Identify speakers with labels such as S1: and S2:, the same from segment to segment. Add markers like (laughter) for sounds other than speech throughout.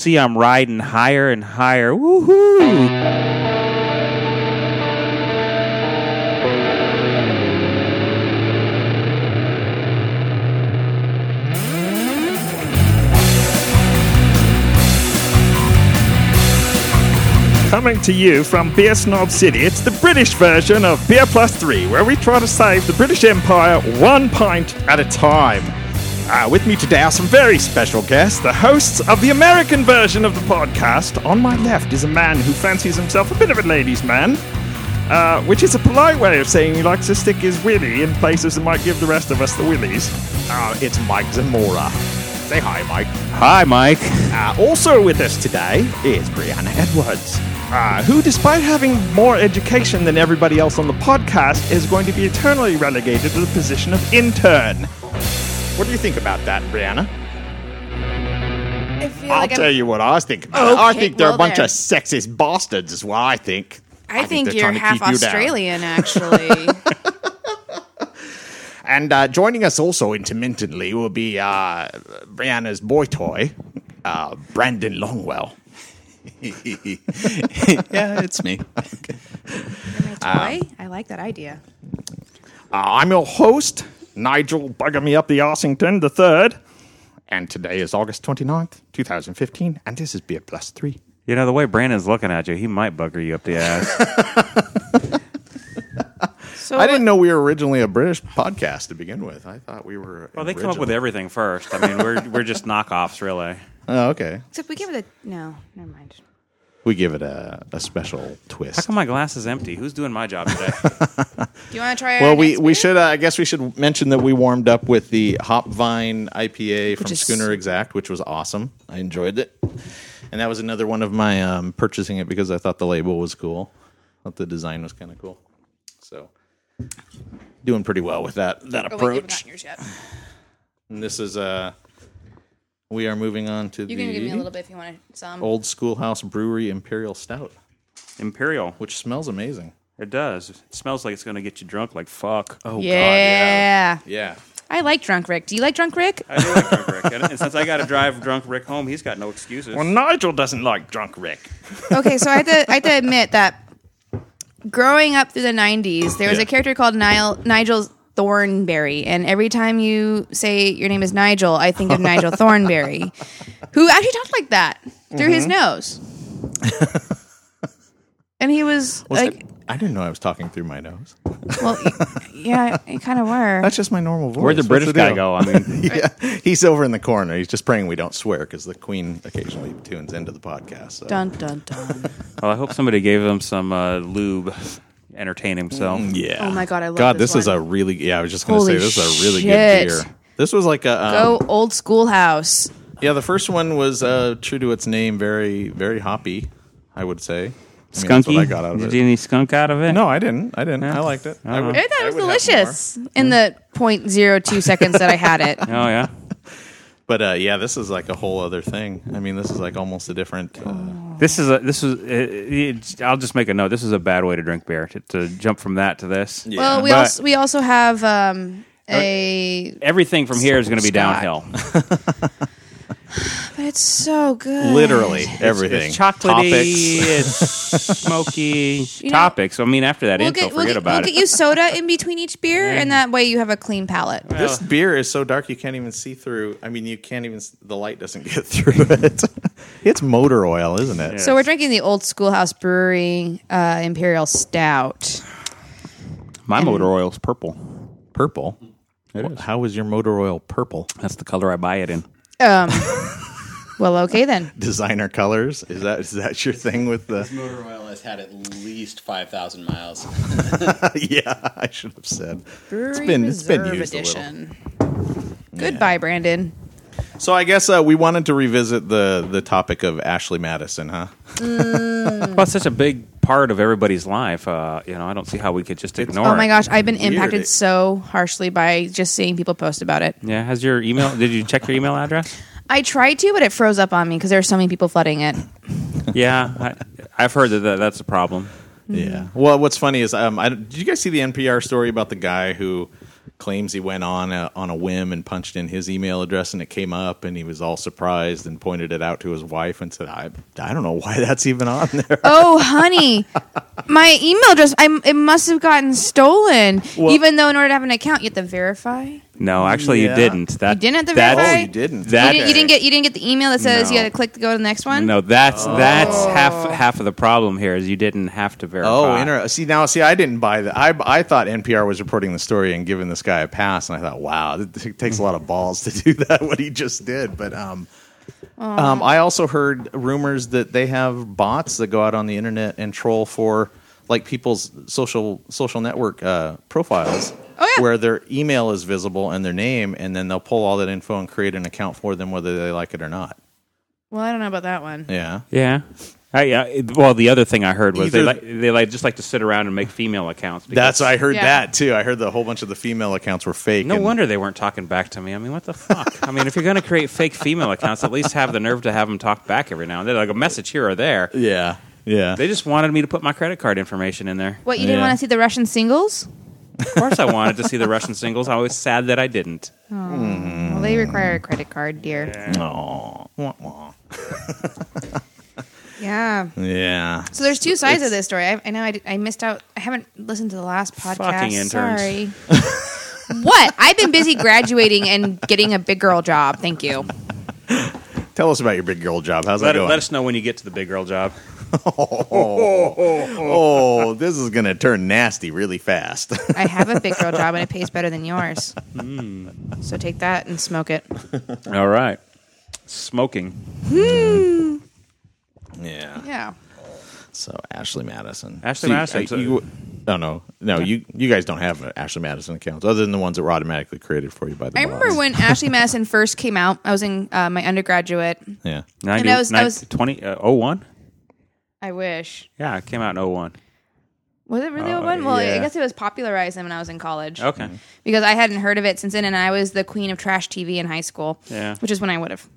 S1: See, I'm riding higher and higher. Woohoo!
S2: Coming to you from Beer Snob City, it's the British version of Beer Plus 3, where we try to save the British Empire one pint at a time. Uh, with me today are some very special guests, the hosts of the American version of the podcast. On my left is a man who fancies himself a bit of a ladies' man, uh, which is a polite way of saying he likes to stick his willy in places that might give the rest of us the willies. Uh, it's Mike Zamora. Say hi, Mike.
S1: Hi, Mike.
S2: Uh, also with us today is Brianna Edwards, uh, who, despite having more education than everybody else on the podcast, is going to be eternally relegated to the position of intern. What do you think about that, Brianna?
S3: I feel
S2: I'll
S3: like I'm-
S2: tell you what I think. About it. I
S3: Okay,
S2: think they're a
S3: well
S2: bunch
S3: then.
S2: of sexist bastards. Is what I think.
S3: I, think,
S2: they're
S3: you're
S2: trying to
S3: half
S2: keep you down.
S3: Australian, actually.
S2: And uh, joining us also intermittently will be uh, Brianna's boy toy, uh, Brandon Longwell.
S4: (laughs) yeah, it's me.
S3: Toy? I like that idea.
S2: Uh, I'm your host, Nigel Bugger Me Up the Arsington the Third, and today is August 29th, 2015, and this is Beer Plus Three.
S1: You know, the way Brandon's looking at you, he might bugger you up the ass.
S3: So
S4: I didn't know we were originally a British podcast to begin with. I thought we were.
S1: (laughs) well, they come up
S4: original.
S1: with everything first. I mean, we're, we're just knockoffs, really.
S4: Oh, okay.
S3: Except we give it a no. Never mind.
S4: We give it a, a special twist.
S1: How come my glass is empty? Who's doing my job today?
S3: Do you want to try?
S4: well,
S3: our
S4: we,
S3: next
S4: we
S3: beer? Oh,
S4: should. Uh, I guess we should mention that we warmed up with the Hop Vine IPA from
S3: is-
S4: Schooner Exact, which was awesome. I enjoyed it, and that was another one of my um, purchasing it because I thought the label was cool. thought the design was kind of cool. So, doing pretty well with that that
S3: Oh, wait, you haven't
S4: approach.
S3: gotten yours yet.
S4: And this is uh, we are moving on to
S3: You
S4: the Oh,
S3: can give me a little bit if you want some.
S4: old schoolhouse brewery imperial stout,
S1: (laughs) Imperial.
S4: which smells amazing.
S1: It does. It smells like it's going to get you drunk like fuck.
S4: Oh
S3: yeah.
S4: yeah.
S3: I like Drunk Rick. Do you like Drunk Rick?
S1: I do like drunk Rick. (laughs) And, and since I got to drive drunk Rick home, he's got no excuses.
S2: Well, Nigel doesn't like drunk Rick.
S3: okay, so I have to I have to admit that growing up through the '90s, there was
S4: Yeah.
S3: a character called Nigel Nigel Thornberry, and every time you say your name is Nigel, I think
S4: (laughs)
S3: of Nigel Thornberry, who actually talked like that through his
S4: Mm-hmm.
S3: nose, and he was,
S4: (laughs) Was
S3: like,
S4: it- I didn't know I was talking through my nose.
S3: "Well, yeah, you kind of were."
S4: That's just my normal voice.
S1: Where'd the
S4: What's
S1: British guy
S4: deal?
S1: go? I (laughs) mean,
S4: (laughs) yeah, he's over in the corner. He's just praying we don't swear because the Queen occasionally tunes into the podcast. So.
S3: Dun dun
S4: Um,
S3: dun!
S1: well, I hope somebody gave him some uh, lube, entertain himself.
S4: Yeah.
S3: Oh my God, I love
S4: God,
S3: this
S4: this, is
S3: one.
S4: a really. Yeah, I was just going to say
S3: Holy
S4: this is a really
S3: shit.
S4: good beer. This was like a. um,
S3: Go old schoolhouse.
S4: Yeah, the first one was uh, true to its name, very very hoppy. I would say. I mean,
S1: Skunky.
S4: that's what I got out of
S1: Did
S4: it.
S1: you get any skunk out of it?
S4: No, I didn't. I didn't. I liked it. I,
S1: Uh-huh.
S4: would,
S3: I thought it was
S4: would have Hmm.
S3: delicious in the 0.02 seconds that I
S4: (laughs)
S3: had it.
S1: Oh yeah.
S4: more. But uh, yeah, this is like a whole other thing. I mean, this is like almost a different.
S3: Oh.
S4: Uh,
S1: This is a this is. It, it, I'll just make a note. This is a bad way to drink beer. To, to jump from that to this.
S3: Well, we
S1: But-
S3: also we also have um,
S4: Uh,
S3: a,
S1: Everything from here is going to be
S3: Scott.
S1: downhill.
S3: but it's so good.
S4: literally everything.
S1: It's chocolatey. It's (laughs) smoky.
S3: You know-
S1: topics. I mean, after that
S3: We'll
S1: intro,
S3: get, we'll,
S1: forget
S3: get,
S1: about
S3: we'll
S1: it.
S3: get you soda in between each beer, and that way you have a clean palate.
S4: This beer is so dark you can't even see through. I mean, you can't even. s- The light doesn't (laughs) get through it. it's motor oil, isn't it?
S3: So we're drinking the old schoolhouse brewing uh, imperial stout.
S1: My motor oil's purple.
S4: Purple. Wh- How is your motor oil purple?
S1: That's the color I buy it in.
S3: Um, well, okay then.
S4: Designer colors. Is that is that your thing with (laughs) the?
S5: Motor oil has had at least 5,000 miles.
S4: yeah, I should have said.
S3: Brewery
S4: been- it's been
S3: Reserve
S4: used a little.
S3: Goodbye, Brandon.
S4: So I guess uh, we wanted to revisit the the topic of Ashley Madison, huh?
S3: Mm.
S1: Well, it's such a big part of everybody's life. Uh, you know, I don't see how we could just ignore
S3: Oh my
S1: it.
S3: gosh, I've been impacted
S4: Weird.
S3: so harshly by just seeing people post about it.
S1: Yeah, has your email? Did you check your email
S3: (laughs)
S1: address?
S3: I tried to, but it froze up on me because there were so many people flooding it.
S1: yeah, I, I've heard that, that that's a problem.
S4: Mm-hmm. Yeah. Well, what's funny is um, I, did you guys see the NPR story about the guy who claims he went on a, on a whim and punched in his email address and it came up and he was all surprised and pointed it out to his wife and said I I don't know why that's even on there.
S3: Oh, honey, my email address, I, it must have gotten stolen. Even though, in order to have an account, you have to verify. You
S1: No, actually,
S4: Yeah.
S1: you didn't. That
S3: didn't have to
S1: that's-
S3: verify?
S4: Oh, you didn't. You
S1: That,
S3: didn't- you, didn't, get you didn't get the email that says you
S1: No.
S3: had to click to go to the next one.
S1: No, that's that's half half of the problem here is you didn't have to verify.
S4: Oh, inter- see now, see, I didn't buy that. I I thought NPR was reporting the story and giving this guy a pass, and I thought, wow, it
S3: Hmm.
S4: takes a lot of balls to do (laughs) that what he just did. But um, um, I also heard rumors that they have bots that go out on the internet and troll for like people's social social network uh, profiles.
S3: Oh, yeah.
S4: Where their email is visible and their name, and then they'll pull all that info and create an account for them, whether they like it or not.
S3: Well, I don't know about that one.
S4: Yeah,
S1: Yeah. I, yeah. it- Well, the other thing I heard was they
S4: Either-
S1: like, they like just like to sit around and make female accounts.
S4: that's I heard
S3: Yeah.
S4: that too. I heard that a whole bunch of the female accounts were fake.
S1: No
S4: and-
S1: wonder they weren't talking back to me. I mean, what the fuck? I mean, if you're going to create fake female accounts, at least have the nerve to have them talk back every now and then, like a message here or there.
S4: Yeah, yeah.
S1: They just wanted me to put my credit card information in there.
S3: What you didn't
S4: Yeah.
S3: want to see the Russian singles?
S1: Of course, I wanted to see the Russian singles. I was sad that I didn't. Mm.
S3: Well, they require a credit card, dear. Yeah.
S4: Yeah.
S3: So there's two sides of this story. I, I know I, did- I missed out. I haven't listened to the last podcast.
S1: Fucking interns.
S3: Sorry.
S1: (laughs)
S3: what? I've been busy graduating and getting a big girl job. Thank you.
S4: Tell us about your big girl job. How's
S1: Let,
S4: that going?
S1: let us know when you get to the big girl job.
S4: oh, this is going to turn nasty really fast. (laughs)
S3: I have a big girl job and it pays better than yours.
S1: Hmm.
S3: So take that and smoke it.
S1: All right. Smoking.
S4: yeah.
S3: Yeah.
S4: So Ashley Madison.
S1: Ashley
S4: So you-
S1: Madison,
S4: uh,
S1: so-
S4: you- no, no, no. You you guys don't have uh, Ashley Madison accounts other than the ones that were automatically created for you by the.
S3: I remember
S4: bots.
S3: when Ashley Madison first came out. I was in uh, my undergraduate.
S4: Yeah.
S1: 90,
S3: I was- I was-
S1: 20, uh, 01?
S3: I wish.
S1: Yeah, it came out in 01.
S3: Was it really
S1: Oh,
S3: a one? Well, I
S1: yeah.
S3: guess it was popularized then when I was in college.
S1: Okay.
S3: because I hadn't heard of it since then, and I was the queen of trash TV in high school.
S1: Yeah. Oh.
S3: which is when I would have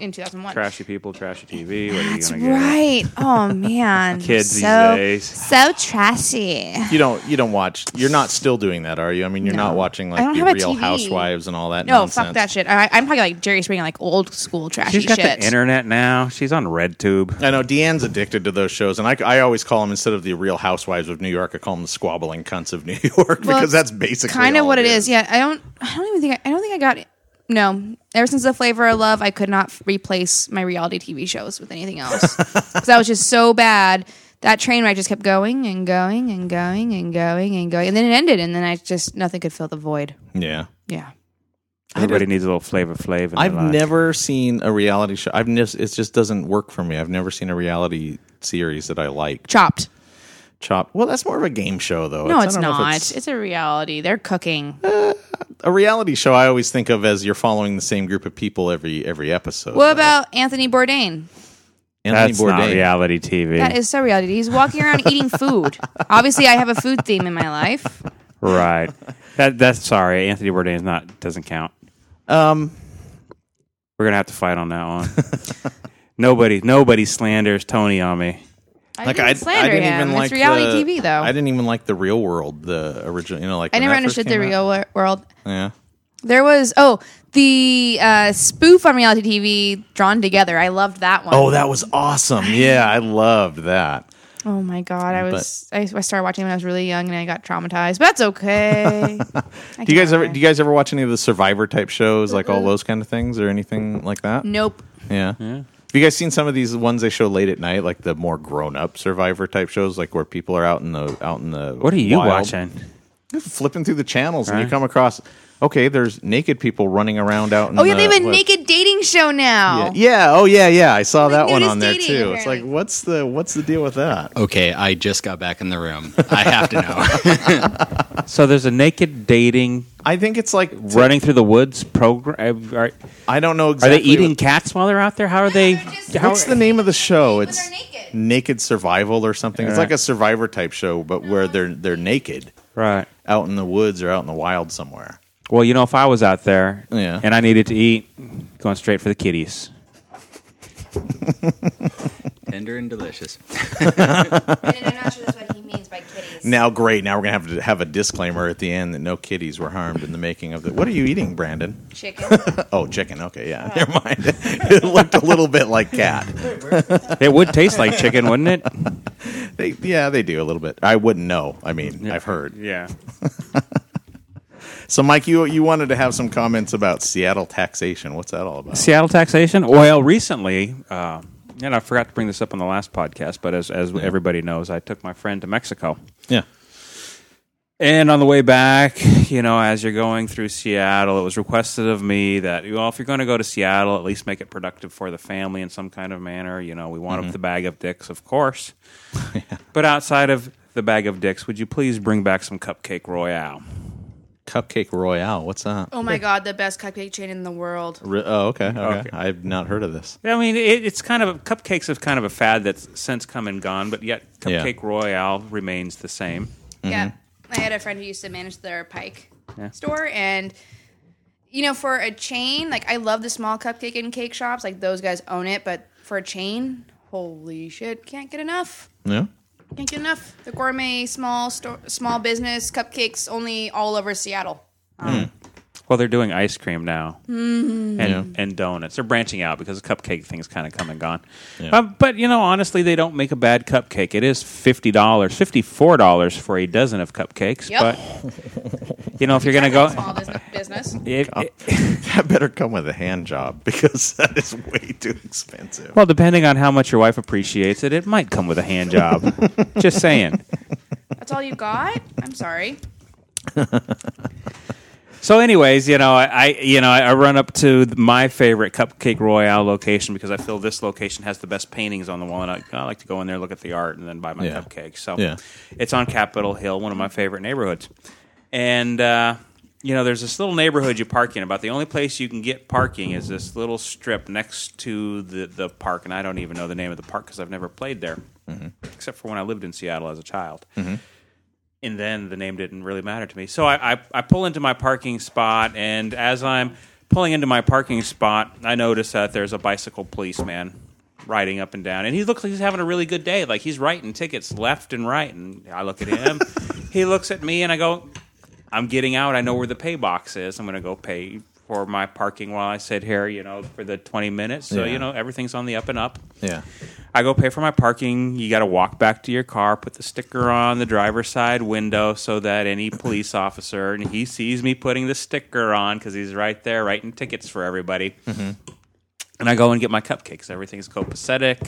S3: in 2001.
S1: Trashy people, trashy TV. What are
S3: That's
S1: you going to get?
S3: right.
S1: (laughs)
S3: Oh man,
S1: Kids these
S3: so,
S1: days.
S3: so trashy.
S4: You don't you don't watch. You're not still doing that, are you? I mean, you're
S3: No.
S4: not watching
S3: I
S4: like
S3: don't
S4: the
S3: have a
S4: Real
S3: TV.
S4: Housewives and all that.
S3: No,
S4: nonsense.
S3: fuck that shit. I, I'm talking like Jerry Springer, like old school trashy
S1: She's got
S3: shit.
S1: the internet now. She's on RedTube.
S4: I know Deanne's addicted to those shows, and I, I always call them instead of the Real Housewives of New York, I call them the squabbling cunts of (laughs) New York because
S3: it's
S4: that's basically
S3: Kind of
S4: all
S3: what it is. Yeah, I don't. I don't even think. I, I don't think I got it. No, ever since the flavor of love, I could not f- replace my reality TV shows with
S4: (laughs)
S3: anything else because I was just so bad. That train ride just kept going and going and going and going and going, and then it ended, and then I just nothing could fill the void.
S4: Yeah,
S3: Yeah.
S1: Everybody needs a little flavor flavor.
S4: I've never seen a reality show. I've ne- it just doesn't work for me. I've never seen a reality series that I like.
S3: Chopped.
S4: Chopped. Well, that's more of a game show though.
S3: No,
S4: I
S3: it's
S4: don't know if
S3: not. It's, a reality. They're cooking.
S4: a reality show. I always think of as you're following the same group of people every every episode.
S3: What about Anthony Bourdain?
S4: Anthony
S1: That's
S4: Bourdain?
S1: not reality TV.
S3: That is so reality. He's walking around
S4: (laughs)
S3: eating food. Obviously, I have a food theme in my life.
S1: (laughs) right. That that's sorry. Anthony Bourdain is not doesn't count.
S4: Um,
S1: We're gonna have to fight on that one.
S4: (laughs)
S1: nobody nobody slanders Tony on me.
S3: I
S4: like I,
S3: didn't slander
S4: I didn't
S3: him.
S4: even like
S3: it's reality
S4: the-
S3: TV, though.
S4: I
S3: I,
S4: didn't even like the Real World, the original. You know, like when
S3: never
S4: that first
S3: understood the
S4: came out.
S3: real wor- world.
S4: Yeah.
S3: There was oh the uh, spoof on reality TV, Drawn Together. I loved that one.
S4: Oh, that was awesome. Yeah, I loved that.
S3: Oh my god, I was I, I started watching when I was really young and I got traumatized, but
S4: (laughs)
S3: that's okay.
S4: Do you guys ever do you guys ever watch any of the survivor type shows like all those kind of things or anything like that?
S3: nope.
S4: Yeah. Have you guys seen some of these ones they show late at night like the more grown up survivor type shows like where people are out in the out in the
S1: What are you
S4: wild,
S1: watching?
S4: Flipping through the channels and you
S1: Right.
S4: come across okay, there's naked people running around out in
S3: Oh yeah,
S4: the-
S3: they have a
S4: what-
S3: naked dating show now.
S4: yeah, yeah, oh yeah, yeah. I saw that one
S3: nudist
S4: on there too.
S3: dating,
S4: It's like
S3: apparently.
S4: what's the what's the deal with that?
S5: Okay, I just got back in the room. I have to know. (laughs)
S1: So there's a naked dating
S4: I think it's like
S1: running through the woods program. uh, Are,
S4: I don't know
S1: are
S4: exactly
S1: they eating
S4: what-
S1: cats while they're out there? How are they?
S3: they're just-
S1: how
S4: What's the name of the show?
S3: People
S4: It's
S3: that are naked.
S4: Naked Survival or something. It's
S1: Right.
S4: like a survivor type show, but where they're they're naked
S1: right.
S4: out in the woods or out in the wild somewhere.
S1: Well, you know, if I was out there
S4: Yeah.
S1: and I needed to eat, going straight for the kitties.
S5: Tender and delicious.
S4: (laughs)
S3: And I'm not sure that's what he means by kitties.
S4: Now, great. Now we're gonna have to have a disclaimer at the end that no kitties were harmed in the making of the. What are you eating, Brandon? (laughs)
S3: Chicken.
S4: Oh, chicken. Okay, yeah. Never mind. (laughs) it looked a little bit like cat.
S1: It would taste like chicken, wouldn't it?
S4: They, yeah, they do a little bit. I wouldn't know. I mean, I've heard.
S1: Yeah.
S4: So, Mike, you you wanted to have some comments about Seattle taxation. What's that all about?
S1: Seattle taxation. Well, recently, uh, and I forgot to bring this up on the last podcast, but as as everybody knows, I took my friend to Mexico.
S4: Yeah.
S1: And on the way back, you know, as you're going through Seattle, it was requested of me that, well, if you're going to go to Seattle, at least make it productive for the family in some kind of manner. You know, we want up the bag of dicks, of course. But outside of the bag of dicks, would you please bring back some Cupcake Royale?
S4: Cupcake Royale. What's that?
S3: Oh my god, the best cupcake chain in the world.
S4: Re- Oh, okay, okay.
S1: Okay.
S4: I've not heard of this. (laughs)
S1: I mean, it, it's kind of cupcakes have kind of a fad that's since come and gone, but yet
S4: Yeah.
S1: Cupcake Royale remains the same.
S3: Yeah.
S1: Mm-hmm.
S3: I had a friend who used to manage their Pike store and you know, for a chain, like I love the small cupcake and cake shops, like those guys own it, but for a chain, holy shit, can't get enough.
S4: No.
S3: Can't get enough. The gourmet small store, small business cupcakes only all over Seattle.
S1: Well, they're doing ice cream now and and donuts. They're branching out because the cupcake thing's kind of come and gone. Uh, but you know, honestly, they don't make a bad cupcake. It is fifty dollars, fifty four dollars for a dozen of cupcakes.
S3: Yep.
S1: But you know, if you're gonna go,
S3: Small business. business.
S1: it, it-
S4: That better come with a hand job (laughs) because that is way too expensive.
S1: well, depending on how much your wife appreciates it, it might come with a hand job. Just saying.
S3: That's all you got? I'm sorry.
S1: So, anyways, you know, I, I you know I, I run up to my favorite Cupcake Royale location because I feel this location has the best paintings on the wall, and I, I like to go in there, look at the art, and then buy my
S4: Yeah.
S1: cupcakes. So,
S4: Yeah.
S1: it's on Capitol Hill, one of my favorite neighborhoods, and. Uh, you know, there's this little neighborhood you park in. About the only place you can get parking is this little strip next to the, the park, and I don't even know the name of the park because I've never played there,
S4: Mm-hmm.
S1: except for when I lived in Seattle as a child and then the name didn't really matter to me. So I, I, I pull into my parking spot, and as I'm pulling into my parking spot, I notice that there's a bicycle policeman riding up and down, and he looks like he's having a really good day. Like he's writing tickets left and right, and I look at him, he looks at me, and I go, "I'm getting out. I know where the pay box is. I'm going to go pay." For my parking while I sit here, you know, for the 20 minutes. So,
S4: Yeah.
S1: you know, everything's on the up and up.
S4: Yeah.
S1: I go pay for my parking. You got to walk back to your car, put the sticker on the driver's side window so that any police officer and he sees me putting the sticker on because he's right there writing tickets for everybody. And I go and get my cupcakes. Everything's copacetic.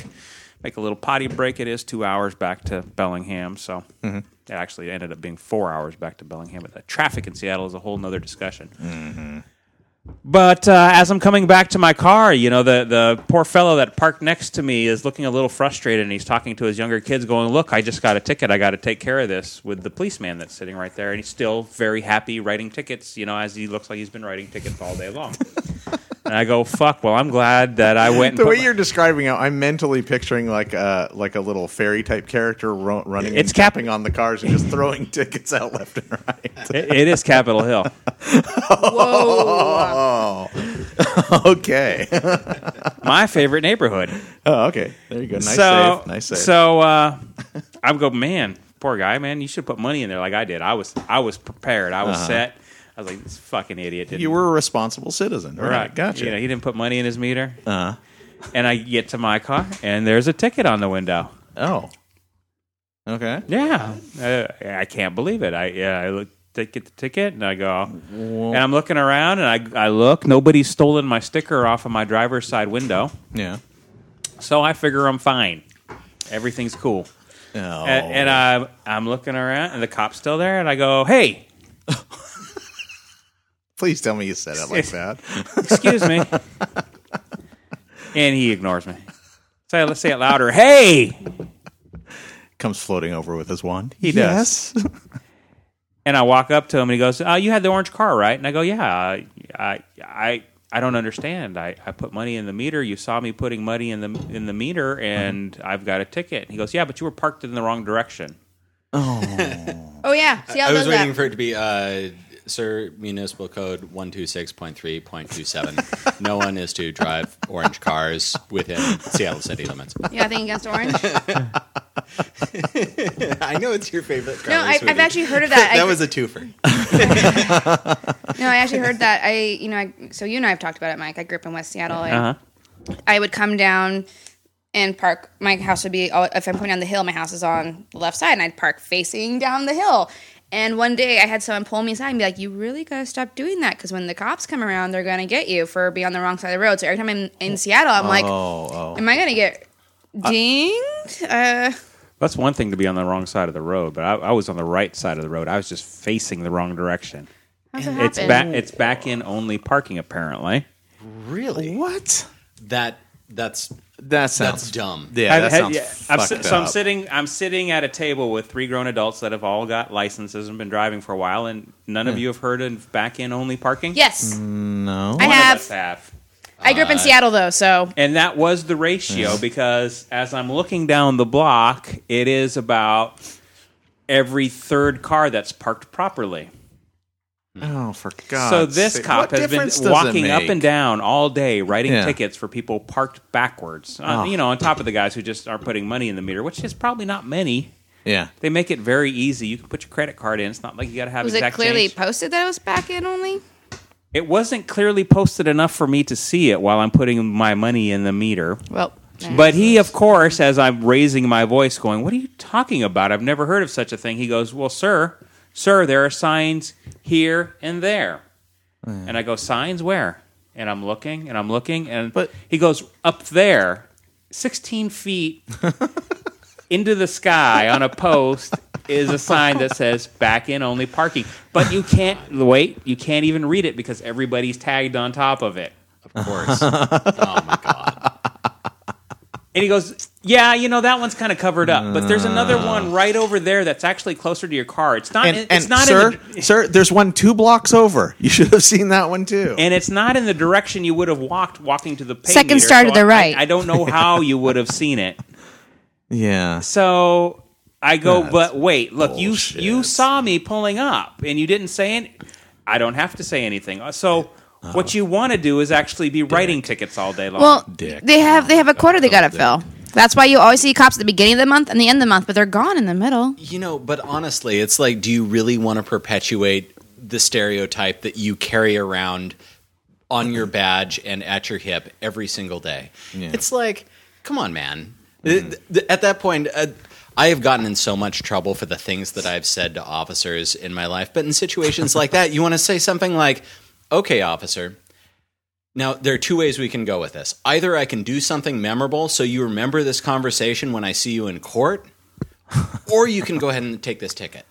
S1: Make a little potty break. It is two hours back to Bellingham. So
S4: Mm-hmm.
S1: it actually ended up being four hours back to Bellingham. But the traffic in Seattle is a whole nother discussion.
S4: Mm-hmm.
S1: But uh, as I'm coming back to my car, you know, the, the poor fellow that parked next to me is looking a little frustrated and he's talking to his younger kids, going, Look, I just got a ticket. I got to take care of this with the policeman that's sitting right there. And he's still very happy writing tickets, you know, as he looks like he's been writing tickets all day
S4: (laughs)
S1: long. and I go, Fuck, well, I'm glad that I went and
S4: The
S1: put
S4: way
S1: my-
S4: you're describing it, I'm mentally picturing like a like a little fairy type character ro- running.
S1: It's
S4: It's
S1: Cap-
S4: capping on the cars and just throwing (laughs) tickets out left and right.
S1: (laughs) (laughs) It- it is Capitol Hill.
S3: Whoa.
S4: Oh. (laughs) okay.
S1: My favorite neighborhood.
S4: (laughs) Oh, okay. There you go. (laughs) Nice
S1: so,
S4: save. Nice save.
S1: So uh, I'm go, man, poor guy, man. You should put money in there like I did. I was, I was prepared. I was set. I was like, this fucking idiot. Didn't
S4: Uh-huh. you were a responsible citizen, right?
S1: right.
S4: Gotcha.
S1: You know, he didn't put money in his meter. Uh-huh. And I get to my car, and there's a ticket on the window.
S4: oh. Okay.
S1: Yeah, uh, I can't believe it. I yeah, I look to get the ticket, and I go, and I'm looking around, and I I look. Nobody's stolen my sticker off of my driver's side window,
S4: Yeah.
S1: so I figure I'm fine. Everything's cool.
S4: Oh.
S1: And, and I'm I'm looking around, and the cop's still there, and I go, hey,
S4: Please tell me you said
S1: (laughs)
S4: it like that.
S1: excuse me, and he ignores me. So let's say it louder. Hey.
S4: Comes floating over with his wand.
S1: He does.
S4: Yes.
S1: And I walk up to him and he goes, uh, "You had the orange car, right?" And I go, "Yeah, I, I, I, I don't understand. I, I put money in the meter. You saw me putting money in the in the meter, and I've got a ticket." And he goes, "Yeah, but you were parked in the wrong direction."
S3: Oh yeah. See how
S5: I
S3: does
S5: was waiting
S3: that?
S5: for it to be, uh, Sir, Municipal Code 126.3.27. no one is to drive orange cars within Seattle city limits.
S3: yeah, I think against orange.
S5: (laughs) I know it's your favorite.
S3: No, I, I've actually heard of
S5: (laughs)
S3: that.
S5: that
S3: I,
S5: was a twofer.
S3: no, I actually heard that. I, you know, I, so you and I have talked about it, Mike. I grew up in West Seattle. And
S1: Uh-huh.
S3: I would come down and park. My house would be if I'm coming down the hill. My house is on the left side, and I'd park facing down the hill. And one day, I had someone pull me aside and be like, "You really gotta stop doing that because when the cops come around, they're gonna get you for being on the wrong side of the road." So every time I'm in Seattle, I'm like,
S1: Oh,
S3: "Am I gonna get dinged?" Uh,
S1: That's one thing to be on the wrong side of the road, but I, I was on the right side of the road. I was just facing the wrong direction.
S3: how's it
S1: It's
S3: happen?
S1: back. It's back in only parking apparently.
S5: (laughs) Really?
S4: What?
S5: That that's
S4: That sounds
S5: that's dumb.
S4: Yeah, that
S1: I've had-
S4: sounds
S1: yeah, I'm
S4: fucked
S1: si- so I'm
S4: up.
S1: sitting. I'm sitting at a table with three grown adults that have all got licenses and been driving for a while, and none of you have heard of back in only parking.
S3: Yes,
S4: No.
S3: I
S1: One of
S3: have.
S1: us have.
S3: I grew up in Seattle though, so
S1: And that was the ratio because as I'm looking down the block, it is about every third car that's parked properly.
S4: Oh, for God.
S1: so this cop has been walking up and down all day writing
S4: Yeah.
S1: tickets for people parked backwards. Uh,
S4: Oh.
S1: You know, on top of the guys who just are putting money in the meter, which is probably not many.
S4: Yeah.
S1: They make it very easy. You can put your credit card in. It's not like you got to have
S3: was it
S1: exact
S3: clearly
S1: change.
S3: posted that it was back in only?
S1: it wasn't clearly posted enough for me to see it while I'm putting my money in the meter.
S3: Well,
S1: But he, of course, as I'm raising my voice, going, What are you talking about? I've never heard of such a thing. He goes, Well, sir, sir, there are signs here and there. And I go, Signs where? And I'm looking and I'm looking. And
S4: But-
S1: he goes, Up there, 16 feet into the sky on a post is a sign that says back in only parking. But you can't, wait, you can't even read it because everybody's tagged on top of it.
S5: Of (laughs) course. oh my god.
S1: And he goes, Yeah, you know, that one's kind of covered up, but there's another one right over there that's actually closer to your car. It's not,
S4: Uh. And,
S1: it's
S4: and
S1: not
S4: sir,
S1: in the,
S4: sir, there's one two blocks over. (laughs) You should have seen that one too.
S1: and it's not in the direction you would have walked walking to the pay
S3: Second
S1: meter,
S3: star to
S1: so
S3: the
S1: I-
S3: right.
S1: I, I don't
S4: (laughs)
S1: know how you would have seen it.
S4: yeah.
S1: So I go,
S4: That's
S1: But wait, look,
S4: bullshit.
S1: you you saw me pulling up and you didn't say any, I don't have to say anything. Uh, So
S4: Uh-huh.
S1: what you want to do is actually be writing tickets all day long.
S3: Well,
S4: Dick.
S3: they have they have a quota they got to fill. That's why you always see cops at the beginning of the month and the end of the month, but they're gone in the middle.
S5: You know, but honestly, it's like, do you really want to perpetuate the stereotype that you carry around on your badge and at your hip every single day? It's like, come on, man. Th- th- At that point, uh, I have gotten in so much trouble for the things that I've said to officers in my life. But in situations like that, you want to say something like, okay, officer, now, there are two ways we can go with this. Either I can do something memorable so you remember this conversation when I see you in court, or you can go ahead and take this ticket.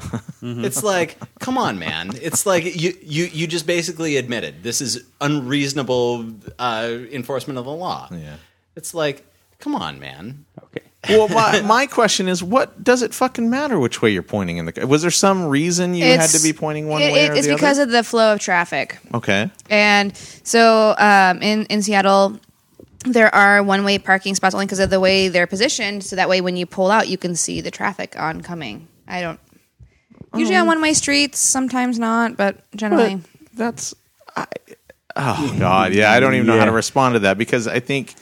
S4: Mm-hmm.
S5: it's like, come on, man. It's like you, you, you just basically admitted this is unreasonable uh, enforcement of the law.
S4: Yeah.
S5: It's like, come on, man.
S1: okay.
S4: well, (laughs) my, my question is, what does it fucking matter which way you're pointing in the? Was there some reason you had to be pointing one
S3: it-
S4: way
S3: it-
S4: or
S3: it's
S4: the
S3: because
S4: other?
S3: of the flow of traffic,
S4: okay.
S3: and so um, in in Seattle. There are one-way parking spots only because of the way they're positioned. So that way, when you pull out, you can see the traffic oncoming. I don't usually on one-way streets, sometimes not, but generally.
S4: Oh. But that's I, oh god, yeah. I don't even know how to
S1: Yeah.
S4: respond to that because I think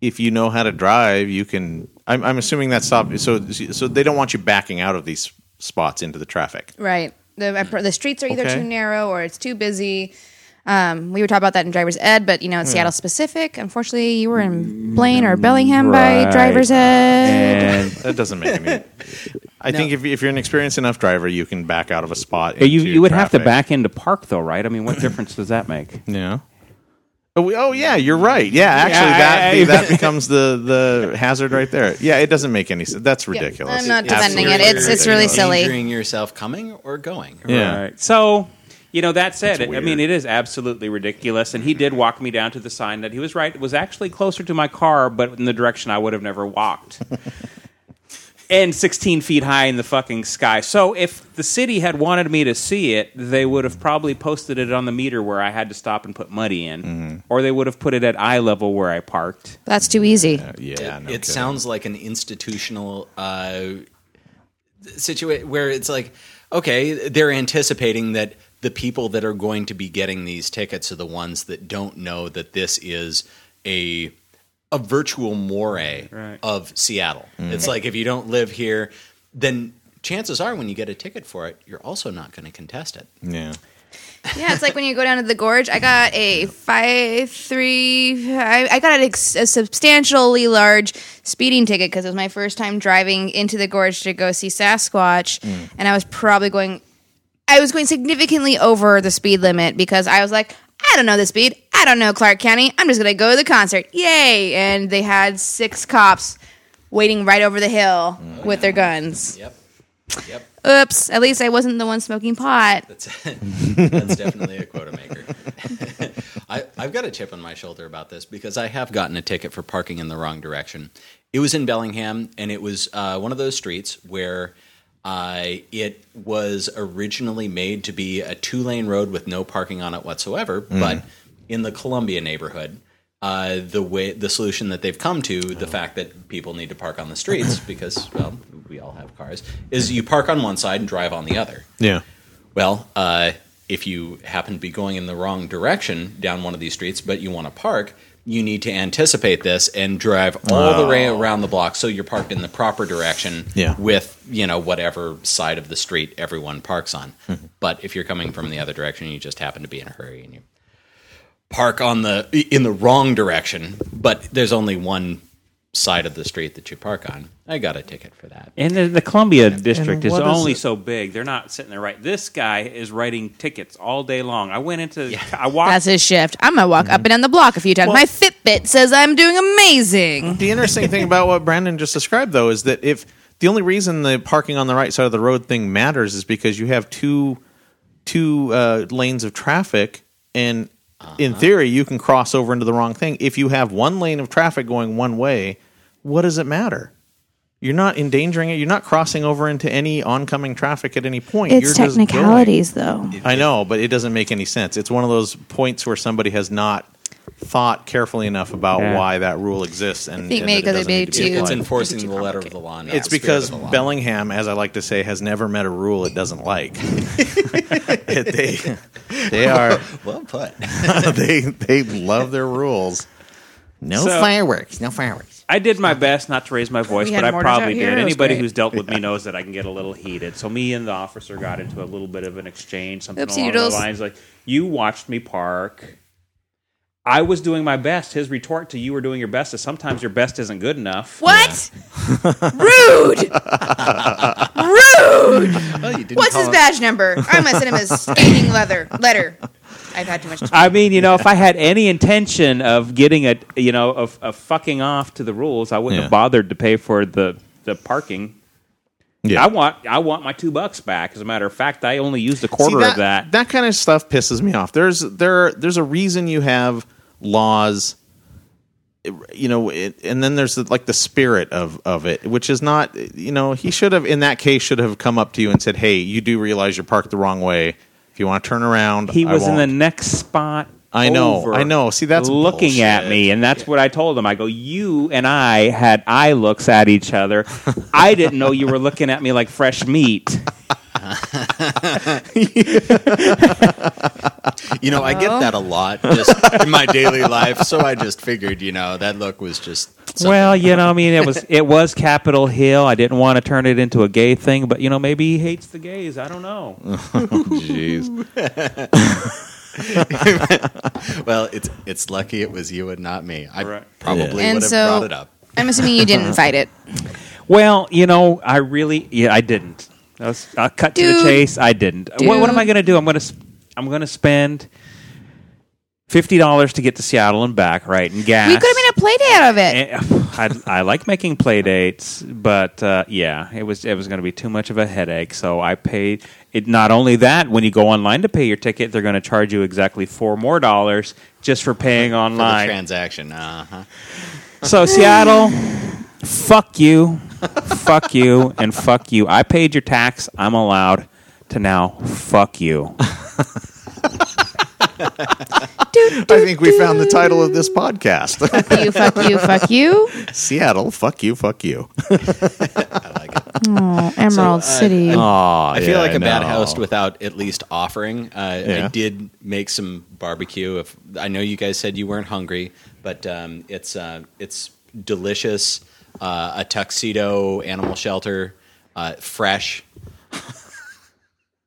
S4: if you know how to drive, you can. I'm, I'm assuming that's stop. So so they don't want you backing out of these spots into the traffic.
S3: Right. The the streets are either
S4: Okay.
S3: too narrow or it's too busy. Um, we were talking about that in driver's ed, but you know, it's Seattle specific. Unfortunately, you were in Blaine or Bellingham by
S1: Right.
S3: driver's ed.
S1: And
S4: That doesn't make any. I think if, if you're an experienced enough driver, you can back out of a spot.
S1: But you
S4: into
S1: you would have to
S4: traffic.
S1: back into park though, right? I mean, what difference does that make?
S4: Yeah. Oh, we- oh yeah, you're right. Yeah, actually,
S1: I-
S4: that
S1: I- (laughs)
S4: that becomes the the hazard right there. Yeah, it doesn't make any sense. That's ridiculous.
S3: I'm not
S4: It's
S3: defending it.
S4: absolutely
S3: It's- it's really
S4: ridiculous.
S3: silly.
S5: Endangering yourself coming or going.
S4: Yeah.
S1: Right. So, you know, that said, I
S4: weird.
S1: mean, it is absolutely ridiculous. And he did walk me down to the sign that he was right. It was actually closer to my car, but in the direction I would have never
S4: (laughs)
S1: walked. and 16 feet high in the fucking sky. So, if the city had wanted me to see it, they would have probably posted it on the meter where I had to stop and put money in,
S4: Mm-hmm.
S1: or they would have put it at eye level where I parked.
S3: That's too easy.
S4: Yeah, no
S5: it
S4: kidding.
S5: sounds like an institutional uh, situation where it's like, okay, they're anticipating that the people that are going to be getting these tickets are the ones that don't know that this is a a virtual moray
S1: Right.
S5: of Seattle.
S4: Mm.
S5: It's like if you don't live here, then chances are when you get a ticket for it, you're also not going to contest it.
S4: Yeah.
S3: Yeah, it's like when you go down to the gorge. I got a five three. I, I got an ex- a substantially large speeding ticket because it was my first time driving into the gorge to go see Sasquatch, and I was probably going. I was going significantly over the speed limit because I was like, I don't know the speed. I don't know Clark County. I'm just gonna go to the concert. Yay! And they had six cops waiting right over the hill with their guns.
S5: Yep. Yep.
S3: Oops! At least I wasn't the one smoking pot.
S5: That's (laughs) that's definitely a quota maker. (laughs) I, I've got a chip on my shoulder about this because I have gotten a ticket for parking in the wrong direction. It was in Bellingham, and it was uh, one of those streets where uh, it was originally made to be a two lane road with no parking on it whatsoever. But in the Columbia neighborhood, uh, the way the solution that they've come to the fact that people need to park on the streets because well we all have cars is you park on one side and drive on the other.
S4: Yeah.
S5: Well, uh, if you happen to be going in the wrong direction down one of these streets, but you want to park, you need to anticipate this and drive all the way around the block so you're parked in the proper direction
S4: Yeah.
S5: with, you know, whatever side of the street everyone parks on.
S4: Mm-hmm.
S5: But if you're coming from the other direction, you just happen to be in a hurry and you park on the in the wrong direction, but there's only one side of the street that you park on. I got a ticket for that.
S1: And the, the Columbia district is
S4: what is
S1: only
S4: it?
S1: so big. They're not sitting there right. This guy is writing tickets all day long. I went into, I walked
S3: That's his shift. I'm gonna walk up and down the block a few times. My Fitbit says I'm doing amazing.
S4: The interesting thing about what Brandon just described, though, is that if the only reason the parking on the right side of the road thing matters is because you have two two uh, lanes of traffic, and in theory, you can cross over into the wrong thing. If you have one lane of traffic going one way, what does it matter? You're not endangering it. You're not crossing over into any oncoming traffic at any point. You're just going.
S3: though.
S4: I know, but it doesn't make any sense. It's one of those points where somebody has not thought carefully enough about
S1: Yeah.
S4: why that rule exists. And
S3: think
S4: and
S3: maybe
S4: that it
S3: 'cause they
S4: doesn't need
S3: made
S4: be
S3: too-
S5: It's
S4: applied.
S3: in-
S5: enforcing
S3: too
S5: the letter of the law. not
S4: It's
S5: the spirit
S4: because
S5: of the law.
S4: Bellingham, as I like to say, has never met a rule it doesn't (laughs) like. they, they are
S5: Well put.
S4: (laughs) they they love their rules. No
S1: So-
S4: fireworks. No fireworks.
S1: I did my best not to raise my voice,
S3: We
S1: but
S3: had
S1: I
S3: mortars
S1: probably
S3: out here.
S1: did.
S3: It was
S1: Anybody
S3: great.
S1: who's dealt with me knows that I can get a little heated. So me and the officer got into a little bit of an exchange, something
S3: Oopsie
S1: along
S3: doodles.
S1: the lines like, "You watched me park. I was doing my best." His retort to you were doing your best is sometimes your best isn't good enough.
S3: What? Rude. Rude.
S5: Well, you didn't
S3: What's
S5: call
S3: his
S5: it-
S3: badge number? I'm gonna send him his scathing leather letter. I've had too much. time.
S1: I mean, you know, if I had any intention of getting a, you know, of, of fucking off to the rules, I wouldn't
S4: Yeah.
S1: have bothered to pay for the the parking.
S4: Yeah.
S1: I want I want my two bucks back. As a matter of fact, I only used a quarter
S4: See,
S1: of that.
S4: kind of stuff pisses me off. There's there there's a reason you have laws. You know, it, and then there's like the spirit of of it, which is not. You know, he should have in that case should have come up to you and said, "Hey, you do realize you're parked the wrong way. If you want to turn around,
S1: He
S4: I
S1: was in the
S4: won't."
S1: next spot.
S4: I know,
S1: over,
S4: I know. See, that's
S1: looking at
S4: bullshit.
S1: me, and that's what I told him. I go, you and I had eye looks at each
S4: (laughs)
S1: other. I didn't know you were looking at me like fresh meat.
S5: You know, I get that a lot just in my daily life, so I just figured, you know, that look was just something.
S1: Well, you know, I mean, it was it was Capitol Hill. I didn't want to turn it into a gay thing, but you know, maybe he hates the gays. I don't know.
S4: Jeez.
S5: well, it's it's lucky it was you and not me. I
S1: Right.
S5: probably
S3: And
S5: would have
S3: so-
S5: brought it up.
S3: I'm assuming you didn't fight it.
S1: Well, you know, I really, yeah, I didn't. I was, I'll cut to
S3: Dude.
S1: the chase. I didn't. What, what am I
S3: Dude.
S1: going to do? I'm going to I'm going to spend fifty dollars to get to Seattle and back, right? And gas.
S3: We could have made a play day out of it.
S1: And- I, I like making play dates, but uh, yeah, it was it was going to be too much of a headache. So I paid it. Not only that, when you go online to pay your ticket, they're going to charge you exactly four more dollars just for paying
S5: for the
S1: online.
S5: transaction. Uh-huh.
S1: so Seattle, fuck you, fuck you, and fuck you. I paid your tax. I'm allowed to now fuck you.
S4: I think we found the title of this podcast. (laughs)
S3: Fuck you, fuck you, fuck you.
S4: Seattle, fuck you, fuck you.
S5: I like it.
S3: (laughs) Oh, Emerald
S5: uh,
S3: City.
S4: Aw,
S5: I feel like a bad host without at least offering. Uh,
S4: Yeah.
S5: I did make some barbecue. If I know you guys said you weren't hungry, But um, it's uh, it's delicious. Uh, a tuxedo animal shelter, uh, fresh.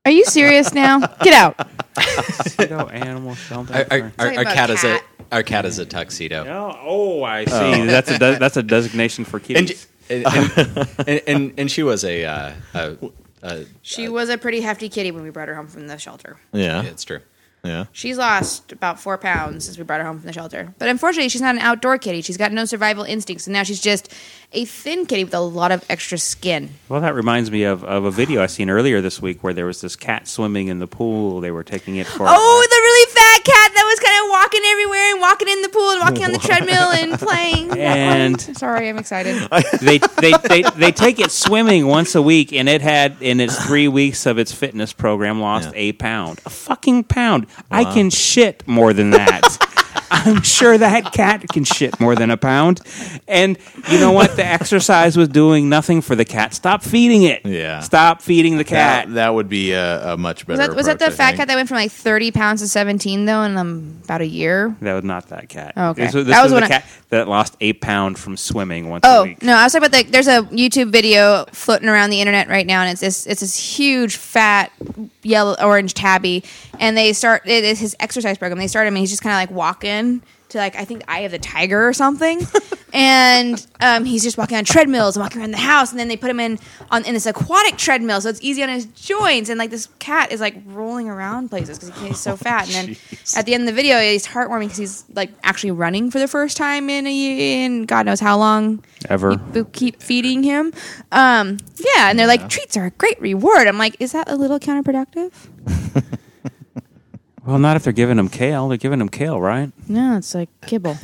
S3: Are you serious now? Get out.
S1: Tuxedo animal shelter.
S5: Our, our, our,
S3: Talking
S5: our
S3: about
S5: cat is a
S3: cat.
S5: our cat is a tuxedo.
S1: No, oh, I see. That's a de- that's a designation for kitties.
S5: and, and, and, and and she was a, uh, a, a
S3: She was a pretty hefty kitty when we brought her home from the shelter.
S4: Yeah.
S5: it's true.
S4: Yeah.
S3: She's lost about four pounds since we brought her home from the shelter. But unfortunately, she's not an outdoor kitty. She's got no survival instincts, and now she's just a thin kitty with a lot of extra skin.
S1: Well, that reminds me of, of a video I seen earlier this week where there was this cat swimming in the pool. They were taking it for.
S3: Oh, the really fat cat that was kind of walking everywhere and walking in the pool and walking
S4: (laughs)
S3: on the treadmill and playing.
S1: And-
S3: (laughs) sorry, I'm excited.
S1: they, they, they, they take it swimming once a week, and it had in its three weeks of its fitness program lost
S4: Yeah.
S1: a pound, a fucking pound. I can shit more than
S4: (laughs)
S1: that. I'm sure that cat can shit more than a pound. And you know what? The exercise was doing nothing for the cat. Stop feeding it.
S4: Yeah.
S1: Stop feeding the cat.
S4: That, that would be a, a much better.
S3: Was that, was that the
S4: approach, I
S3: fat
S4: think.
S3: cat that went from like 30 pounds to 17 though in um, about a year?
S1: That was not that cat.
S3: Oh, okay.
S1: This, was- this
S3: That was
S1: was,
S3: when
S1: a
S3: I-
S1: cat that lost eight pound from swimming once a
S3: Oh
S1: week.
S3: no, I was talking about like there's a YouTube video floating around the internet right now, and it's this it's this huge fat yellow orange tabby, and they start it is his exercise program. They start him, and he's just kind of like walking to like I think Eye of the Tiger or something, and um, he's just walking on treadmills and walking around the house, and then they put him in on in this aquatic treadmill, so it's easy on his joints, and like this cat is like rolling around places because he's so fat, and then at the end of the video, he's heartwarming because he's like actually running for the first time in a year, in God knows how long
S1: Ever.
S3: you keep feeding him. Um, yeah, and they're like, treats are a great reward. I'm like, is that a little counterproductive?
S1: Well, not if they're giving him kale. They're giving him kale, right?
S3: No, it's like kibble.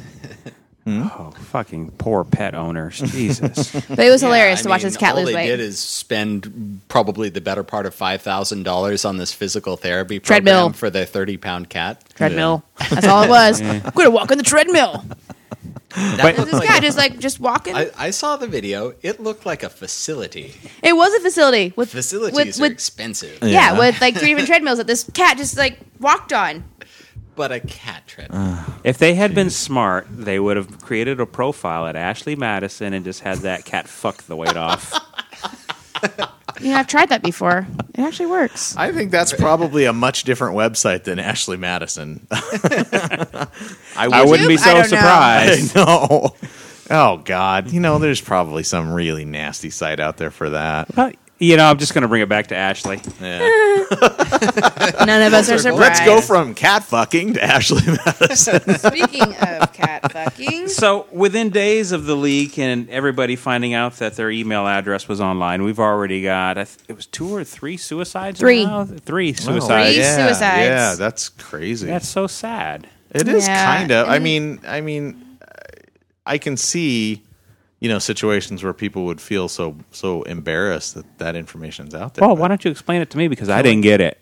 S1: Oh, fucking poor pet owners. (laughs) Jesus.
S3: (laughs) But it was hilarious
S5: I
S3: to watch
S5: mean,
S3: this cat
S5: all
S3: lose
S5: they
S3: weight.
S5: did is spend probably the better part of five thousand dollars on this physical therapy program
S3: Treadmill.
S5: for their thirty pound cat.
S3: treadmill. That's all it (laughs) was. I'm gonna walk on the
S5: (laughs)
S3: treadmill.
S5: That
S3: This
S5: looked like-
S3: guy just like just walking.
S5: I, I saw the video. It looked like a facility.
S3: it was a facility with
S5: Facilities
S3: with,
S5: are
S3: with
S5: expensive,
S3: yeah.
S4: Yeah.
S3: with like three different
S5: (laughs)
S3: treadmills that this cat just like walked on.
S5: but a cat trip.
S1: if they had been smart, they would have created a profile at Ashley Madison and just had that cat fuck the weight off.
S3: You know, I've tried that before. It actually works.
S4: I think that's probably a much different website than Ashley Madison.
S1: (laughs)
S4: (laughs)
S1: I wouldn't be
S3: YouTube?
S1: so
S3: I don't know.
S1: (laughs) surprised.
S4: no. Oh God! You know, there's probably some really nasty site out there for that.
S1: But, Uh, you know, I'm just going to bring it back to Ashley.
S4: Yeah.
S3: None of us are
S5: Circle.
S3: surprised.
S4: Let's go from cat fucking to Ashley (laughs) Madison.
S3: Speaking of cat fucking,
S1: So, within days of the leak and everybody finding out that their email address was online, we've already got I th- it was two or three suicides.
S3: Three.
S1: now? three
S3: Three
S1: suicides.
S3: yeah. suicides.
S4: Yeah, that's crazy.
S1: That's so sad.
S4: It is
S3: Yeah,
S4: kind of. I
S3: and-
S4: mean, I mean, I can see, you know, situations where people would feel so so embarrassed that that information's out there.
S1: Well,
S4: but-
S1: why don't you explain it to me because I didn't get it.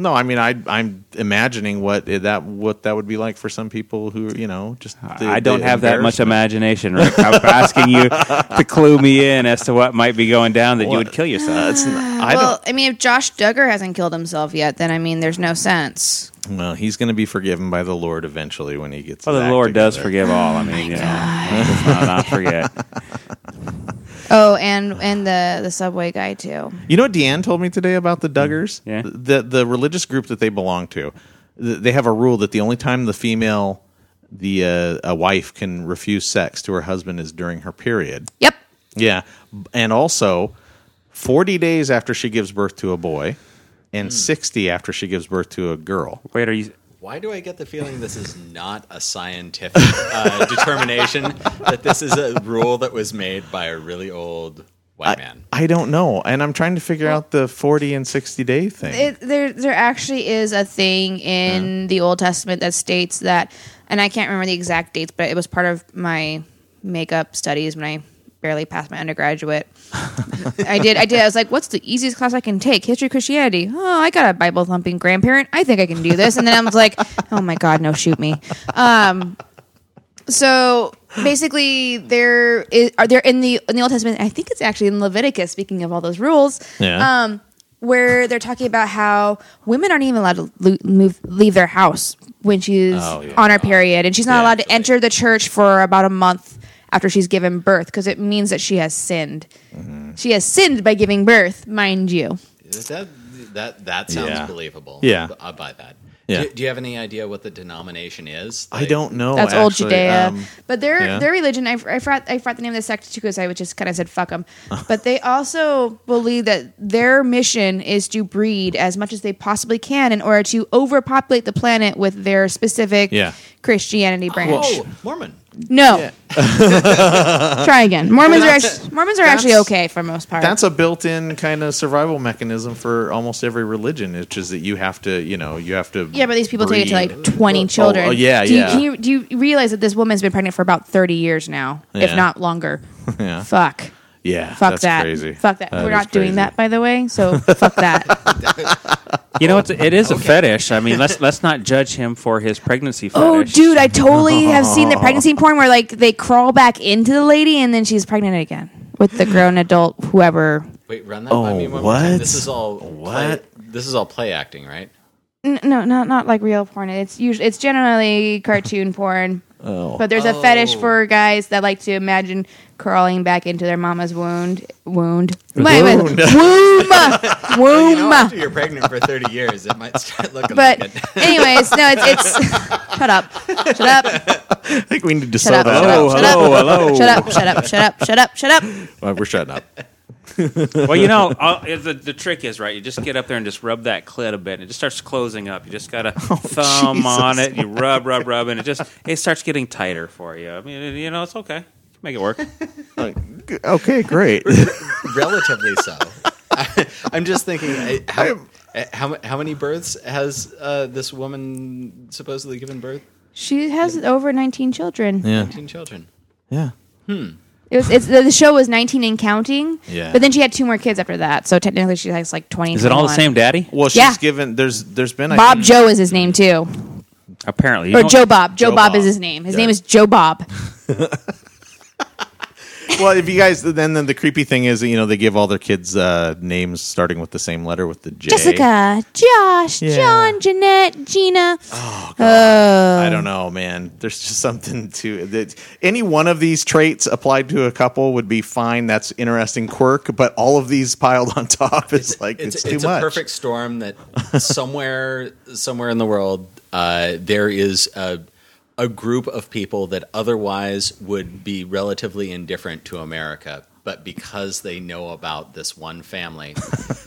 S4: No, I mean, I I'm imagining what it- that what that would be like for some people who you know just. the-
S1: I don't
S4: the
S1: have that much
S4: embarrassment.
S1: imagination, Rick. (laughs) I'm asking you to clue me in as to what might be going down that you would kill yourself.
S4: That's not- I
S3: well, I mean, if Josh Duggar hasn't killed himself yet, then I mean, there's no sense.
S4: don't. Well, he's going to be forgiven by the Lord eventually when he gets.
S1: Well,
S4: his
S1: the
S4: act
S1: Lord does
S4: together.
S1: forgive all. I mean, you know, let's not, not (laughs) forget.
S3: Oh, and and the the subway guy too.
S4: You know what Deanne told me today about the Duggars?
S1: Mm, Yeah.
S4: The the religious group that they belong to, th- they have a rule that the only time the female, the uh, a wife can refuse sex to her husband is during her period.
S3: Yep.
S4: Yeah, and also, forty days after she gives birth to a boy,
S3: Hmm.
S4: and sixty after she gives birth to a girl.
S1: Wait, are you?
S5: Why do I get the feeling this is not a scientific uh, determination that this is a rule that was made by a really old white man?
S4: I don't know, and I'm trying to figure out the forty and sixty day thing.
S3: It, there there actually is a thing in the Old Testament that states that, and I can't remember the exact dates, but it was part of my makeup studies when I barely passed my undergraduate. I did I did I was like, what's the easiest class I can take? History of Christianity. Oh, I got a Bible thumping grandparent. I think I can do this. And then I was like, (laughs) oh my god, no, shoot me. Um, So basically, there is are there in the in the Old Testament. I think it's actually in Leviticus. Speaking of all those rules,
S4: Yeah.
S3: um, where they're talking about how women aren't even allowed to lo- move, leave their house when she's
S4: Oh, yeah.
S3: on her period, and she's not
S4: Yeah,
S3: allowed to
S4: right.
S3: enter the church for about a month after she's given birth because it means that she has sinned.
S4: Mm-hmm.
S3: She has sinned by giving birth, mind you.
S5: That that that sounds
S4: Yeah.
S5: believable.
S4: Yeah.
S5: I buy that.
S4: Yeah.
S5: Do, do you have any idea what the denomination is?
S4: Oh, I
S5: Like,
S4: don't know.
S3: That's old
S4: actually.
S3: Judea.
S4: Um,
S3: but their
S4: yeah.
S3: their religion, I, I forgot I forgot the name of the sect too because I just kind of said
S4: (laughs)
S3: fuck them. but they also believe that their mission is to breed as much as they possibly can in order to overpopulate the planet with their specific
S4: Yeah.
S3: Christianity branch.
S5: Oh, Mormon.
S3: no.
S4: (laughs)
S3: Try again. Mormons are
S4: That's-
S3: actually, Mormons are actually
S4: that's-
S3: okay for most part.
S4: that's a built-in kind of survival mechanism for almost every religion, which is that you have to, you know, you have to.
S3: yeah, but these people take it to
S4: breed.
S3: like twenty children.
S4: oh, yeah,
S3: do you,
S4: yeah.
S3: Can you, do you realize that this woman's been pregnant for about thirty years now, if
S4: Yeah.
S3: not longer?
S4: (laughs) Yeah.
S3: Fuck.
S4: Yeah,
S3: Fuck
S4: that's
S3: that.
S4: crazy.
S3: Fuck that. We're
S4: is crazy.
S3: not doing that, by the way. So fuck that.
S1: You know, it's, it is a fetish. I mean, let's let's not judge him for his pregnancy fetish.
S3: oh, dude,
S4: (laughs)
S3: I totally have seen the pregnancy porn where like they crawl back into the lady and then she's pregnant again with the grown adult, whoever.
S5: Wait, run that by
S4: Oh,
S5: me one more time.
S4: what?
S5: This is all what?
S4: What?
S5: this is all play acting, right?
S3: N- No, not not like real porn. It's usually it's generally cartoon porn.
S4: Oh.
S3: But there's a fetish for guys that like to imagine crawling back into their mama's wound. Wound.
S4: (laughs)
S3: Wait, wait. Womb. Womb.
S5: Oh, after you're pregnant for 30 years, it might start looking
S3: But
S5: like it.
S3: anyways, no, it's it's (laughs) shut up. Shut up.
S4: (laughs) I think we need to
S3: Shut
S4: sell
S3: up,
S4: that. Oh,
S3: shut
S4: out.
S3: up, shut up, shut up, shut up, shut up, shut up, shut up.
S4: Uh, We're shutting up.
S1: well, you know, I'll, the the trick is right. You just get up there and just rub that clit a bit, and it just starts closing up. You just (laughs) got a thumb on it. You rub, rub, rub, and it just it starts getting tighter for you. I mean, you know, it's okay. Make it work.
S4: (laughs) Okay, great.
S5: Relatively so. (laughs) I, am just thinking, I, how, uh, how how many births has uh, this woman supposedly given birth?
S3: She has over 19 children.
S4: yeah,
S5: 19 children.
S4: (laughs) yeah.
S3: It was it's, the show was 19 and counting.
S4: Yeah.
S3: But then she had two more kids after that, so technically she has like 20.
S1: Is it all the
S3: 21.
S1: same daddy?
S4: Well, she's
S3: Yeah.
S4: given. There's there's been I
S3: Bob
S4: think-
S3: Joe is his name too,
S1: Apparently, You
S3: or
S1: don't-
S3: Joe Bob. Joe,
S4: Joe
S3: Bob,
S4: Bob.
S3: is his name. His
S4: Yeah.
S3: name is Joe Bob.
S4: well, if you guys, then then the creepy thing is, you know, they give all their kids uh, names starting with the same letter with the J.
S3: Jessica, Josh,
S4: Yeah.
S3: John, Jeanette, Gina. Oh God.
S4: I don't know, man. There's just something to that. Any one of these traits applied to a couple would be fine. That's interesting quirk, but all of these piled on top is like it's,
S5: it's,
S4: too
S5: it's
S4: much.
S5: a perfect storm that somewhere somewhere in the world uh, there is a a group of people that otherwise would be relatively indifferent to America, but because they know about this one family,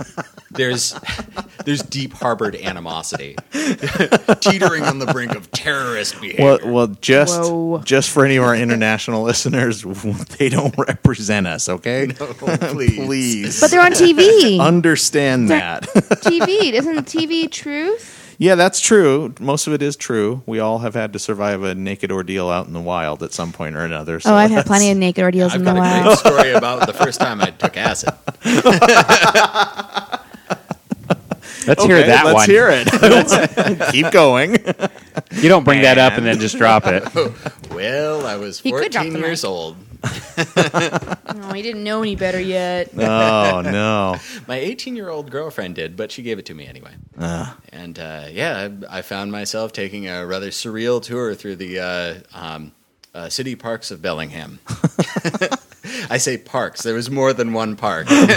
S5: (laughs) there's (laughs) there's deep harbored animosity, (laughs) teetering on the brink of terrorist behavior.
S4: Well,
S5: (laughs)
S4: well, just
S3: Whoa.
S4: just for any of our international (laughs) listeners, they don't represent us. Okay,
S5: Oh, please.
S4: please
S3: But they're
S4: (laughs)
S3: on TV.
S4: understand that. (laughs)
S3: TV isn't TV truth?
S4: yeah, that's true. Most of it is true. We all have had to survive a naked ordeal out in the wild at some point or another. So
S3: Oh, I've had
S4: that's-
S3: plenty of naked ordeals
S5: I've
S3: in the
S5: got a
S3: wild.
S5: great story about the first time I took acid.
S1: Let's
S4: Okay,
S1: hear that
S4: let's
S1: one.
S4: hear it. Keep going.
S1: You don't bring that up and then just drop
S4: (laughs)
S1: it.
S5: Well, I was
S3: He could drop
S5: 14
S3: the mic.
S5: years old.
S3: (laughs) No, he Oh, didn't know any better yet.
S4: Oh no.
S5: My 18 year old girlfriend did, but she gave it to me anyway. And uh, yeah, I, I found myself taking a rather surreal tour through the uh, um, uh, city parks of Bellingham. I say parks. There was more than one park (laughs) with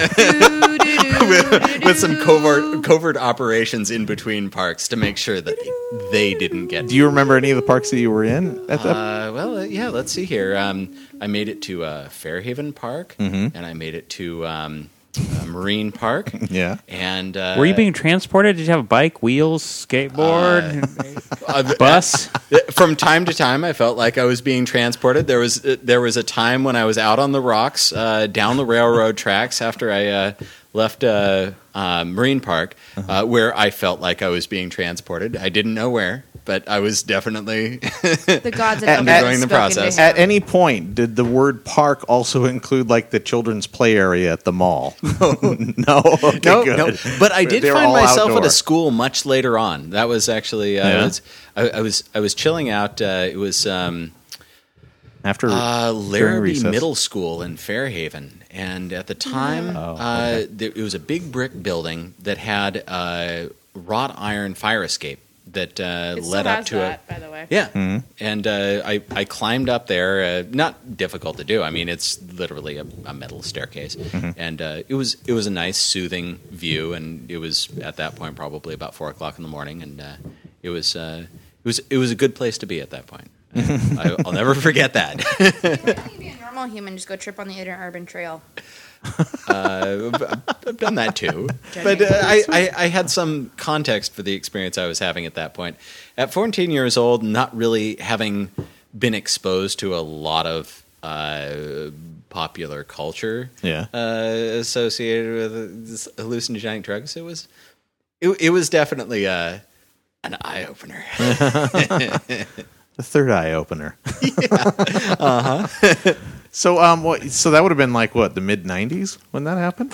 S5: some covert covert operations in between parks to make sure that they didn't get.
S4: Do you remember any of the parks that you were in? At the-
S5: Uh, well, uh, yeah, let's see here. Um, I made it to uh, Fairhaven Park, and I made it to um, uh, Marine Park.
S4: yeah.
S5: And uh,
S1: Were you being transported? Did you have a bike, wheels, (laughs) skateboard,
S5: (laughs) uh,
S1: bus?
S5: from time to time i felt like i was being transported there was uh, there was a time when i was out on the rocks uh, down the railroad tracks after i uh, left uh, uh, marine park
S4: Uh-huh.
S5: uh, where i felt like i was being transported i didn't know where but i was
S4: (laughs)
S5: definitely (laughs)
S3: The gods
S4: At-
S3: have
S5: undergoing the process.
S4: At any point, did the word park also include like the children's play area at the mall? no. Okay, good.
S5: But I did
S4: They were
S5: find
S4: all
S5: myself at
S4: outdoor.
S5: a school much later on. That was actually uh,
S4: Yeah?
S5: it's- I, I was I was chilling out. Uh, it was um,
S4: after
S5: Uh,
S4: during
S5: Larrabee
S4: recess?
S5: Middle School in Fairhaven, and at the time,
S4: Oh,
S5: uh, there, it was a big brick building that had a wrought iron fire escape that uh,
S6: It
S5: led
S6: still
S5: up
S6: has
S5: to
S6: that,
S5: a
S6: by the way.
S5: yeah.
S4: Mm-hmm.
S5: And uh, I I climbed up there. Uh, not difficult to do. I mean, it's literally a, a metal staircase,
S4: Mm-hmm.
S5: and uh, it was it was a nice soothing view. And it was at that point probably about four o'clock in the morning, and uh, it was uh, it was it was a good place to be at that point.
S4: (laughs)
S5: I, I'll never forget that.
S3: You'd be a normal human, just go trip on the interurban trail.
S5: I've done that too. but uh, I, I, I had some context for the experience I was having at that point. At 14 years old, not really having been exposed to a lot of uh, popular culture
S4: Yeah.
S5: uh, associated with this hallucinogenic drugs, it was it, it was definitely uh, an eye opener.
S4: the third eye opener. uh huh. (laughs) so um, what? So that would have been like what the mid '90s when that happened.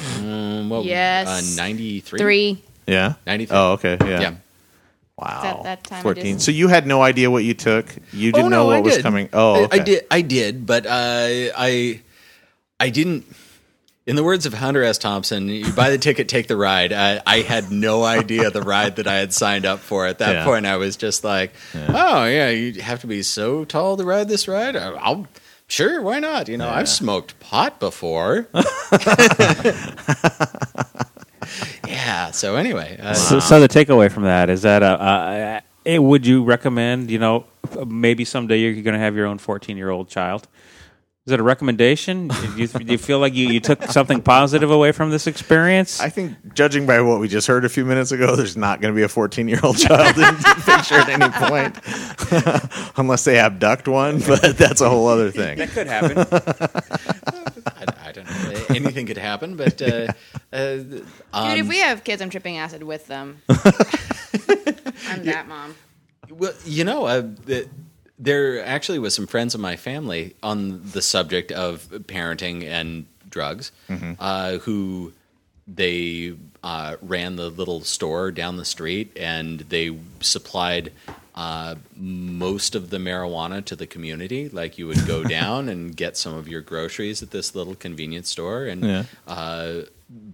S6: Yes.
S5: uh, 93?
S3: Three.
S4: Yeah.
S5: 93.
S4: Oh, okay. Yeah.
S5: Yeah.
S4: Wow.
S6: At that time, I
S4: Fourteen.
S6: just-
S4: So you had no idea what you took. You didn't know
S5: Oh, no,
S4: what
S5: I
S4: was
S5: did.
S4: coming. Oh,
S5: I, I
S4: okay.
S5: did. I did, but uh, I, I didn't. In the words of Hunter S. Thompson, you buy the ticket, take the ride. I, I had no idea the ride that I had signed up for. At that
S4: Yeah.
S5: point, I was just like, "Oh yeah, you have to be so tall to ride this ride." I- I'll sure, why not? You know, I've smoked
S4: (laughs)
S5: pot before. (laughs) yeah. So anyway, uh,
S1: So, so the takeaway from that is that uh, uh, eh, would you recommend? You know, maybe someday you're going to have your own 14 year old child. Is it a recommendation? do, you, do you feel like you, you took something positive away from this experience?
S4: I think, judging by what we just heard a few minutes ago, there's not going to be a 14 year old child
S5: (laughs)
S4: in the picture at any point, (laughs) unless they abduct one. But that's a whole other thing.
S5: (laughs)
S1: could happen.
S5: I, I don't know. Anything could happen, but uh, uh,
S6: Dude, if we have kids, I'm tripping acid with them. I'm that mom.
S5: Well, you know, uh, the, there actually was some friends of my family on the subject of parenting and drugs, uh, who they uh, ran the little store down the street and they supplied uh, most of the marijuana to the community. Like you would go down and get some of your groceries at this little convenience store and
S4: Yeah.
S5: uh,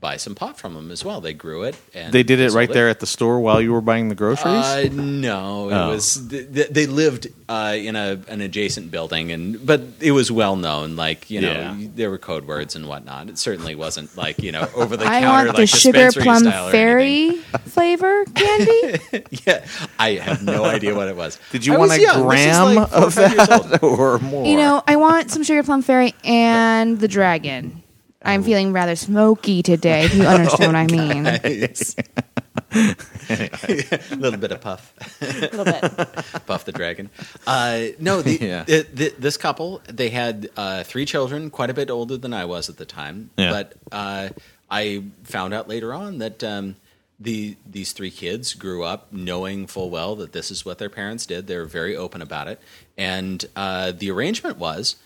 S5: buy some pot from them as well. They grew it. And
S4: They did it right
S5: sold
S4: there at the store while you were buying the groceries.
S5: uh, no, it
S4: Oh.
S5: was th- th- they lived uh, in a an adjacent building, and but it was well known. Like you know,
S4: Yeah.
S5: there were code words and whatnot. It certainly wasn't like you
S4: (laughs)
S5: know over the
S3: I
S5: counter
S3: want
S5: like
S3: the sugar
S5: dispensary
S3: plum
S5: style or anything.
S3: fairy flavor candy.
S5: (laughs) Yeah, I have no idea what it was.
S4: (laughs) Did you
S5: I
S4: want
S5: was
S4: a
S5: young. This is
S4: gram
S5: like four or
S4: of
S5: five years old.
S4: that (laughs) or more?
S3: you know, I want some sugar plum fairy and the dragon. I'm feeling rather smoky today, if you understand what I mean.
S4: (laughs)
S5: (laughs) a little bit of puff.
S6: A little bit.
S5: Buff the Dragon. Uh, no, the,
S4: (laughs) Yeah.
S5: the, the, this couple they had uh, three children, quite a bit older than I was at the time.
S4: Yeah.
S5: But uh, I found out later on that um, the these three kids grew up knowing full well that this is what their parents did. They were very open about it, and uh, the arrangement was,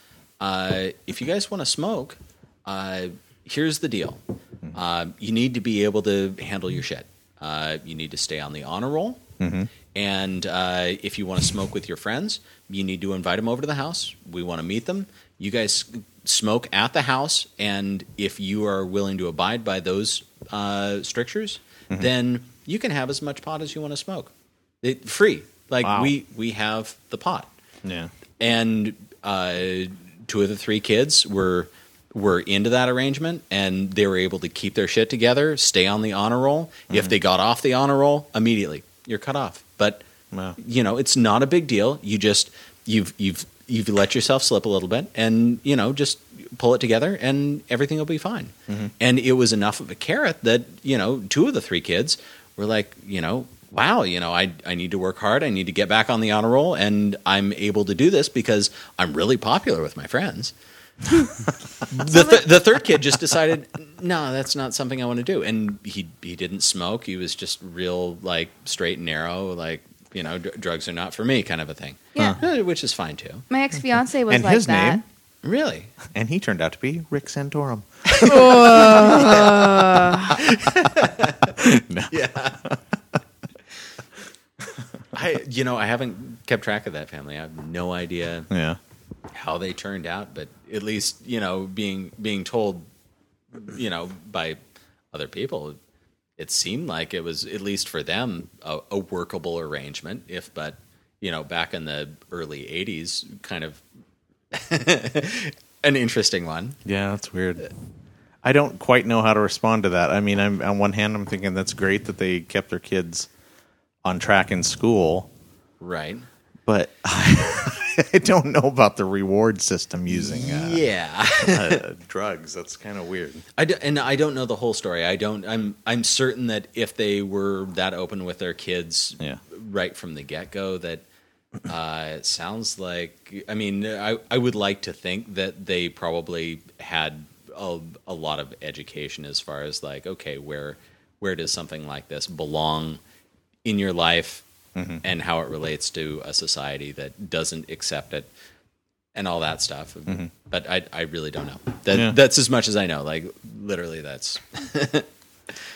S5: uh, if you guys want to smoke, uh, here's the deal: uh, you need to be able to handle your shit. Uh, you need to stay on the honor roll. And uh, if you want to smoke with your friends, you need to invite them over to the house. We want to meet them. You guys smoke at the house, and if you are willing to abide by those uh, strictures, then you can have as much pot as you want to smoke. It, free, like
S4: Wow.
S5: we we have the pot
S4: yeah.
S5: and uh, two of the three kids were were into that arrangement and they were able to keep their shit together stay on the honor roll if they got off the honor roll immediately you're cut off but
S4: Wow.
S5: you know it's not a big deal you just you've you've you've let yourself slip a little bit and you know just pull it together and everything will be fine and it was enough of a carrot that you know two of the three kids were like you know wow you know I, I need to work hard i need to get back on the honor roll and i'm able to do this because i'm really popular with my friends the, th- the third kid just decided, no, that's not something I want to do, and he he didn't smoke. He was just real like straight and narrow, like you know, dr- drugs are not for me, kind of a thing.
S3: Yeah.
S5: Uh, which is fine too.
S3: My ex fiance was
S4: And
S3: like
S4: his
S3: that.
S4: name?
S5: Really,
S4: And he turned out to be Rick Santorum.
S5: I you know I haven't kept track of that family. I have no idea
S4: Yeah.
S5: how they turned out, but at least you know being being told, you know, by other people, it seemed like it was at least for them a, a workable arrangement. If but you know back in the early '80s, kind of (laughs) an interesting one.
S4: Yeah, that's weird. I don't quite know how to respond to that. I mean, I'm, on one hand, I'm thinking that's great that they kept their kids on track in school,
S5: Right.
S4: but (laughs) I don't know about the reward system using uh,
S5: Yeah.
S4: uh, drugs. That's kind of weird.
S5: I do, and I don't know the whole story. I don't. I'm I'm certain that if they were that open with their kids,
S4: Yeah.
S5: right from the get go, that uh, it sounds like. I mean, I I would like to think that they probably had a, a lot of education as far as like, okay, where where does something like this belong in your life, and how it relates to a society that doesn't accept it and all that stuff. But I, I really don't know. That
S4: Yeah.
S5: that's as much as I know. Like literally, that's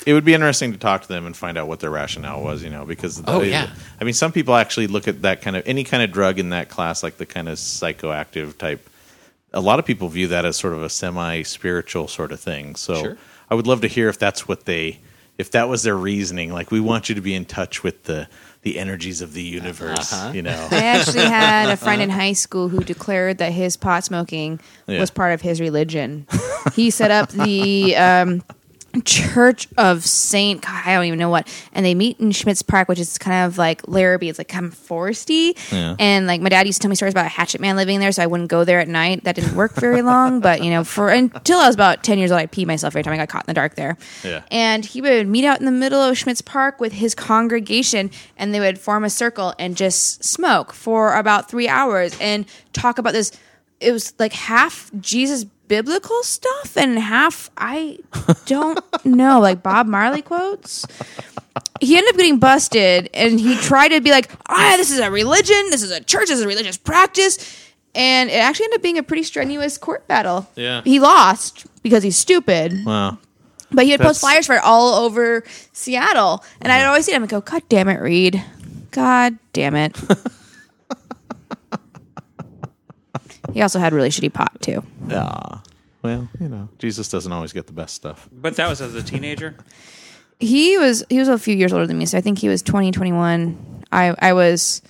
S4: It would be interesting to talk to them and find out what their rationale was, you know, because
S5: Oh, yeah.
S4: I mean, some people actually look at that kind of any kind of drug in that class, like the kind of psychoactive type. A lot of people view that as sort of a semi-spiritual sort of thing. So
S5: Sure.
S4: I would love to hear if that's what they, if that was their reasoning. Like, we want you to be in touch with the the energies of the universe,
S5: Uh-huh.
S4: you (laughs)
S5: (laughs)
S4: know.
S3: I actually had a friend in high school who declared that his pot smoking
S4: Uh-huh. Yeah.
S3: was part of
S4: (laughs)
S3: his religion. he set up the um, Church of Saint, God, I don't even know what, and they meet in Schmitz Park, which is kind of like Larrabee. It's like kind of foresty. And like my dad used to tell me stories about a hatchet man living there, so I wouldn't go there at night. That didn't work very long, but you know, for until I was about 10 years old, I peed myself every time I got caught in the dark there.
S4: Yeah.
S3: And he would meet out in the middle of Schmitz Park with his congregation, and they would form a circle and just smoke for about three hours and talk about this. It was like half Jesus biblical stuff and half, I don't know, like Bob Marley quotes. He ended up getting busted, and he tried to be like, ah, this is a religion, this is a church, this is a religious practice. And it actually ended up being a pretty strenuous court battle.
S4: Yeah.
S3: He lost because he's stupid.
S4: Wow.
S3: But he would
S4: That's-
S3: post flyers for it all over Seattle. And I'd always see him and go, God damn it, Reed. God damn it. he also had really shitty pot, too.
S4: Ah. Well, you know, Jesus doesn't always get the best stuff.
S1: But that was as a teenager.
S3: He was he was a few years older than me, so I think he was 20, 21. I, I was,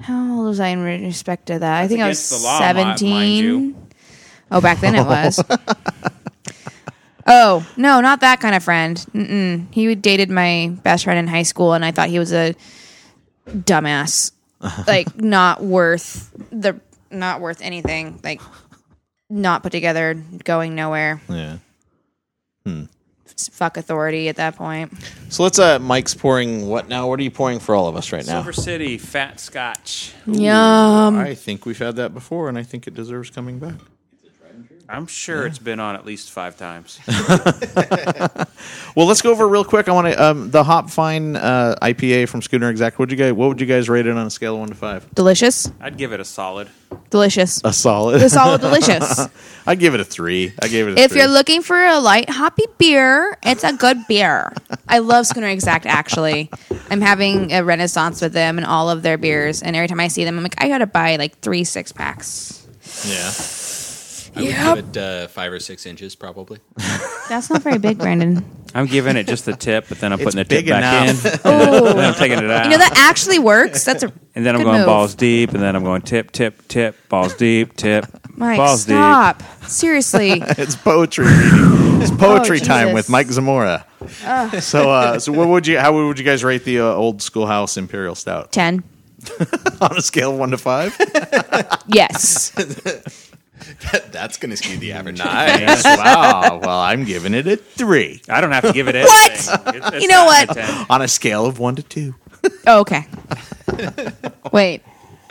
S3: how old was I in respect to that? I think I was
S1: against the law, mi- mind
S3: 17.
S1: you.
S3: Oh, back then it
S1: (laughs)
S3: was. oh no, not that kind of friend. Mm-mm. He dated my best friend in high school, and I thought he was a
S1: (laughs)
S3: dumbass, like not worth the not worth anything, like not put together, going nowhere.
S4: Yeah.
S3: Fuck authority at that point.
S4: So let's. uh Mike's pouring what now? What are you pouring for all of us right now?
S1: Silver City, Fat Scotch.
S3: Yum.
S4: I think we've had that before, and I think it deserves coming back.
S1: I'm sure it's been on at least five times.
S4: Well, let's go over real quick. I want to um, the Hop Fine uh, IPA from Schooner Exact. Would you guys? What would you guys rate it on a scale of one to five?
S3: Delicious.
S1: I'd give it a solid.
S3: Delicious.
S4: A solid. (laughs)
S3: It's all delicious.
S4: I give it a three. I gave it. A
S3: If
S4: three.
S3: you're looking for a light hoppy beer, it's a good beer. I love Schooner Exact actually. I'm having a renaissance with them and all of their beers. And every time I see them, I'm like, I gotta buy like three six packs.
S4: (laughs) yeah,
S5: I would give it uh, five or six inches probably.
S3: That's not very
S1: (laughs)
S3: big, Brandon.
S1: I'm giving it just the tip, but then I'm putting the tip
S4: big
S1: back
S4: enough.
S1: in. and then
S3: Oh,
S1: I'm taking it out.
S3: (laughs) you know that actually works. That's a
S1: and then I'm
S3: good
S1: going
S3: move.
S1: balls deep, and then I'm going tip, tip, tip, balls deep, tip,
S3: Mike,
S1: balls deep.
S3: stop.
S1: (laughs)
S3: Seriously,
S4: it's poetry reading. It's poetry
S3: Oh,
S4: time
S3: Jesus. Ah.
S4: with Mike Zamora. (laughs) So, uh, so what would you? How would you guys rate the uh, old schoolhouse Imperial Stout
S3: ten.
S4: (laughs) on a scale of one to (laughs) five?
S1: (laughs)
S3: Yes.
S5: (laughs) That's going to skew the average.
S4: nice. Wow. Well, I'm giving it a three
S1: I don't have to give it anything.
S3: (laughs) What?
S1: It's- it's
S3: You know
S1: not
S3: what?
S1: a 10.
S4: on a scale of one to two.
S3: Oh, okay. Wait,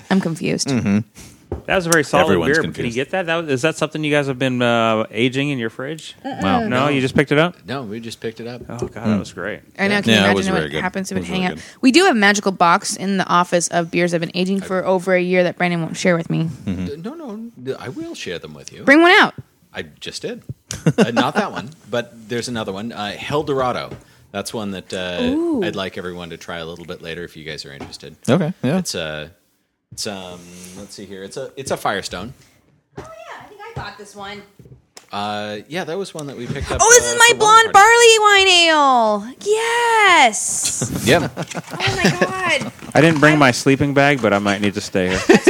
S3: I'm confused.
S1: That was a very solid
S4: Everyone's
S1: beer. Can you
S4: confused.
S1: get that? that was, is that something you guys have been uh, aging in your fridge? Wow. No, you just picked it up?
S5: No, we just picked it up.
S1: Oh, God, that was great.
S3: I know. Can
S4: Yeah, it
S3: you
S4: was
S3: imagine
S4: very
S3: what
S4: good.
S3: happens
S4: It
S3: when
S4: was
S3: hang
S4: really
S3: out?
S4: good.
S3: We do have a magical box in the office of beers I've been aging for over a year that Brandon won't share with me.
S4: Hmm.
S5: No, no, I will share them with you.
S3: Bring one out.
S5: I just did. uh, not that one, but there's another one. Uh, El Dorado. That's one that uh, I'd like everyone to try a little bit later if you guys are interested.
S4: Okay. Yeah.
S5: It's a It's um, let's see here. It's a it's a Firestone.
S6: I think I got this one.
S5: Uh, yeah, that was one that we picked up.
S3: Oh, this
S5: uh,
S3: is my
S5: for one
S3: blonde barley wine ale.
S4: (laughs)
S3: Yes.
S5: party. Yeah,
S3: oh my god.
S1: I didn't bring my sleeping bag, but I might need to stay
S3: (laughs)
S1: here.
S3: Okay.
S4: (laughs)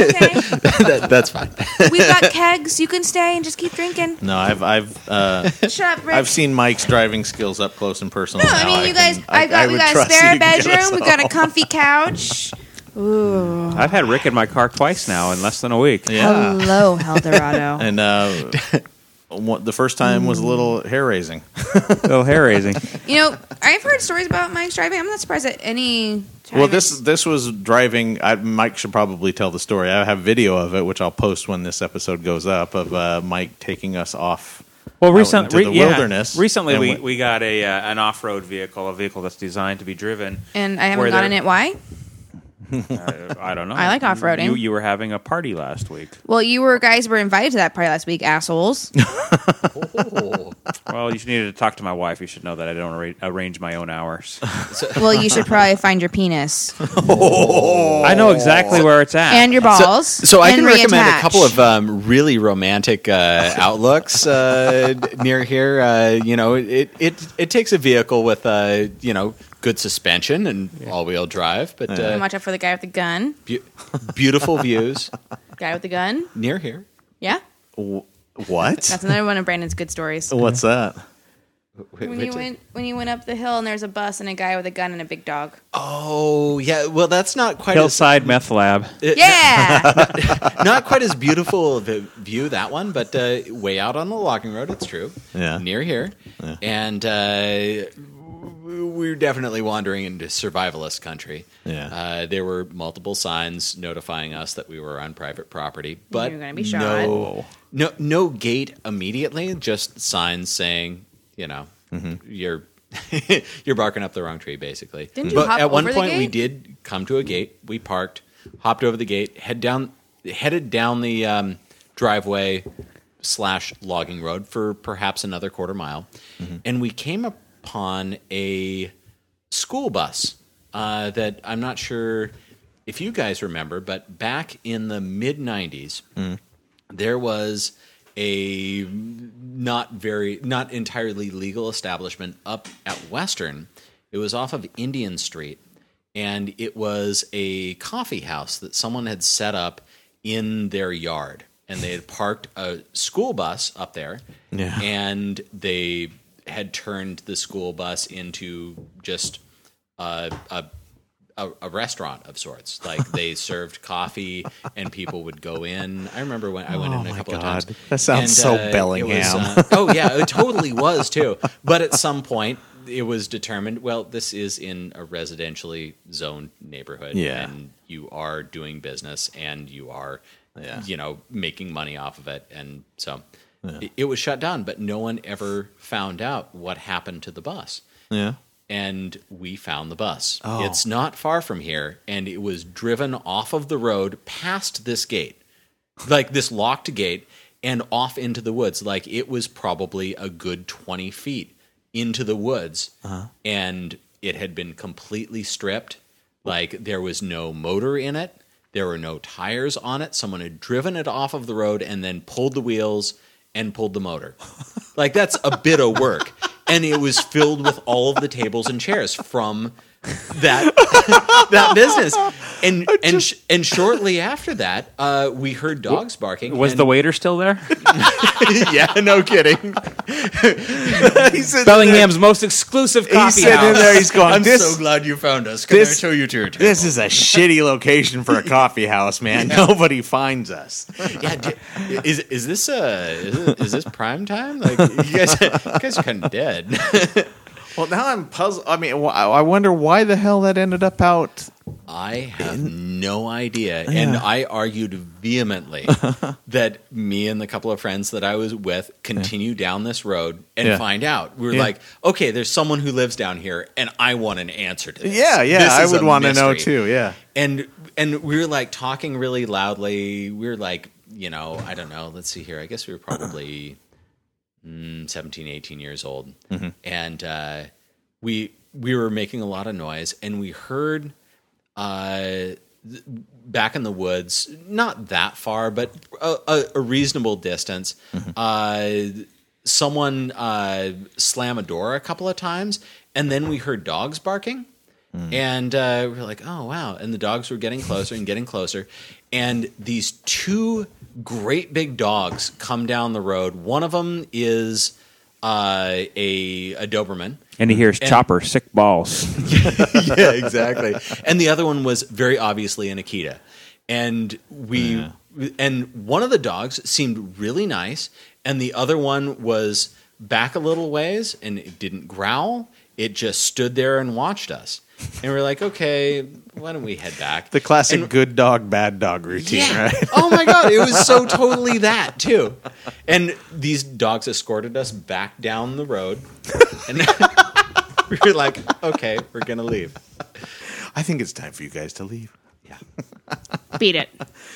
S4: That, that's fine.
S3: We've got kegs. You can stay and just keep drinking.
S4: No, I've I've uh,
S3: Shut up, Rick.
S4: I've seen Mike's driving skills up close and personal.
S3: no, I
S4: now.
S3: mean, you
S4: can-
S3: guys. I've got.
S4: I
S3: we
S4: would
S3: got a
S4: trust you
S3: spare
S4: to get us
S3: bedroom. We've got a
S4: all.
S3: comfy couch. Ooh.
S1: I've had Rick in my car twice now in less than a (laughs) week.
S4: (laughs) Yeah.
S3: Hello, (laughs) Eldorado.
S4: And uh, (laughs) one- the first time was a little hair raising.
S1: Little hair raising.
S3: you know, I've heard stories about Mike's driving. I'm not surprised at any.
S4: Well,
S3: driving.
S4: this this was driving. I, Mike should probably tell the story. I have video of it, which I'll post when this episode goes up of uh, Mike taking us off.
S1: Well,
S4: out
S1: recent,
S4: into
S1: re-
S4: the
S1: yeah.
S4: wilderness.
S1: Recently,
S4: And
S1: we,
S4: we-
S1: we got a uh, an off road vehicle, a vehicle that's designed to be (laughs) driven.
S3: and I
S1: where
S3: haven't gotten
S1: they're-
S3: it. Why?
S1: Uh, I don't know.
S3: I like off-roading.
S1: You you were having a party last week.
S3: Well, you were guys were invited to that party last week,
S5: (laughs)
S3: assholes.
S1: Well, you should needed to talk to my wife. You should know that I don't arra- arrange my own hours.
S3: well, you should probably find your penis
S1: (laughs) I know exactly where it's at.
S3: and your balls.
S5: (laughs) So I
S3: and
S5: can recommend a
S3: reattach.
S5: couple of um, really romantic
S3: (laughs)
S5: uh, outlooks uh, near here. Uh, you know, it, it it takes a vehicle with uh, you know good suspension and all wheel drive, but
S3: And
S5: uh,
S3: Watch out for the guy with the gun.
S5: beau- beautiful views
S3: Guy with the gun.
S5: near here.
S3: Yeah,
S4: What?
S3: that's another one of Brandon's good stories.
S5: Oh,
S4: What's that?
S3: When you went when you went up the hill and there's a bus and a guy with a gun and a big dog.
S5: (laughs) Oh yeah, well that's not quite as,
S1: Hillside Meth Lab.
S3: Yeah,
S5: not quite as beautiful of a view that one, but uh, way out on the logging road, it's true.
S4: Yeah.
S5: near here, and uh, w- we're definitely wandering into survivalist country.
S4: Yeah.
S5: uh, there were multiple signs notifying us that we were on private property, but
S3: You were gonna be shot.
S5: no, no, no gate immediately. Just signs saying, you know, you're. (laughs) you're barking up the wrong tree, basically.
S3: Didn't you
S5: but
S3: hop
S5: at one
S3: over the
S5: point, we
S3: gate?
S5: did come to a gate. We parked, hopped over the gate, head down, headed down the um, driveway slash logging road for perhaps another quarter mile, and we came upon a school bus uh, that I'm not sure if you guys remember, but back in the mid '90s, there was a not very not entirely legal establishment up at Western. It was off of Indian Street and it was a coffee house that someone had set up in their yard and they had parked a school bus up there
S4: Yeah.
S5: and they had turned the school bus into just a, a a, a restaurant of sorts. Like
S4: (laughs)
S5: they served coffee and people would go in. I remember when I went in a couple of times.
S4: Oh That sounds so
S5: it was,
S4: Bellingham.
S5: uh, oh yeah, it totally was too. But at some point, it was determined. Well, this is in a residentially zoned neighborhood,
S4: Yeah.
S5: and you are doing business, and you are,
S4: Yeah.
S5: you know, making money off of it, and so it, it was shut down. But no one ever found out what happened to the bus
S4: Yeah.
S5: and we found the bus. It's not far from here, and it was driven off of the road past this gate, like this locked gate, and off into the woods. Like it was probably a good 20 feet into the woods, and it had been completely stripped. Like there was no motor in it, there were no tires on it. Someone had driven it off of the road and then pulled the wheels and pulled the motor. Like that's a bit of work. And it was filled with all of the tables and chairs from that that business. And and sh- and shortly after that, uh, we heard dogs barking.
S1: Was
S5: and-
S1: the waiter still (laughs) there?
S5: yeah, no kidding.
S1: Bellingham's most exclusive coffee house.
S4: He's going.
S5: I'm
S4: this,
S5: so glad you found us. Can
S4: this-
S5: I show you to your table?
S4: this (laughs) is a shitty
S1: (laughs)
S4: location for a coffee house, man. Nobody finds us.
S5: yeah, d- is is this uh is, is this prime time? Like you guys, (laughs) you guys are kind of dead.
S4: Well, now I'm puzzled. I mean, wh- I wonder why the hell that ended up out.
S5: I have no idea. And I argued vehemently
S4: (laughs)
S5: that me and the couple of friends that I was with continue down this road and
S4: Yeah.
S5: find out. We were
S4: Yeah.
S5: like, okay, there's someone who lives down here, and I want an answer to this.
S4: Yeah, yeah,
S5: This
S4: I
S5: is
S4: would
S5: a
S4: want to know
S5: mystery."
S4: too. Yeah.
S5: and and we were like talking really loudly. We were like, you know, I don't know. Let's see here. I guess we were probably mm, 17, 18 years old, and uh, we we were making a lot of noise, and we heard uh, th- back in the woods, not that far, but a, a, a reasonable distance. Uh, someone uh, slam a door a couple of times, and then we heard dogs barking. And uh, we're like, oh, wow. And the dogs were getting closer and getting closer. And these two great big dogs come down the road. One of them is uh, a, a Doberman.
S1: And he hears Chopper, sick balls.
S5: (laughs) yeah, exactly. And the other one was very obviously an Akita. And we and one of the dogs seemed really nice, and the other one was back a little ways and it didn't growl. It just stood there and watched us. And we're like, okay, why don't we head back?
S4: The classic good dog, bad dog routine,
S5: yeah.
S4: right?
S5: oh my god, it was so totally that too. And these dogs escorted us back down the road, and (laughs) we were like, okay, we're gonna leave.
S4: (laughs) I think it's time for you guys to leave.
S5: Yeah,
S3: Beat
S5: (laughs)
S3: it.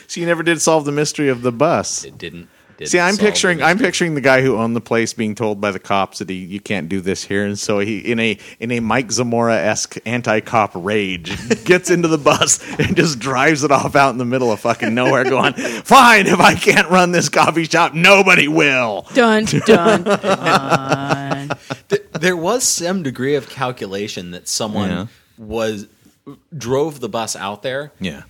S4: So you never did solve the mystery of the bus.
S5: it didn't. didn't
S4: See, I'm
S5: solve it.
S4: picturing I'm picturing the guy who owned the place being told by the cops that he you can't do this here, and so he in a in a Mike Zamora esque anti cop rage (laughs) gets into the bus and just drives it off out in the middle of fucking nowhere, going, "Fine, if I can't run this coffee shop, nobody will."
S3: Dun dun. dun.
S5: (laughs) Th- there was some degree of calculation that someone
S4: Yeah.
S5: was drove the bus out there
S4: Yeah,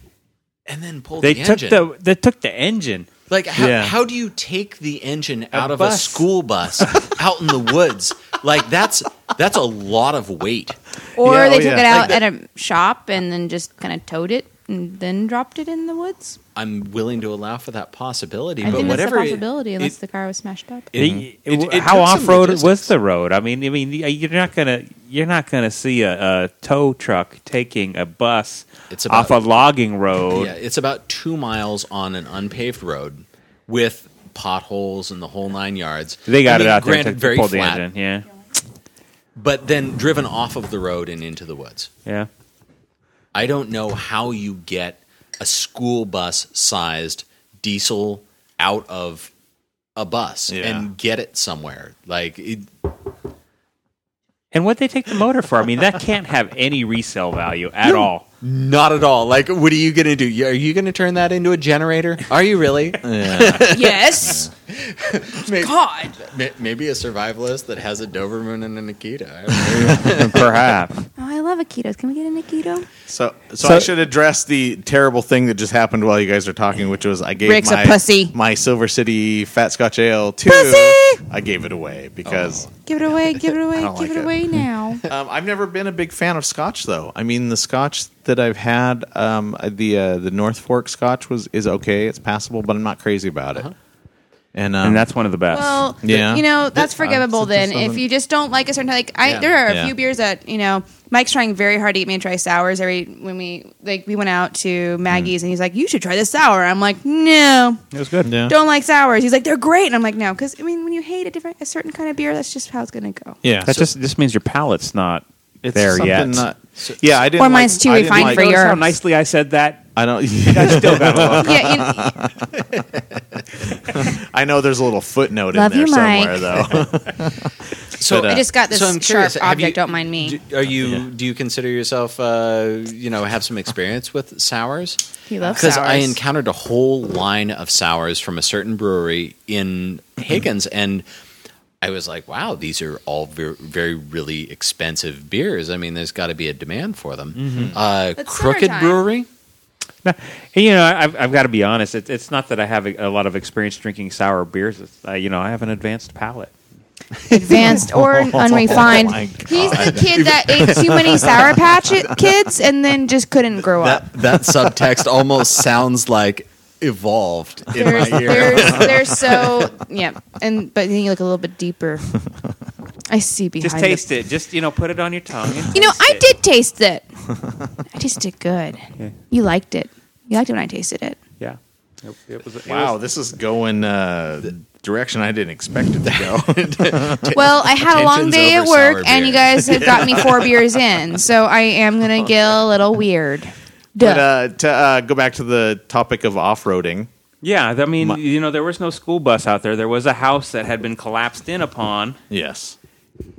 S5: and then pulled
S1: They
S5: the
S1: took
S5: engine.
S1: the they took the engine.
S5: Like, how,
S4: Yeah.
S5: how do you take the engine out of a
S1: bus. (laughs)
S5: school bus out in the woods? Like, that's that's a lot of weight.
S3: Or
S4: Yeah,
S3: they
S4: oh,
S3: took
S4: yeah.
S3: it out
S5: Like that-
S3: at a shop and then just kind of towed it and then dropped it in the woods.
S5: I'm willing to allow for that possibility,
S3: I
S5: but
S3: think that's a
S5: whatever. it-
S3: possibility unless
S5: it-
S3: the car was smashed up.
S1: They-
S5: It-
S1: how
S5: it took some
S1: off road
S5: logistics.
S1: was the road? I mean, I mean, you're not gonna you're not gonna see a, a tow truck taking a bus
S5: It's
S1: off a
S5: about-
S1: logging road.
S5: Yeah, it's about two miles on an unpaved road with potholes and the whole nine yards.
S1: They got
S5: I mean,
S1: it out there
S5: granted,
S1: to,
S5: very
S1: pull
S5: flat,
S1: the engine. Yeah,
S5: but then driven off of the road and into the woods.
S1: yeah.
S5: I don't know how you get a school bus sized diesel out of a bus
S4: Yeah.
S5: and get it somewhere. Like it,
S1: And what they take the motor for? I mean, that can't have any resale value at all.
S5: not at all. Like what are you going to do? You- Are you going to turn that into a generator? Are you really?
S3: (laughs)
S6: yes.
S5: Maybe-
S6: God.
S5: (laughs) May- Maybe a survivalist that has a Doberman and a Nikita.
S1: (laughs)
S5: (laughs)
S1: Perhaps.
S3: Oh, I love Akitos. Can we get an Akito?
S4: So, so,
S1: So-
S4: I should address the terrible thing that just happened while you guys were talking, which was I gave
S3: Rick's a
S4: my
S3: pussy.
S4: my Silver City Fat Scotch Ale to
S3: Pussy!
S4: I gave it away because
S3: Give it away. Give it away.
S4: don't
S3: Give
S4: like
S3: it
S4: it.
S5: (laughs)
S3: away now.
S1: Oh.
S4: um, I've never been a big fan of Scotch though. I mean, the Scotch that I've had, um, the uh, the North Fork Scotch was is okay, it's passable, but I'm not crazy about it. And um,
S1: Uh-huh. And that's one of the best.
S3: Well,
S4: Yeah.
S3: you know that's
S5: uh,
S3: forgivable.
S4: it's just
S3: Then if
S4: something-
S3: you just don't like a certain like, I
S5: Yeah.
S3: there are a
S4: Yeah.
S3: few beers that you know. Mike's trying very hard to get me to try sours every when we like we went out to
S5: Mm.
S3: Maggie's and he's like, you should try this sour. I'm like,
S5: (laughs)
S3: no,
S1: it was good.
S4: yeah.
S3: don't like sours. He's like, they're great, and I'm like, no, because I mean, when you hate a different a certain kind of beer, that's just how it's gonna go.
S4: yeah,
S1: That
S4: so
S1: just just means your palate's not
S4: it's
S1: there
S4: something
S1: yet.
S4: not- yeah, I didn't.
S3: Or
S4: like-
S3: mine's too
S4: I didn't
S3: refined
S4: like-
S3: for
S1: Notice how
S3: yours.
S1: nicely I said that.
S4: I don't. (laughs)
S3: yeah, you-
S4: I know there's a little footnote
S3: Love
S4: in there
S3: you,
S4: somewhere
S3: Mike.
S4: though.
S5: (laughs) so
S3: I just got this
S5: uh, So I'm
S3: sharp
S5: curious, have
S3: object.
S5: you-
S3: don't mind me.
S5: Do, are you? Do you consider yourself? Uh, you know, have some experience with sours?
S3: He loves
S5: Because I
S3: sours.
S5: encountered a whole line of sours from a certain brewery in Higgins, and I was like, "Wow, these are all very, very really expensive beers. I mean, there's got to be a demand for them." Uh,
S6: It's
S5: Crooked
S6: summertime.
S5: Brewery.
S1: And, you know, I've, I've got to be honest. It's it's not that I have a, a lot of experience drinking sour beers. It's, uh, you know, I have an advanced palate.
S3: advanced or unrefined.
S4: my
S3: He's the kid that ate too many Sour Patch Kids and then just couldn't grow up. (laughs)
S5: That that subtext almost sounds like evolved in
S3: There's,
S5: my ear.
S3: there's, there's so yeah, and but then you look a little bit deeper. I see behind.
S1: Just
S3: the-
S1: taste it. Just you know, put it on your tongue. and
S3: You know,
S1: taste
S3: I
S1: it.
S3: did taste it. I tasted it good. You liked it. You liked it when I tasted it.
S1: Yeah. It, it was, it
S4: Wow,
S1: was-
S4: this is going uh, direction I didn't expect it to go.
S3: Well, I had a long
S5: Tensions
S3: day at
S5: over
S3: work,
S5: sour
S3: and you
S5: beer.
S3: guys have got me four beers in, so I am gonna get a little weird. Duh.
S4: but uh, to uh, go back to the topic of off-roading,
S1: Yeah, I mean, you know, there was no school bus out there. There was a house that had been collapsed in upon,
S4: yes,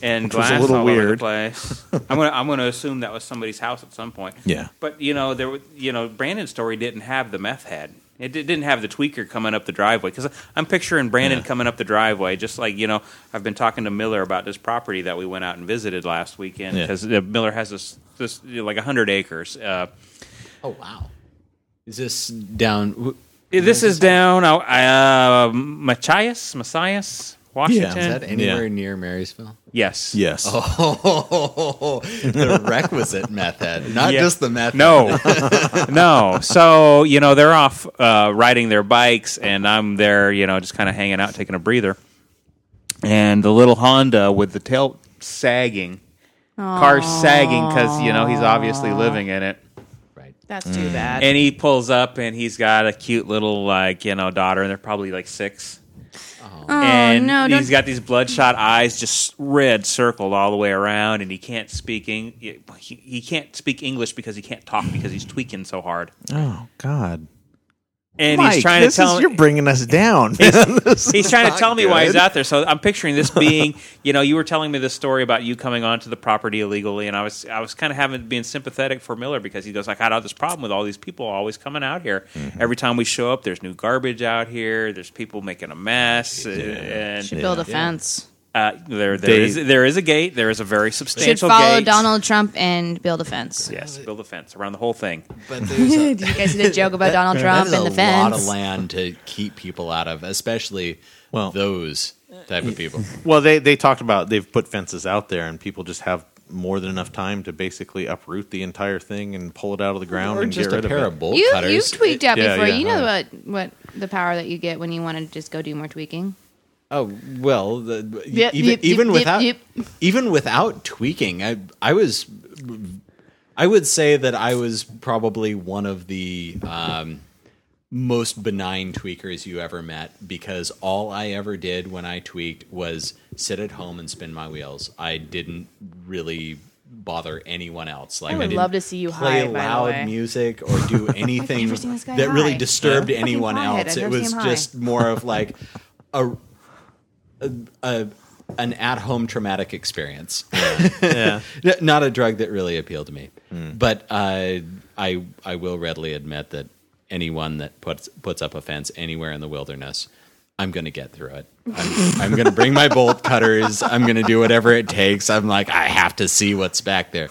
S1: and
S2: was a
S1: glass
S2: little
S1: all over the
S2: weird. (laughs)
S1: place. I'm gonna I'm gonna assume that was somebody's house at some point.
S4: Yeah.
S1: But you know there was- you know Brandon's story didn't have the meth head. It di- didn't have the tweaker coming up the driveway because I'm picturing Brandon coming up the driveway, just like you know I've been talking to Miller about this property that we went out and visited last weekend
S4: Yeah.
S1: because Miller has this this you know, like hundred acres. Uh,
S5: Oh wow. Is this down? w-
S1: this is down uh, uh, Machias, Messias, Washington.
S5: Is that anywhere
S4: Yeah.
S5: near Marysville? (laughs)
S1: yes,
S4: Yes.
S5: Oh, the requisite method, not
S1: Yeah.
S5: just the method.
S1: No, no. So you know they're off uh, riding their bikes, and I'm there, you know, just kind of hanging out, taking a breather. And the little Honda with the tail sagging, car sagging because you know he's obviously living in it.
S5: Right.
S6: That's too bad.
S1: And he pulls up, and he's got a cute little like you know daughter, and they're probably like six. and
S3: Oh, no,
S1: he's
S3: don't-
S1: got these bloodshot eyes, just red circled all the way around, and he can't speak Eng- he, he can't speak English because he can't talk because he's tweaking so hard.
S4: Oh God.
S1: and
S4: Mike,
S1: he's trying to
S4: this
S1: tell
S4: is, you're bringing us down. man. This (laughs)
S1: he's (laughs)
S4: is
S1: trying to
S4: not
S1: tell me why he's
S4: good.
S1: out there. So I'm picturing this
S4: (laughs)
S1: being, you know, you were telling me this story about you coming onto the property illegally, and I was I was kind of having being sympathetic for Miller because he goes, I got all this problem with all these people always coming out here.
S4: Mm-hmm.
S1: Every time we show up, there's new garbage out here. There's people making a mess,
S6: Should
S1: and
S6: build a fence.
S1: uh, there there is
S4: They-
S1: there is a gate. There is a very
S3: Should
S1: substantial
S3: follow
S1: gate.
S3: Donald Trump and build a fence.
S1: Yes, build a fence around the whole thing.
S5: But there's
S3: (laughs)
S5: a,
S3: Did you guys see the joke about (laughs) Donald
S5: (laughs) that
S3: Trump
S5: is
S3: and
S5: a
S3: the fence?
S5: lot of land to keep people out of, especially
S4: Well-
S5: those type of (laughs) people.
S4: Well, they they talked about they've put fences out there, and people just have more than enough time to basically uproot the entire thing and pull it out of the ground
S5: or
S4: and
S5: just
S4: get
S5: a
S4: rid
S5: pair
S4: of
S5: of
S4: it.
S5: bolt
S3: You
S5: cutters.
S3: you've tweaked out
S4: Yeah,
S3: before.
S4: yeah,
S3: you
S4: I-
S3: know what what the power that you get when you want to just go do more tweaking.
S5: Oh well, the,
S6: Yep,
S5: even,
S6: yep,
S5: even
S6: yep,
S5: without
S6: yep,
S5: even without tweaking, I I was I would say that I was probably one of the um, most benign tweakers you ever met because all I ever did when I tweaked was sit at home and spin my wheels. I didn't really bother anyone else. Like
S6: I would
S5: didn't
S6: love to see you
S5: play
S6: high, by the way.
S5: loud music or
S6: (laughs)
S5: do anything
S3: never seen this guy
S5: that really
S3: high.
S5: disturbed
S3: Yeah.
S5: anyone
S3: Fucking pothead. I've
S5: else. It
S3: never seen
S5: was
S3: him high.
S5: just more of like a a, an at home
S4: (laughs)
S5: traumatic experience. N- (laughs) Not a drug that really appealed to me.
S4: Hmm.
S5: But uh, I I will readily admit that anyone that puts puts up a fence anywhere in the wilderness, I'm going to get through it. I'm, I'm going to bring my bolt cutters. I'm going to do whatever it takes. I'm like I have to see what's
S4: (laughs)
S5: back there.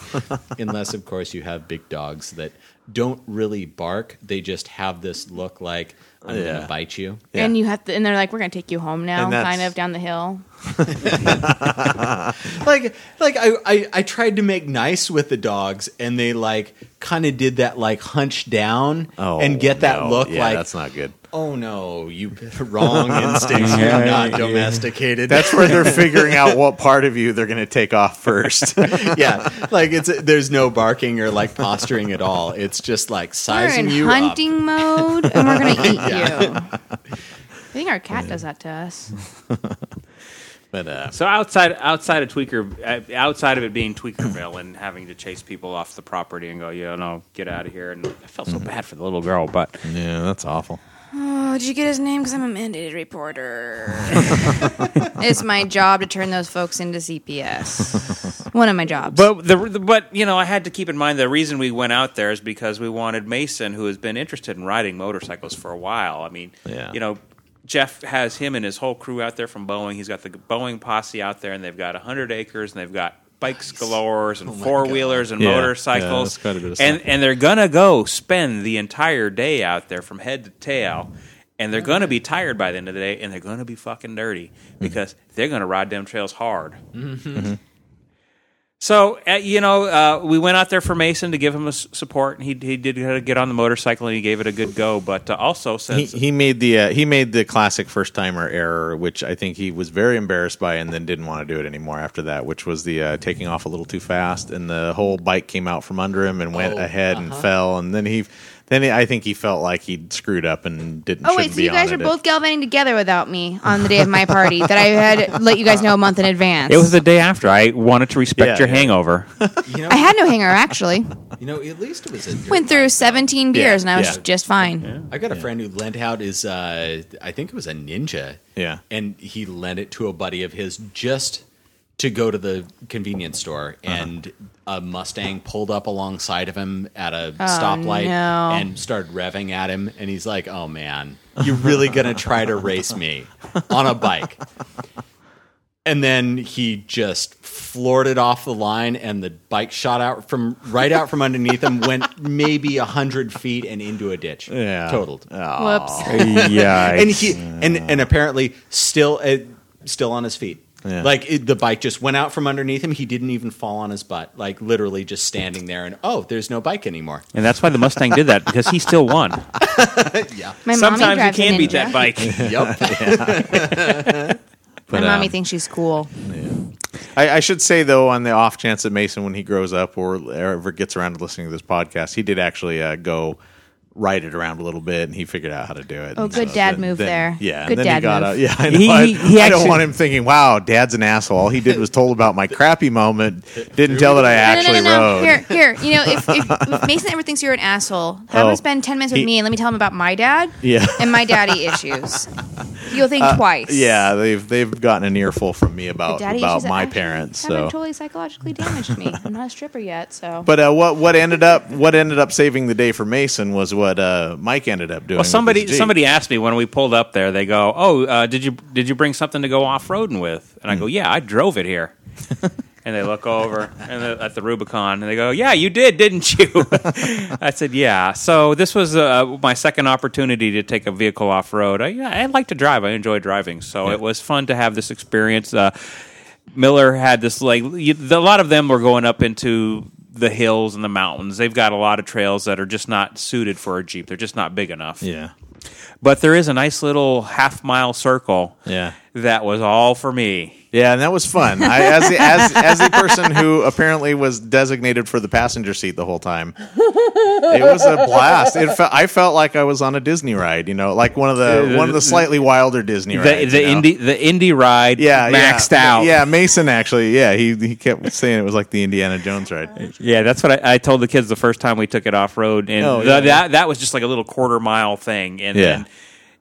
S5: Unless of course you have big dogs that don't really bark. They just have this look like I'm going
S4: Yeah.
S5: to bite you.
S4: Yeah.
S6: And you have to, and they're like, "We're gonna take you home now,"
S4: And that's-
S6: kind of down the hill.
S5: like like I, I i tried to make nice with the dogs and they like kind of did that like hunch down
S4: Oh,
S5: and get that
S4: no.
S5: look
S4: Yeah,
S5: like
S4: that's not good.
S5: oh no you (laughs) wrong instincts you're not domesticated
S4: That's where they're figuring out what part of you they're going to take off (laughs) first.
S5: (laughs) yeah like it's there's no barking or like posturing at all it's just
S3: We're
S5: like
S3: in
S5: sizing you
S3: hunting mode, and we're
S5: (laughs)
S3: gonna eat you. I think our cat does that to us.
S4: but uh,
S1: So outside outside of Tweaker, uh, outside of it being Tweakerville and having to chase people off the property and go, you know, get out of here, and I felt so bad for the little girl, but
S4: yeah, that's awful.
S3: (laughs) Oh, did you get his name? Because I'm a mandated reporter. (laughs) it's my job to turn those folks into
S5: (laughs)
S3: CPS. One of my jobs.
S1: but the, the but you know, I had to keep in mind the reason we went out there is because we wanted Mason, who has been interested in riding motorcycles for a while. I mean,
S4: Yeah.
S1: you know. Jeff has him and his whole crew out there from Boeing. He's got the Boeing posse out there, and they've got 100 acres, and they've got bikes galores, and four wheelers, and
S4: Oh Yeah, yeah,
S1: motorcycles.
S4: that's quite a bit of
S1: and
S4: stuff.
S1: and they're gonna go spend the entire day out there from head to tail and they're gonna be tired by the end of the day and they're gonna be fucking dirty
S4: Mm-hmm.
S1: because they're gonna ride them trails hard so uh, you know uh, we went out there for mason to give him a s- support and he, he did get on the motorcycle and he gave it a good go but uh, also
S4: He,
S1: since
S4: he made the uh, he made the classic first timer error, which I think he was very embarrassed by, and then didn't want to do it anymore after that. Which was the uh, taking off a little too fast, and the whole bike came out from under him and went
S5: Oh,
S4: ahead
S3: uh-huh.
S4: and fell, and then he then he, I think he felt like he'd screwed up and didn't.
S3: Oh wait,
S4: shouldn't
S3: so
S4: be
S3: you guys
S4: on
S3: were
S4: it.
S3: both galvaning together without me on the day of my party that I had let you guys know a month in advance.
S1: it was the day after i wanted to respect
S4: Yeah,
S1: your
S4: yeah.
S1: hangover
S5: up you know
S3: I had no hanger actually.
S5: you know at least it was a
S3: Went through 17 beers and I was
S4: yeah.
S3: just fine.
S5: I got a friend who lent out his, uh, I think it was a ninja.
S4: Yeah.
S5: And he lent it to a buddy of his just to go to the convenience store, and a Mustang pulled up alongside of him at a stoplight
S3: no.
S5: and started revving at him, and he's like, "Oh man, you're really gonna try to race me on a bike?" And then he just floored it off the line, and the bike shot out from right out from underneath him, went maybe a hundred feet and into a ditch.
S7: Yeah.
S5: totaled
S3: Whoops.
S8: yeah.
S5: and he and and apparently still uh, still on his feet.
S7: Yeah.
S5: Like it, the bike just went out from underneath him. He didn't even fall on his butt. Like literally just standing there and oh, there's no bike
S7: (laughs)
S5: anymore.
S1: And that's why the Mustang did that because he still won.
S3: My mommy
S1: Sometimes you
S3: drives a
S1: can beat
S3: Ninja.
S1: that bike.
S5: Yep. (laughs)
S3: My mommy
S7: um,
S3: thinks she's cool.
S7: I, I should say though, on the off chance that Mason, when he grows up or ever gets around to listening to this podcast, he did actually uh, go ride it around a little bit, and he figured out how to do it.
S3: Oh,
S7: And
S3: good dad
S7: then-
S3: move
S7: then-
S3: there.
S7: Yeah, and
S3: Good
S7: then he
S3: dad
S7: got
S3: move.
S7: A, (laughs) yeah, I, know,
S9: He-
S7: I,
S9: he
S7: I don't
S9: actually-
S7: want him thinking, "Wow, dad's an asshole." All he did was told about my crappy moment. Didn't tell that I
S3: No,
S7: actually
S3: no, no, no,
S7: rode.
S3: Here, here. You know, if, if, if Mason ever thinks you're an asshole, have
S7: Oh.
S3: him spend ten minutes with
S7: He-
S3: me and let me tell him about my dad
S7: Yeah.
S3: and my daddy issues. You'll think twice.
S7: Yeah, they've they've gotten an earful from me
S3: The
S7: about
S3: daddy
S7: about
S3: issues
S7: my
S3: actually
S7: parents.
S3: haven't
S7: So
S3: totally psychologically damaged me. I'm not a stripper yet, so.
S7: But uh, what what ended up what ended up saving the day for Mason was what uh, Mike ended up doing.
S1: Well,
S7: with
S1: somebody
S7: his Jeep.
S1: somebody asked me when we pulled up there. They go, "Oh, uh, did you did you bring something to go off roading with?" And I
S7: Hmm.
S1: go, "Yeah, I drove it
S7: (laughs)
S1: here." and they look over and they- at the Rubicon and they go, "Yeah, you did, didn't you?" (laughs) I said, "Yeah." So this was uh, my second opportunity to take a vehicle off road. I, yeah, I like to drive. I enjoy driving, so it was fun to have this experience. Uh, Miller had this like you, the, a lot of them were going up into the hills and the mountains. They've got a lot of trails that are just not suited for a Jeep. They're just not big enough.
S7: yeah,
S1: But there is a nice little half mile circle.
S7: Yeah.
S1: That was all for me.
S7: yeah, and that was fun. I, as the, as as the person who apparently was designated for the passenger seat the whole time, it was a blast. It fe- I felt like I was on a Disney ride. You know, like one of the one of the slightly wilder Disney
S1: The,
S7: rides.
S1: the
S7: you know?
S1: indie the indie ride
S7: Yeah, yeah.
S1: maxed out.
S7: Yeah, Mason actually. Yeah, he he kept saying it was like the Indiana Jones ride.
S1: Yeah, that's what I, I told the kids the first time we took it off road, and
S7: Oh,
S1: th-
S7: yeah.
S1: that that was just like a little quarter mile thing, and
S7: Yeah.
S1: then.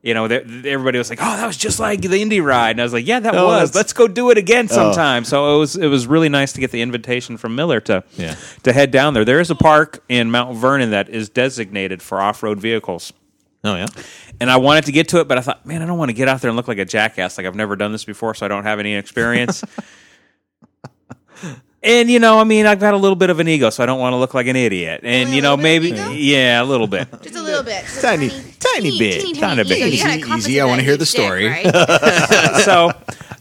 S1: You know, th- th- everybody was like, "Oh, that was just like the indie ride," and I was like, "Yeah, that
S7: No,
S1: was.
S7: Oh, that's- Oh.
S1: Let's go do it again sometime." So it was. It was really nice to get the invitation from Miller to
S7: Yeah.
S1: to head down there. There is a park in Mount Vernon that is designated for off road vehicles,
S7: Oh yeah.
S1: and I wanted to get to it, but I thought, man, I don't want to get out there and look like a jackass. Like I've never done this before, so I don't have
S10: (laughs)
S1: any experience. and you know, I mean, I've got a little bit of an ego, so I don't want to look like an idiot. And
S10: Only a
S1: you know,
S10: little
S1: maybe
S10: bit of ego?
S1: yeah, a
S10: (laughs)
S1: little bit.
S10: Just a little bit. Just
S7: Tiny-
S10: tiny,
S7: tiny bit, tiny bit.
S10: You gotta
S5: Easy,
S10: compass
S5: easy,
S10: it
S5: I wanna
S10: with
S5: hear
S10: each
S5: the story.
S10: dick, right?
S1: so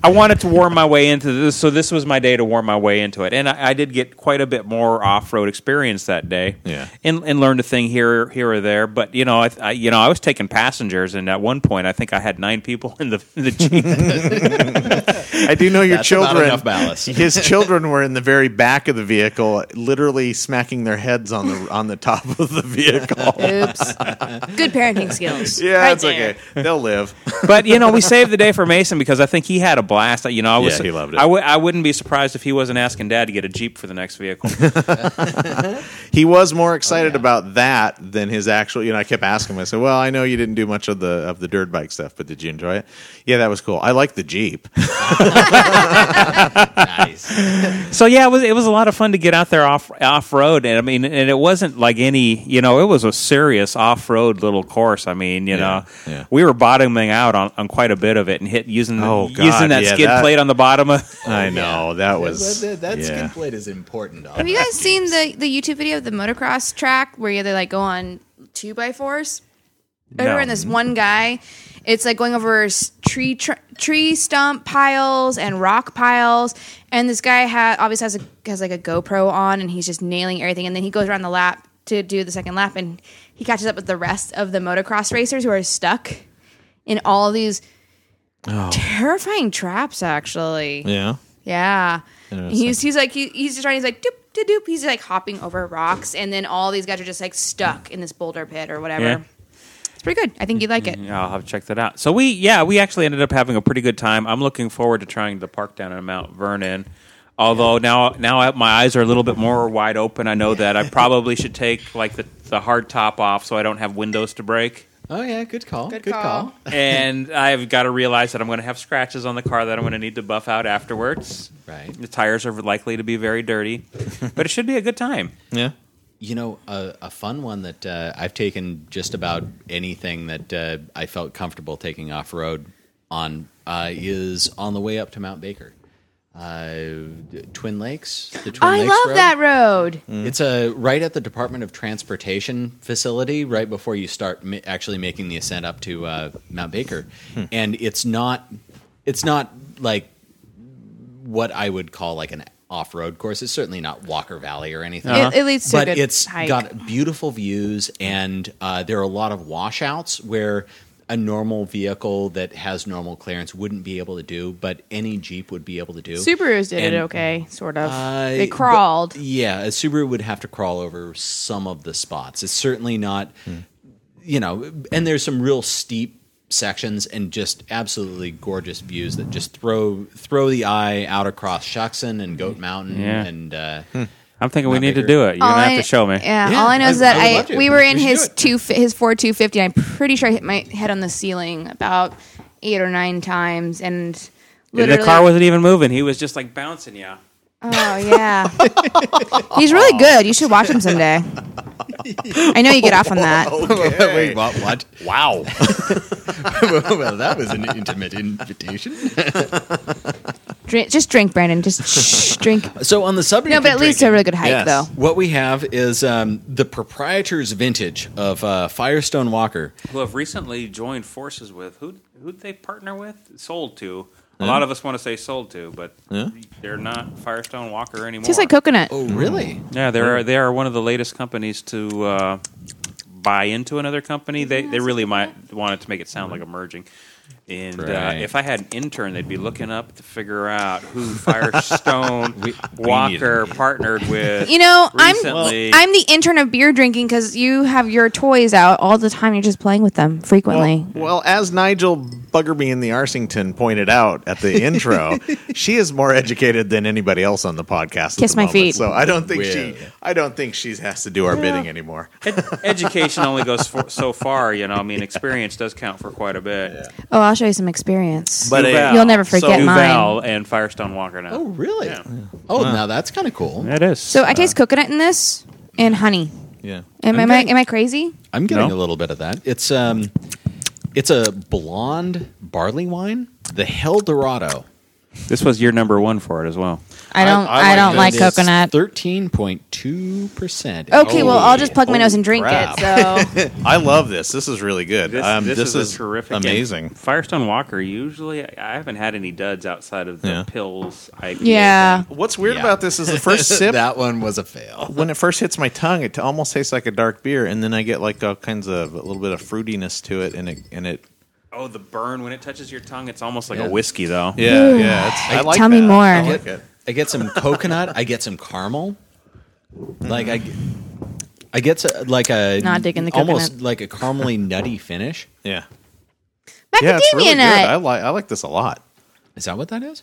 S1: I wanted to warm my way into this. So this was my day to warm my way into it, and I, I did get quite a bit more off-road experience that day.
S7: Yeah.
S1: and and learned a thing here here or there. But you know, I, I you know I was taking passengers, and at one point I think I had nine people in the in the jeep.
S7: I do know your
S5: That's about
S7: children.
S5: enough
S7: (laughs)
S5: ballast.
S7: His children were in the very back of the vehicle, literally smacking their heads on the on the top of the vehicle.
S3: Oops. Good parenting skills.
S7: (laughs) Yeah,
S10: Right
S7: it's okay. They'll live.
S1: but you know, we saved the day for Mason because I think he had a blast. You know, I was
S7: Yeah, he loved it.
S1: I w- I wouldn't be surprised if he wasn't asking Dad to get a jeep for the next
S7: (laughs)
S1: vehicle.
S7: He was more excited about that than his actual. You know, I kept asking him. I said, "Well, I know you didn't do much of the of the dirt bike stuff, but did you enjoy it? Yeah, that was cool. I like the Jeep.
S4: (laughs)
S5: nice.
S1: So yeah, it was it was a lot of fun to get out there off off road, and I mean, and it wasn't like any, you know, it was a serious off road little course. I mean, you know,
S7: yeah.
S1: we were bottoming out on, on quite a bit of it and hit using
S7: Oh, God,
S1: using that
S7: yeah,
S1: skid
S7: that-
S1: plate on the bottom of.
S7: I know that was
S5: That, that
S7: yeah.
S5: skin plate is important.
S3: Have you guys seen the, the YouTube video of the motocross track where they like go on two by fours? I remember
S1: No.
S3: in this one guy, it's like going over s- tree tr- tree stump piles and rock piles, and this guy ha- obviously has a has like a GoPro on, and he's just nailing everything, and then he goes around the lap to do the second lap, and he catches up with the rest of the motocross racers who are stuck in all these terrifying traps. Actually,
S7: Yeah,
S3: yeah. He's he's like he, he's just trying. He's like doop doop doop. He's like hopping over rocks, and then all these guys are just like stuck in this boulder pit or whatever.
S1: Yeah. Mm-hmm.
S3: It's pretty good. I think you'd like it.
S1: Yeah, I'll have to check that out. So we, yeah, we actually ended up having a pretty good time. I'm looking forward to trying the park down in Mount Vernon. Although now, now I- my eyes are a little bit more wide open. I know that I probably should take like the, the hard top off so I don't have windows to break.
S5: Oh yeah, good call. Good,
S6: call.
S1: and I've got to realize that I'm going to have scratches on the car that I'm going to need to buff out afterwards.
S5: Right.
S1: The tires are likely to be very dirty, but it should be a good time.
S4: Yeah.
S5: You know, a, a fun one that uh, I've taken just about anything that uh, I felt comfortable taking off road on uh, is on the way up to Mount Baker. Uh, Twin Lakes, the Twin
S6: I
S5: Lakes
S6: love
S5: Road.
S6: that road.
S5: It's a right at the Department of Transportation facility, right before you start ma- actually making the ascent up to uh, Mount Baker, and it's not, it's not like what I would call like an off-road course. It's certainly not Walker Valley or anything.
S3: It, it leads to a
S5: Uh-huh. but
S3: good
S5: it's
S3: hike.
S5: got beautiful views, and uh, there are a lot of washouts where a normal vehicle that has normal clearance wouldn't be able to do, but any Jeep would be able to do.
S6: Subarus did
S5: And-
S6: it okay, sort of.
S5: Uh,
S6: they
S5: but-
S6: crawled.
S5: yeah, a Subaru would have to crawl over some of the spots. It's certainly not, you know, and there's some real steep sections and just absolutely gorgeous views that just throw throw the eye out across Shuckson and Goat Mountain
S1: Yeah.
S5: and uh,
S1: I'm thinking we
S5: Not
S1: need
S5: bigger.
S1: to do it. You're
S3: All
S1: gonna have
S3: Oh, I-
S1: to show me.
S3: Yeah,
S5: Yeah,
S3: all I know
S5: I-
S3: is that
S5: I would
S3: I,
S5: love to.
S3: we were in
S5: We should
S3: his
S5: do
S3: two his Ford 250. And I'm pretty sure I hit my head on the ceiling about eight or nine times, and literally
S1: The car wasn't even moving. He was just like bouncing you.
S6: Oh
S4: (laughs)
S6: yeah.
S3: He's really
S4: Oh,
S3: good. You should watch him someday. I know you
S4: (laughs)
S3: get off on that.
S5: Wait, what? What? (laughs) Wow. well, that was an intimate invitation.
S3: Drink, just drink,
S4: (laughs)
S3: Brandon. Just shh, drink.
S5: So on the subject,
S3: No, but
S5: of
S3: at least
S5: drinking,
S3: a really good hike,
S4: Yes.
S3: though.
S5: what we have is um, the proprietor's vintage of uh, Firestone Walker.
S1: Who have recently joined forces with who? Who'd they partner with? Sold to. A lot of us want to say sold to, but they're not Firestone Walker anymore.
S3: Tastes like coconut.
S5: Oh, really?
S1: Yeah, they are. They are one of the latest companies to uh, buy into another company. They they really might wanted to make it sound like a merging. And uh,
S5: Right.
S1: if I had an intern, they'd be looking up to figure out who Firestone
S5: (laughs) We- we
S1: Walker partnered with.
S3: You know,
S1: recently.
S3: I'm I'm the intern of beer drinking because you have your toys out all the time. You're just playing with them frequently.
S4: Well, well, as Nigel Buggerby in the Arsington pointed out at the intro,
S1: (laughs)
S4: she is more educated than anybody else on the podcast. at
S3: Kiss
S4: the
S3: my
S4: moment.
S3: feet.
S4: So I don't think she,
S5: Well.
S4: I don't think she has to do our bidding anymore.
S1: Ed- education only goes for, so far, you know. I mean, experience does count for quite a bit.
S3: oh, I'll show you some experience.
S4: But, uh,
S1: Duval.
S3: You'll never forget
S1: Duval
S3: mine.
S1: and Firestone Walker now.
S5: Oh, really? uh,
S1: Yeah.
S5: Oh, now that's kind of cool.
S1: That is.
S3: so
S4: uh,
S3: I taste coconut in this and honey.
S4: Yeah.
S3: Am, I- am I am I crazy?
S5: I'm getting
S1: No?
S5: a little bit of that. It's um, it's a blonde barley wine, the Hell Dorado.
S1: this was your number one for it as well.
S3: I don't
S4: I like
S3: I, don't
S4: this.
S3: like coconut.
S5: Thirteen point two percent.
S3: Okay, well I'll just plug my
S4: Holy
S3: nose and drink
S4: crap. (laughs)
S3: it. So
S4: I love this. This is really good.
S1: This,
S4: um,
S1: this,
S4: this
S1: is, a terrific, and
S4: amazing.
S1: Firestone Walker. Usually, I I haven't had any duds outside of the
S4: Yeah.
S1: pills. IPA
S3: yeah.
S4: What's weird
S5: Yeah.
S4: about this is the
S1: (laughs)
S4: first sip.
S5: (laughs) that one was a fail.
S4: when it first hits my tongue, it almost tastes like a dark beer, and then I get like all kinds of a little bit of fruitiness to it, and it and it.
S1: Oh, the burn when it touches your tongue. It's almost like
S5: Yeah.
S1: a whiskey, though.
S4: Yeah, yeah. It's, I like
S3: Mm. Tell me
S4: that.
S3: more.
S4: I like it.
S5: I get some coconut. I get some caramel. Like I, I get to, like a
S3: Not digging the
S5: almost
S3: coconut.
S5: like a caramely nutty finish.
S4: Yeah,
S3: Macadamia
S4: yeah. It's really good.
S3: nut.
S4: I like I like this a lot.
S5: Is that what that is?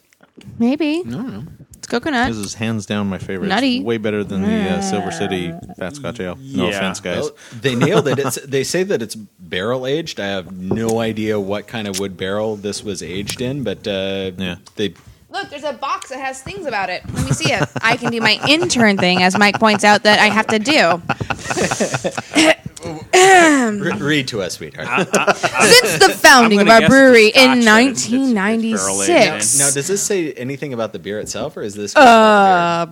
S3: Maybe.
S5: No,
S3: It's coconut.
S4: This is hands down my favorite. It's
S3: Nutty.
S4: way better than the uh, Silver City Fat Scotch Ale. No
S1: Yeah.
S4: offense, guys.
S5: Well, they nailed it. It's, they say that it's barrel aged. I have no idea what kind of wood barrel this was aged in, but uh,
S4: Yeah.
S5: they
S3: Look, there's a box that has things about it. Let me see it. I can do my (laughs) intern thing, as Mike points out that I have
S4: (laughs)
S3: to do. Um,
S5: re- read to us, sweetheart.
S3: Since the founding
S1: I'm
S3: of
S1: gonna
S3: our
S1: guess
S3: brewery
S1: it's
S3: in
S1: Scotch, it's- it's barrel aged.
S3: 1996,
S5: now, does this say anything about the beer itself, or is this?
S3: Uh,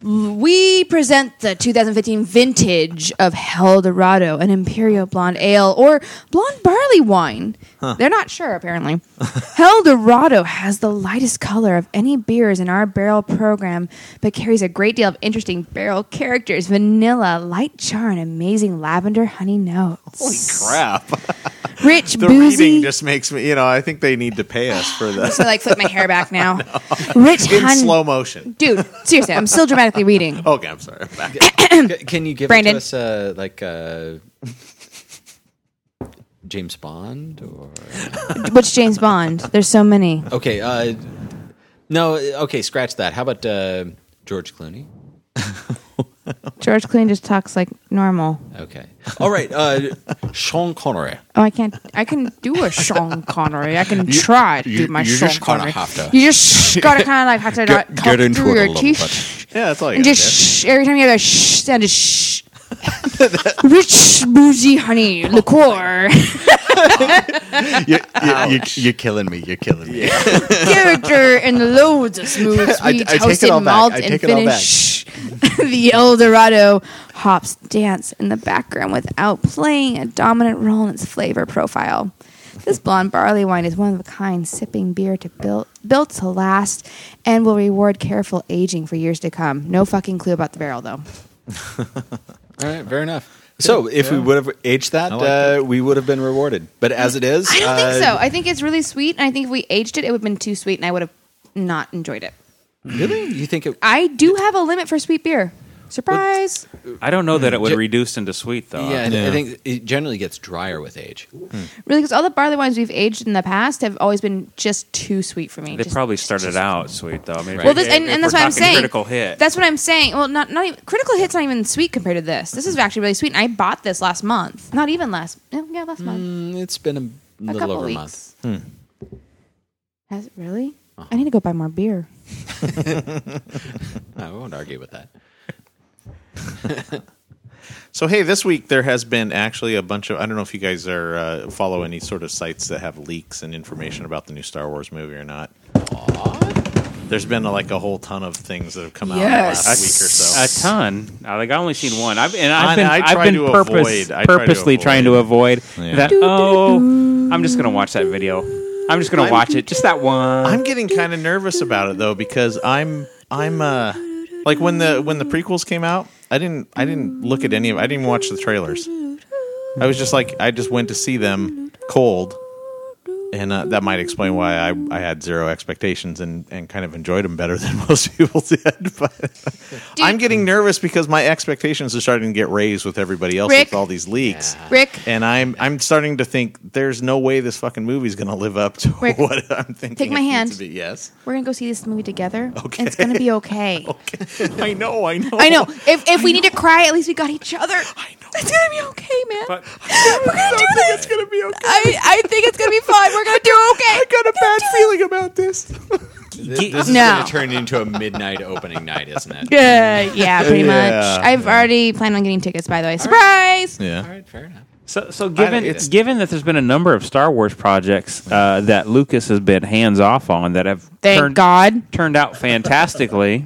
S3: we present the 2015 vintage of Hell Dorado, an Imperial Blonde Ale or Blonde Barley Wine. They're not sure, apparently. (laughs) Hell Dorado has the lightest color of any beers in our barrel program, but carries a great deal of interesting barrel characters vanilla, light char, and amazing lavender honey notes.
S4: Crap. (laughs)
S3: Rich,
S4: Oh The
S3: boozy.
S4: reading
S3: (laughs)
S4: just makes me. You know, I think they need to pay us for this
S3: I like flip my hair
S4: (laughs)
S3: back now. Rich
S4: in
S3: honey.
S4: slow motion.
S3: Dude, seriously, I'm still dramatically
S4: (laughs)
S3: reading.
S4: Okay, I'm sorry. I'm back.
S5: C- Can you give
S3: Brandon.
S5: it to us uh, like uh, James Bond or
S3: Which James Bond? There's so many.
S5: okay? Uh, no, okay, scratch that. How about uh, George Clooney?
S3: George Clooney just talks like normal.
S5: Okay. All right. Uh, Sean Connery.
S3: Oh, I can't. I can do a Sean Connery. I
S5: (laughs)
S3: can try to do my
S5: you
S3: Sean
S5: just gotta
S3: Connery.
S5: have to-
S3: You just gotta kind of like have to
S5: Get-
S3: talk
S5: get into
S3: through
S5: it a
S3: your
S5: little
S3: teeth.
S5: bit.
S7: Yeah, that's all you
S3: And
S7: got
S3: just shh, every time you have a shh sound, just shh. (laughs) Rich boozy honey liqueur.
S5: You, you, you're killing me. You're killing me.
S3: character and loads of smooth,
S5: (laughs) I-
S3: sweet,
S5: I take it
S3: toasted
S5: all back.
S3: malt
S5: I
S3: and
S5: take it all back.
S3: finish. (laughs) the El Dorado hops dance in the background without playing a dominant role in its flavor profile. This blonde barley wine is one of a kind, sipping beer to build, built to last, and will reward careful aging for years to come. No fucking clue about the barrel, though.
S5: All right. Fair enough. So if we would have aged that, uh, we would have been rewarded. But as it is,
S3: I don't
S5: uh,
S3: think so. I think it's really sweet, and I think if we aged it, it would have been too sweet, and I would have not enjoyed it.
S5: Really? You think it?
S3: I do have a limit for sweet beer. Surprise!
S1: I don't know that it would
S5: Ju-
S1: reduce into sweet though.
S5: yeah, I th-
S7: Yeah.
S5: I think it generally gets drier with age.
S3: Really, because all the barley wines we've aged in the past have always been just too sweet for me.
S1: They
S3: Just-
S1: probably started out sweet though. I mean, if
S3: Well,
S1: we-
S3: this, and,
S1: if
S3: and that's
S1: we're
S3: what I'm
S1: talking
S3: saying.
S1: Critical hit.
S3: That's what I'm saying. Well, not not even critical hit's not even sweet compared to this. This is actually really sweet, and I bought this last month. Not even last. Yeah, yeah, last month.
S5: Mm, It's been a,
S3: A
S5: little
S3: couple
S5: over a
S3: weeks. Hmm.
S5: month. Uh-huh.
S3: Has it really? I need to go buy more beer.
S1: (laughs)
S5: I won't argue with that.
S7: So hey, this week there has been actually a bunch of I don't know if you guys are uh, follow any sort of sites that have leaks and information about the new Star Wars movie or not. There's been uh, like a whole ton of things that have come out in the
S3: Yes.
S7: last week or so.
S1: a ton. I- Like I only seen one. I've and I've
S7: I-
S1: been
S7: I
S1: I've
S7: try
S1: been
S7: to
S1: purpose,
S7: avoid- I try to
S1: purposely
S7: avoid.
S1: trying to avoid
S7: Yeah.
S1: that. Oh, I'm just gonna watch that video. I'm just gonna watch it. Just that one.
S7: I'm getting kind of nervous about it though because I'm I'm uh like when the when the prequels came out, I didn't I didn't look at any of I didn't even watch the trailers. I was just like I just went to see them cold. And uh, that might explain why I, I had zero expectations and, and kind of enjoyed them better (laughs) than most people did. But I'm getting nervous because my expectations are starting to get raised with everybody else
S3: Rick.
S7: with all these leaks.
S3: Rick,
S7: And I'm I'm starting to think there's no way this fucking movie's going to live up to
S3: Rick,
S7: what I'm thinking.
S3: take my
S7: it needs
S3: hand.
S7: to be. Yes.
S3: we're gonna go see this movie together. Okay, it's gonna be
S1: (laughs)
S3: okay.
S1: Oh,
S7: I know. I know.
S3: Oh, I know. If if we need to cry, at least we got each other.
S7: I know.
S3: It's gonna be okay, man.
S1: But-
S3: we're gonna do this.
S7: It's gonna be okay.
S3: I, I think it's gonna be fun. We're (laughs) gonna do okay.
S7: I got a bad feeling about this.
S5: Th- This is
S3: No.
S5: going to turn into a midnight opening night, isn't
S3: (laughs)
S5: it?
S3: Yeah, yeah, pretty
S7: Yeah.
S3: much. I've already planned on getting tickets, by the way. Surprise!
S5: All right, fair enough.
S1: So, so given
S7: it's-
S1: given that there's been a number of Star Wars projects uh, that Lucas has been hands off on that have
S3: Thank
S1: turned,
S3: God.
S1: turned out fantastically,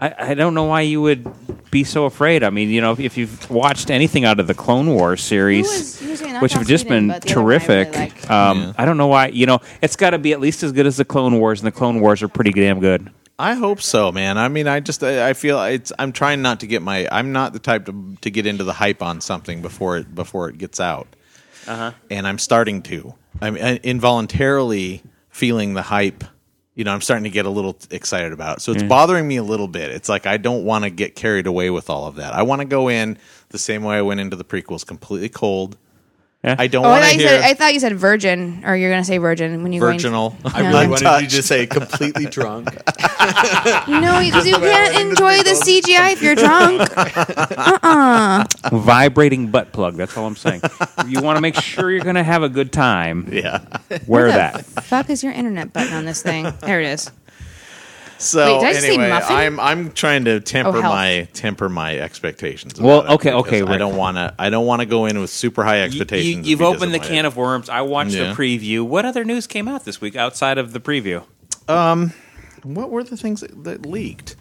S1: I, I don't know why you would be so afraid. I mean, you know, if, if you've watched anything out of the Clone Wars series,
S11: Who was- who was doing that?
S1: which have
S11: Joss
S1: just
S11: Whedon,
S1: been
S11: but the other one I really
S1: terrific,
S11: like.
S1: um, I don't know why. You know, it's got to be at least as good as the Clone Wars, and the Clone Wars are pretty damn
S7: (laughs)
S1: good.
S7: I hope so, man. I mean, I just I I feel it's. I'm trying not to get my. I'm not the type to to get into the hype on something before it before it gets out. Uh huh. And I'm starting to. I'm uh, involuntarily feeling the hype. You know, I'm starting to get a little excited about it. So it's bothering me a little bit. It's like I don't want to get carried away with all of that. I want to go in the same way I went into the prequels, completely cold.
S1: Yeah.
S7: I don't
S3: Oh, I
S7: want to
S3: thought, you
S7: hear
S3: said, I thought you said virgin, or you're gonna say virgin when you
S7: virginal.
S5: I really wanted you to say completely drunk.
S3: (laughs) Go in. No, because (laughs) you can't enjoy the CGI if you're drunk.
S7: (laughs)
S1: Vibrating butt plug. That's all I'm saying. you want to make sure you're going to have a good time.
S7: Yeah.
S1: Wear
S3: Where
S1: that.
S3: the fuck is your internet button on this thing? There it is.
S7: So
S3: Wait, did I just say
S7: anyway,
S3: muffin?
S7: I'm I'm trying to temper
S3: Oh, hell.
S7: my temper my expectations. about
S1: Well,
S7: it
S1: okay,
S7: because
S1: okay,
S7: I
S1: Rick.
S7: don't want to I don't want to go in with super high
S1: You-
S7: expectations.
S1: You, have
S7: because
S1: opened the
S7: my-
S1: can of worms. I watched the
S7: Yeah.
S1: preview. What other news came out this week outside of the preview?
S7: What were the things that, that leaked?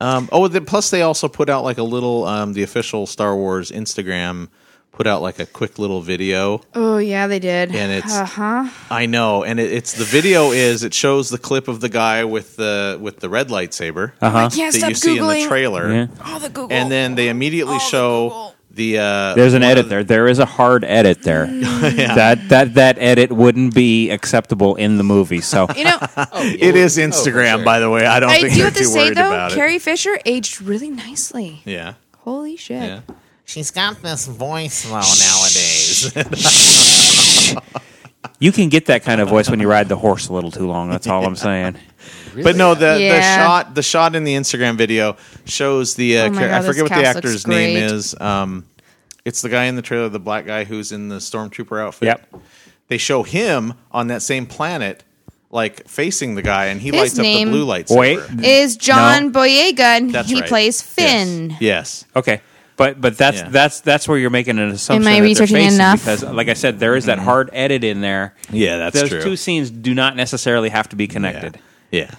S7: Um, oh, the, plus they also put out like a little um, the official Star Wars Instagram put out like a quick little video.
S3: Oh uh-huh. yeah, they did.
S7: And it's-
S3: huh.
S7: I know, and it, it's the video is it shows the clip of the guy with the with the red lightsaber
S3: I can't
S7: that
S3: stop
S7: you see in the
S3: googling Oh,
S7: trailer,
S1: Uh-huh. Yeah.
S3: all the Google.
S7: and then they immediately show. The uh,
S1: There's an
S7: one of
S1: edit
S7: the-
S1: there. There is a hard edit
S7: (laughs)
S1: there. That that that edit wouldn't be acceptable in the movie. (laughs) So
S3: you
S7: (laughs)
S3: know,
S7: It is Instagram, by the way. I don't
S3: I
S7: think
S3: do
S7: they're
S3: have to
S7: too
S3: say
S7: worried
S3: though,
S7: about it.
S3: Carrie Fisher aged really nicely.
S7: Yeah,
S3: Holy shit.
S7: yeah.
S12: She's got this voice though nowadays.
S7: (laughs)
S1: you can get that kind of voice when you ride the horse a little too long. That's all I'm saying.
S5: Really?
S7: But no, the, the
S3: Yeah.
S7: shot the shot in the Instagram video shows the uh,
S3: Oh my
S7: char-
S3: God,
S7: I
S3: this
S7: forget what the
S3: cast
S7: actor's
S3: looks
S7: name
S3: great.
S7: is. Um, it's the guy in the trailer, the black guy who's in the stormtrooper outfit.
S1: Yep.
S7: They show him on that same planet, like facing the guy, and he
S3: His
S7: lights
S3: name-
S7: up the blue lights.
S1: Wait.
S3: Is John Boyega and
S7: That's
S3: he
S7: right.
S3: plays Finn.
S7: Yes.
S1: Okay. But but that's
S7: Yeah.
S1: that's that's where you're making an assumption. that
S3: I
S1: they're
S3: researching
S1: facing
S3: enough?
S1: Because, like I said, there is that hard edit in there.
S7: Yeah, Mm-hmm. that's
S1: Those
S7: true.
S1: two scenes do not necessarily have to be connected.
S7: Yeah.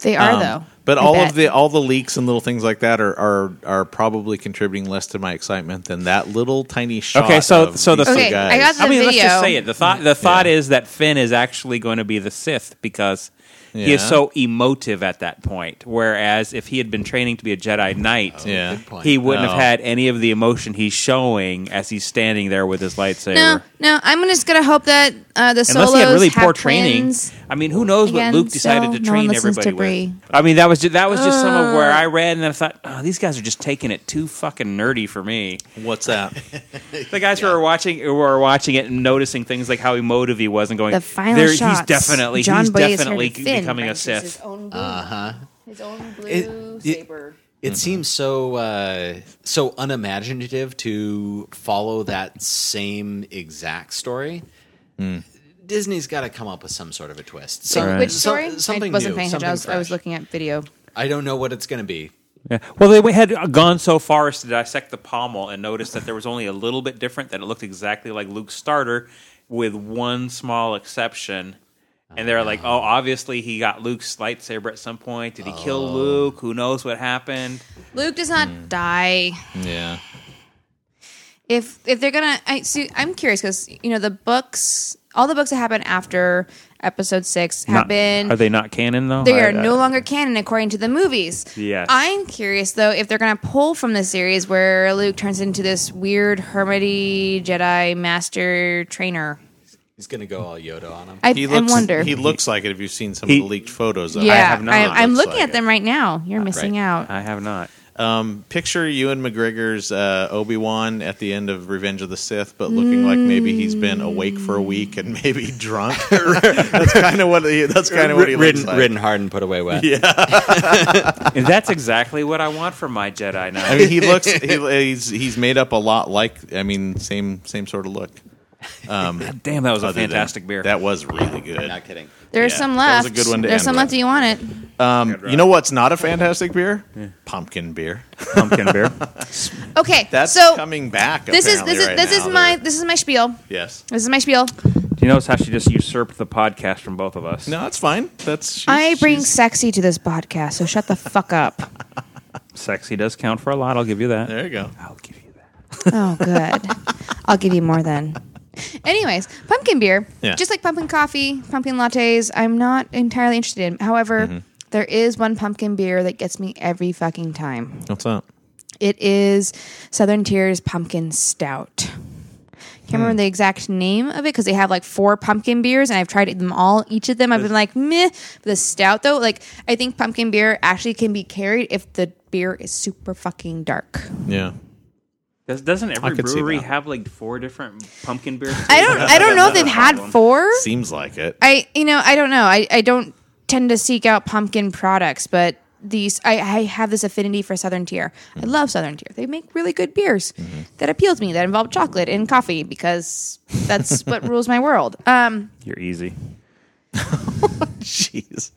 S3: They are
S7: Um,
S3: though.
S7: But
S3: I
S7: all
S3: bet.
S7: of the all the leaks and little things like that are, are are probably contributing less to my excitement than that little tiny shot.
S1: Okay, so-
S7: of
S1: so the-
S7: these two
S3: Okay,
S7: guys.
S3: I got the
S1: I mean,
S3: video.
S1: let's just say it. The thought the thought is that Finn is actually going to be the Sith because he is
S7: Yeah.
S1: so emotive at that point. Whereas if he had been training to be a Jedi Knight,
S7: Oh, Yeah. Oh,
S5: Good point.
S1: he wouldn't have
S7: No.
S1: had any of the emotion he's showing as he's standing there with his lightsaber.
S3: No, no. I'm just gonna hope that uh, the
S1: Unless
S3: solos
S1: he had really
S3: have
S1: poor training.
S3: plans.
S1: I mean, who knows
S3: Again,
S1: what Luke decided
S3: still,
S1: to
S3: no
S1: train
S3: one listens
S1: everybody
S3: to Bree.
S1: with. I mean, that was just, that was just some of where I read, and then I thought, oh, these guys are just taking it too fucking nerdy for me. (laughs)
S7: What's that?
S1: The guys who were watching who were watching it and noticing things like how emotive he was and going,
S3: The final
S1: "There- he's
S3: shots.
S1: definitely
S3: John
S1: he's
S3: Boyega is
S1: definitely
S3: turning Finn
S1: becoming a
S3: branches
S1: Sith.
S13: Uh
S5: Uh-huh.
S13: huh. His own blue
S5: It- it-
S13: saber.
S5: It seems so uh, so unimaginative to follow that same exact story. Hmm. Disney's got to come up with some sort of a twist. Some,
S3: Which
S5: so-
S3: story?
S5: something
S3: I wasn't
S5: new.
S3: paying attention.
S5: Something
S3: I was, I was
S5: fresh.
S3: looking at video.
S5: I don't know what it's going to be.
S1: Yeah. Well, they had gone so far as to dissect the pommel and noticed that there was only a little bit different. That it looked exactly like Luke's starter, with one small exception. And they're like, "Oh, obviously he got Luke's lightsaber at some point. Did he
S3: Oh.
S1: kill Luke? Who knows what happened?"
S3: Luke does not die.
S7: yeah.
S3: if if they're gonna I see I'm curious because you know the books all the books that happen after episode six have been
S1: are they not canon though? uh,
S3: they are no longer canon according to the movies.
S1: Yes.
S3: I'm curious though if they're gonna pull from the series where Luke turns into this weird hermity Jedi master trainer.
S5: He's going to go all Yoda on him.
S3: I,
S7: He
S3: I
S7: looks.
S3: wonder.
S7: He looks like it. If you've seen some
S1: He-
S7: of the leaked photos, of it.
S3: yeah,
S7: I have not.
S3: I, I'm
S7: Looks
S3: looking
S7: like
S3: at them right now. You're missing
S5: right.
S7: (laughs)
S3: out.
S1: I have not.
S7: it. Picture Ewan McGregor's uh, Obi Wan at the end of Revenge of the Sith, but looking like maybe he's been awake for a week and (laughs) maybe drunk. that's kind of what. He, that's
S5: (laughs)
S7: kind of what he looks
S5: ridden,
S7: like.
S5: ridden hard and put away wet. Yeah.
S1: And that's exactly what I want from my Jedi Knight.
S7: I mean, he looks. He, he's he's made up a lot like. I mean, same same sort of look.
S1: (laughs) Damn, that was a
S7: Other than-
S1: fantastic beer.
S7: That was really good.
S5: Not kidding.
S3: There's
S7: yeah,
S3: some
S7: that was
S3: left.
S7: a good one to
S3: There's some
S7: end with.
S3: left. Do you want it?
S7: Um, you know what's not a fantastic beer? Pumpkin beer.
S1: pumpkin (laughs) beer.
S3: Okay.
S7: (laughs) That's
S3: so
S7: coming back.
S3: this is this
S7: apparently
S3: is
S7: right
S3: this is
S7: now.
S3: my
S7: They're-
S3: this is my spiel.
S7: yes.
S3: This is my spiel.
S1: Do you notice how she just usurped the podcast from both of us?
S7: No, that's fine. That's she's,
S3: I bring
S7: she's-
S3: sexy to this podcast, so shut the fuck up.
S1: Sexy does count for a lot. I'll give you that.
S7: There you go.
S1: I'll give you that.
S3: (laughs) Oh, good. I'll give you more then. Anyways, pumpkin beer,
S7: Yeah.
S3: just like pumpkin coffee, pumpkin lattes, I'm not entirely interested in. However, there is one pumpkin beer that gets me every fucking time.
S7: What's up?
S3: It is Southern Tier's Pumpkin Stout. Can't remember the exact name of it because they have like four pumpkin beers, and I've tried them all. Each of them, I've been like meh. The stout though, like I think pumpkin beer actually can be carried if the beer is super fucking dark.
S7: Yeah.
S1: Does, doesn't every
S7: could see
S1: brewery
S7: that.
S1: have like four different pumpkin beers?
S3: I don't. I don't know if they've had four.
S7: Seems like it.
S3: I you know I don't know. I, I don't tend to seek out pumpkin products, but these I, I have this affinity for Southern Tier. I love Southern Tier. They make really good beers that appeal to me that involve chocolate and coffee because that's what rules my world. Um,
S1: You're easy.
S7: (laughs) Jeez.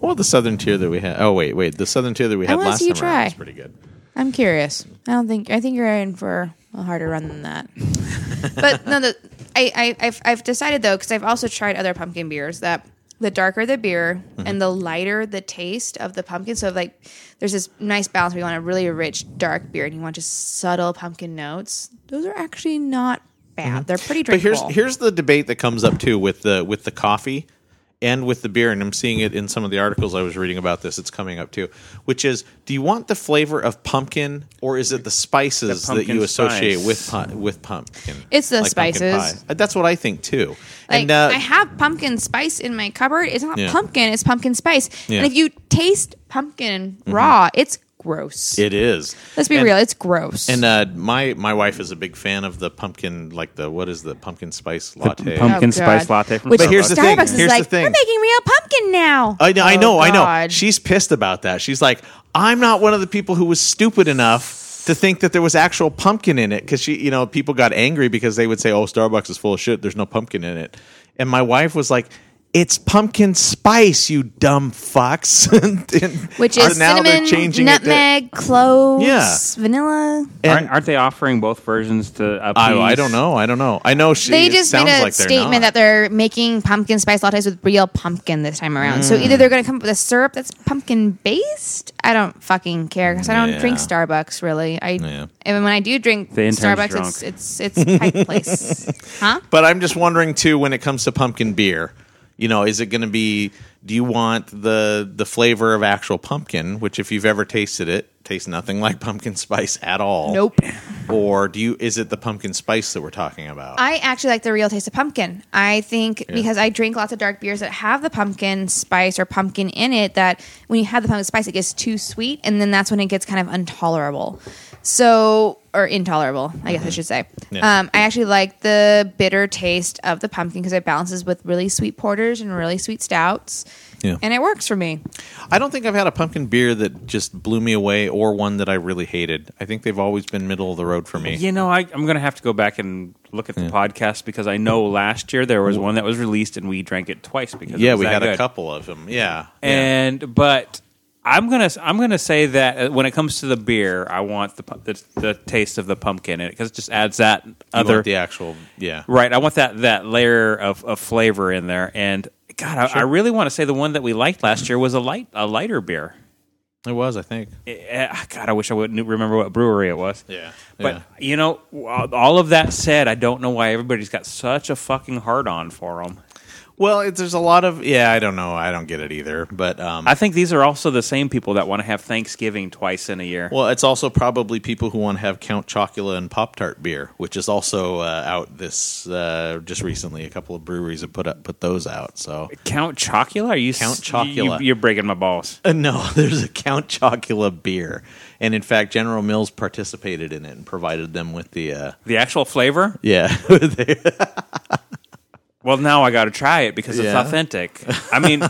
S7: Well, the southern tier that we had. Oh wait, wait. The southern tier that we had
S3: wanna
S7: last
S3: see you
S7: time around
S3: try.
S7: was pretty good.
S3: I'm curious. I don't think I think you're in for a harder run than that.
S7: (laughs)
S3: but no, the, I, I I've I've decided though because I've also tried other pumpkin beers that the darker the beer
S7: Mm-hmm.
S3: and the lighter the taste of the pumpkin. So like, there's this nice balance. where you want a really rich dark beer and you want just subtle pumpkin notes. Those are actually not bad. They're pretty
S7: Mm-hmm. But
S3: drinkable.
S7: here's here's the debate that comes up too with the with the coffee and with the beer, and I'm seeing it in some of the articles I was reading about this. It's coming up too, which is: Do you want the flavor of pumpkin, or is it the spices
S1: The pumpkin
S7: that you associate
S1: spice.
S7: with pu- with pumpkin?
S3: It's the
S7: pumpkin
S3: spices.
S7: pie. Uh, That's what I think too.
S3: Like
S7: and uh,
S3: I have pumpkin spice in my cupboard. It's not
S7: Yeah.
S3: pumpkin, it's pumpkin spice.
S7: Yeah. Mm-hmm.
S3: And if you taste pumpkin raw, it's gross.
S7: It is.
S3: Let's be
S7: and-
S3: real, it's gross.
S7: And uh, my my wife is a big fan of the pumpkin, like the what is the pumpkin spice latte?
S1: pumpkin
S3: Oh,
S1: spice
S3: God.
S1: latte from
S3: Which
S1: Starbucks.
S7: But here's the thing.
S3: Starbucks is
S7: Here's the
S3: like,
S7: thing.
S3: we're making real pumpkin now.
S7: I know, I know,
S3: Oh,
S7: I know.
S3: God.
S7: She's pissed about that. She's like, I'm not one of the people who was stupid enough to think that there was actual pumpkin in it because she, you know, people got angry because they would say, "Oh, Starbucks is full of shit. There's no pumpkin in it." And my wife was like. It's pumpkin spice, you dumb fucks. (laughs) And- and-
S3: Which
S7: so
S3: is cinnamon,
S7: it to-
S3: nutmeg, cloves,
S7: Yeah.
S3: vanilla.
S1: aren't, aren't they offering both versions to? appease-
S7: I, I don't know. I don't know. I know she.
S3: They
S7: it
S3: just made
S7: sounds
S3: a
S7: like they're
S3: statement
S7: not.
S3: that they're making pumpkin spice lattes with real pumpkin this time around.
S7: Mm.
S3: So either they're going to come up with a syrup that's pumpkin based. I don't fucking care because I don't drink
S7: Yeah.
S3: Starbucks really. I
S7: Yeah.
S3: and when I do drink
S1: The intern's
S3: Starbucks, it's
S1: drunk.
S3: it's it's Pike
S7: (laughs)
S3: Place, huh?
S7: But I'm just wondering too when it comes to pumpkin beer, you know, is it going to be do you want the the flavor of actual pumpkin, which if you've ever tasted it, tastes nothing like pumpkin (laughs) spice at all?
S3: Nope.
S7: Or do you is it the pumpkin spice that we're talking about?
S3: I actually like the real taste of pumpkin. I think because I drink lots of dark beers that have the pumpkin spice or pumpkin in it, that when you have the pumpkin spice, it gets too sweet, and then that's when it gets kind of intolerable. So, or intolerable, I guess I should say.
S7: Mm-hmm. Yeah.
S3: Um, I actually like the bitter taste of the pumpkin because it balances with really sweet porters and really sweet stouts,
S7: Yeah.
S3: and it works for me.
S7: I don't think I've had a pumpkin beer that just blew me away or one that I really hated. I think they've always been middle of the road for me.
S1: You know, I, I'm going to have to go back and look at the podcast because I know last year there was one that was released and we drank it twice because it
S7: Yeah,
S1: was
S7: we
S1: that
S7: had a
S1: good.
S7: couple of them. Yeah. yeah.
S1: and but I'm gonna I'm gonna say that uh, when it comes to the beer, I want the pu- the, the taste of the pumpkin in it because it just adds that
S7: You
S1: other
S7: want the actual yeah.
S1: right. I want that that layer of, of flavor in there. And God, I, I really want to say the one that we liked last year was a light a lighter beer.
S7: It was, I think.
S1: Eh, God, I wish I would knew- remember what brewery it was.
S7: Yeah.
S1: But
S7: Yeah.
S1: you know, all of that said, I don't know why everybody's got such a fucking hard on for them.
S7: Well, it, there's a lot of yeah. I don't know. I don't get it either. But um,
S1: I think these are also the same people that want to have Thanksgiving twice in a year.
S7: well, it's also probably people who want to have Count Chocula and Pop Tart beer, which is also uh, out this uh, just recently. A couple of breweries have put up put those out. So
S1: Count Chocula? Are you
S7: Count
S1: s-
S7: Chocula.
S1: You, are breaking my balls.
S7: Uh, no, (laughs) there's a Count Chocula beer, and in fact, General Mills participated in it and provided them with the uh, (laughs)
S1: The actual flavor?
S7: yeah. (laughs) they-
S1: Well, now I got to try it because it's
S7: Yeah.
S1: authentic. I
S7: (laughs)
S1: mean,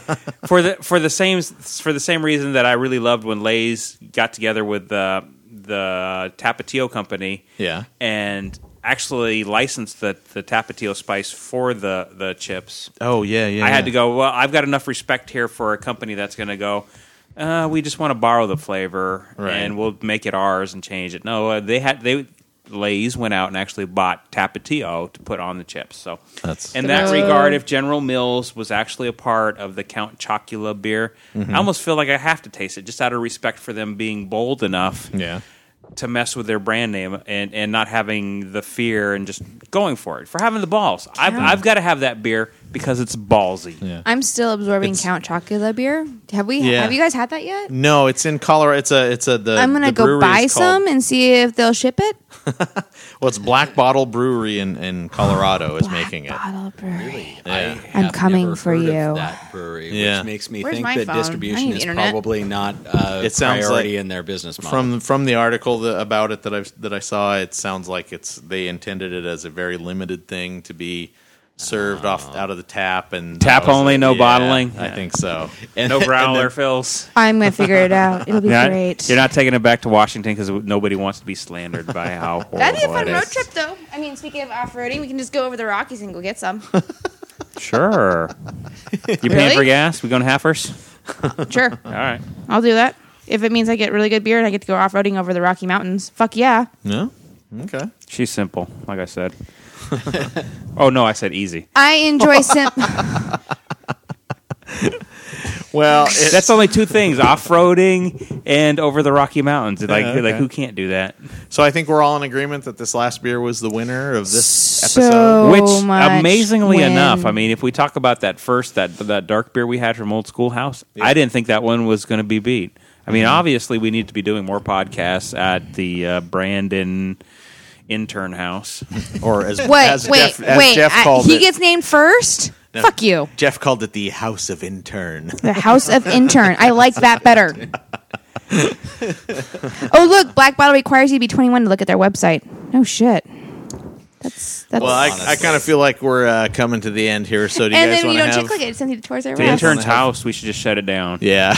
S1: for the for the same for the same reason that I really loved when Lay's got together with the the Tapatio company.
S7: Yeah.
S1: and actually licensed the the Tapatio spice for the the chips.
S7: oh yeah, yeah.
S1: I
S7: yeah.
S1: had to go. Well, I've got enough respect here for a company that's going to go. Uh, we just want to borrow the flavor,
S7: Right.
S1: and we'll make it ours and change it. No, uh, they had they Lay's went out and actually bought Tapatio to put on the chips. So
S7: That's-
S1: in that regard, if General Mills was actually a part of the Count Chocula beer,
S7: Mm-hmm.
S1: I almost feel like I have to taste it just out of respect for them being bold enough
S7: Yeah.
S1: to mess with their brand name and, and not having the fear and just going for it for having the balls. I've, I've got to have that beer because it's ballsy.
S7: Yeah.
S3: I'm still absorbing
S7: It's-
S3: Count Chocula beer. Have we?
S7: Yeah.
S3: Have you guys had that yet?
S7: No, it's in Colorado. It's a it's a the.
S3: I'm gonna
S7: the
S3: go
S7: brewery
S3: buy
S7: is called-
S3: some and see if they'll ship it.
S7: Well, it's Black Bottle Brewery in in Colorado is
S3: Black
S7: making it.
S3: Bottle Brewery.
S5: I
S3: I'm
S5: have
S3: coming
S5: never
S3: for
S5: heard of
S3: you.
S5: that brewery,
S7: Yeah.
S5: which makes me
S3: Where's
S5: think
S3: my
S5: that
S3: phone? I
S5: distribution
S3: need
S5: is
S3: internet.
S5: probably not a
S7: It sounds
S5: priority
S7: like-
S5: in their business model.
S7: from from the article that, about it that I that I saw, it sounds like it's they intended it as a very limited thing to be served off out of the tap and
S1: Tap
S7: I was
S1: only, no bottling?
S7: I think (laughs) so.
S1: (laughs)
S5: and,
S1: No growler fills.
S3: I'm gonna figure it out. It'll be
S7: (laughs)
S1: You're not,
S3: great.
S1: you're not taking it back to Washington because nobody wants to be slandered by how horrible
S3: (laughs) That'd be a fun
S1: it
S3: road
S1: is.
S3: trip, though. I mean, speaking of off roading, we can just go over the Rockies and go get
S7: (laughs)
S3: some. (laughs)
S1: Sure. You paying
S3: Really?
S1: for gas? We going halfers?
S3: sure,
S1: All right.
S3: I'll do that. If it means I get really good beer and I get to go off roading over the Rocky Mountains, fuck yeah.
S7: No, okay.
S1: She's simple, like I (laughs) said. oh no, I said easy.
S3: I
S7: (laughs)
S3: enjoy sim.
S7: Well, it,
S1: That's only two things: (laughs) off-roading and over the Rocky Mountains. Like, like who can't do that?
S7: so I think we're all in agreement that this last beer was the winner of this episode.
S3: so
S1: Which,
S3: Oh much
S1: amazingly
S3: win.
S1: enough, I mean, if we talk about that first that that dark beer we had from Old School House, I didn't think that one was going to be beat. I
S7: Mm-hmm.
S1: mean, obviously, we need to be doing more podcasts at the uh, Brandon intern house.
S7: Or as
S3: Wait,
S7: (laughs) as
S3: wait,
S7: Jeff, as
S3: wait!
S7: Jeff
S3: I-
S7: called
S3: he
S7: it,
S3: gets named first.
S7: No.
S3: Fuck you.
S7: Jeff called it the House of Intern.
S3: The House of Intern. I like that better. oh look, Black Bottle requires you to be 21 to look at their website. No shit. That's that's.
S7: (laughs) Well, I, I
S5: Honestly.
S7: kind of feel like we're uh, coming to the end here. So do you
S3: and
S7: guys
S3: then when you
S7: want to
S3: don't
S7: have?
S3: chick click it, it sends you towards their
S1: The
S3: website.
S1: intern's house. We should just shut it down.
S7: Yeah.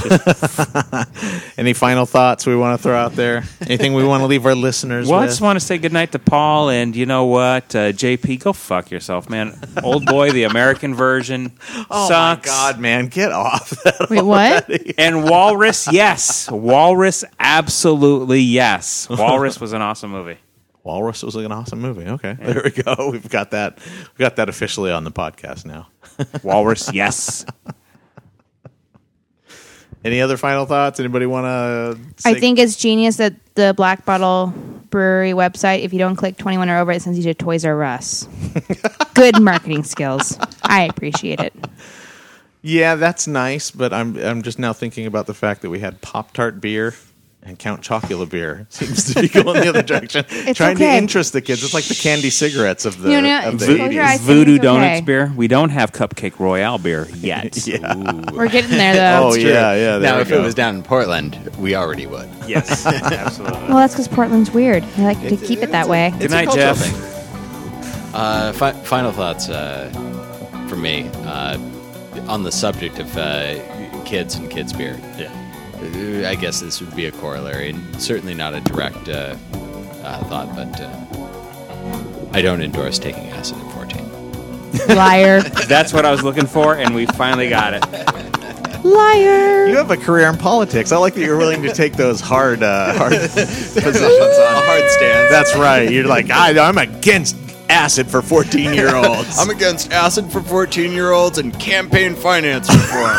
S7: Any final thoughts we want to throw out there? Anything we want to leave our listeners
S1: Well, I
S7: with?
S1: just want to say goodnight to Paul, and you know what, uh, JP, go fuck yourself, man. Old boy, the American version
S7: (laughs) oh
S1: sucks.
S7: my god, man, get off!
S3: Wait, what?
S1: And Walrus, yes, Walrus, absolutely
S7: (laughs)
S1: yes. Walrus was an awesome movie.
S7: Walrus was an awesome movie. Okay, there we go. (laughs) We've got that. We've got that officially on the podcast now.
S1: Walrus,
S3: (laughs)
S1: yes.
S7: Any other final thoughts? Anybody want to?
S3: I think it's genius that the Black Bottle Brewery website, if you don't click 21 or over, it sends you to Toys R Us. Good marketing skills. I appreciate it.
S7: Yeah, that's nice, but I'm I'm just now thinking about the fact that we had Pop Tart beer and Count Chocula beer (laughs) seems to be going the
S3: (laughs)
S7: other direction, trying to
S3: okay.
S7: interest the kids. It's like the candy cigarettes of the,
S3: You know,
S7: of the
S3: close your
S7: 80s.
S3: eyes. I think
S1: Voodoo
S3: it's okay.
S1: Donuts beer. We don't have Cupcake Royale beer yet. (laughs)
S7: (laughs) Yeah.
S3: We're getting there, though.
S7: Oh yeah, yeah. there
S5: now,
S7: we
S5: if
S7: go.
S5: it was down in Portland, we already would.
S1: Yes, absolutely.
S3: Well, that's because Portland's weird. They like to keep it
S1: (laughs)
S3: that way.
S1: Good night, Jeff.
S5: Uh, fi- final thoughts uh, for me uh, on the subject of uh, kids and kids beer. Yeah, I guess this would be a corollary, and certainly not a direct uh, uh, thought, but uh, I don't endorse taking acid at 14.
S3: Liar.
S1: That's what I was looking for, and we finally got it.
S7: (laughs)
S3: Liar.
S7: You have a career in politics. I like that you're willing to take those hard,
S5: (laughs)
S7: uh, hard positions on hard stands. That's right. You're like, I, I'm against acid for 14 year olds.
S5: (laughs) I'm against acid for 14 year olds and campaign finance reform.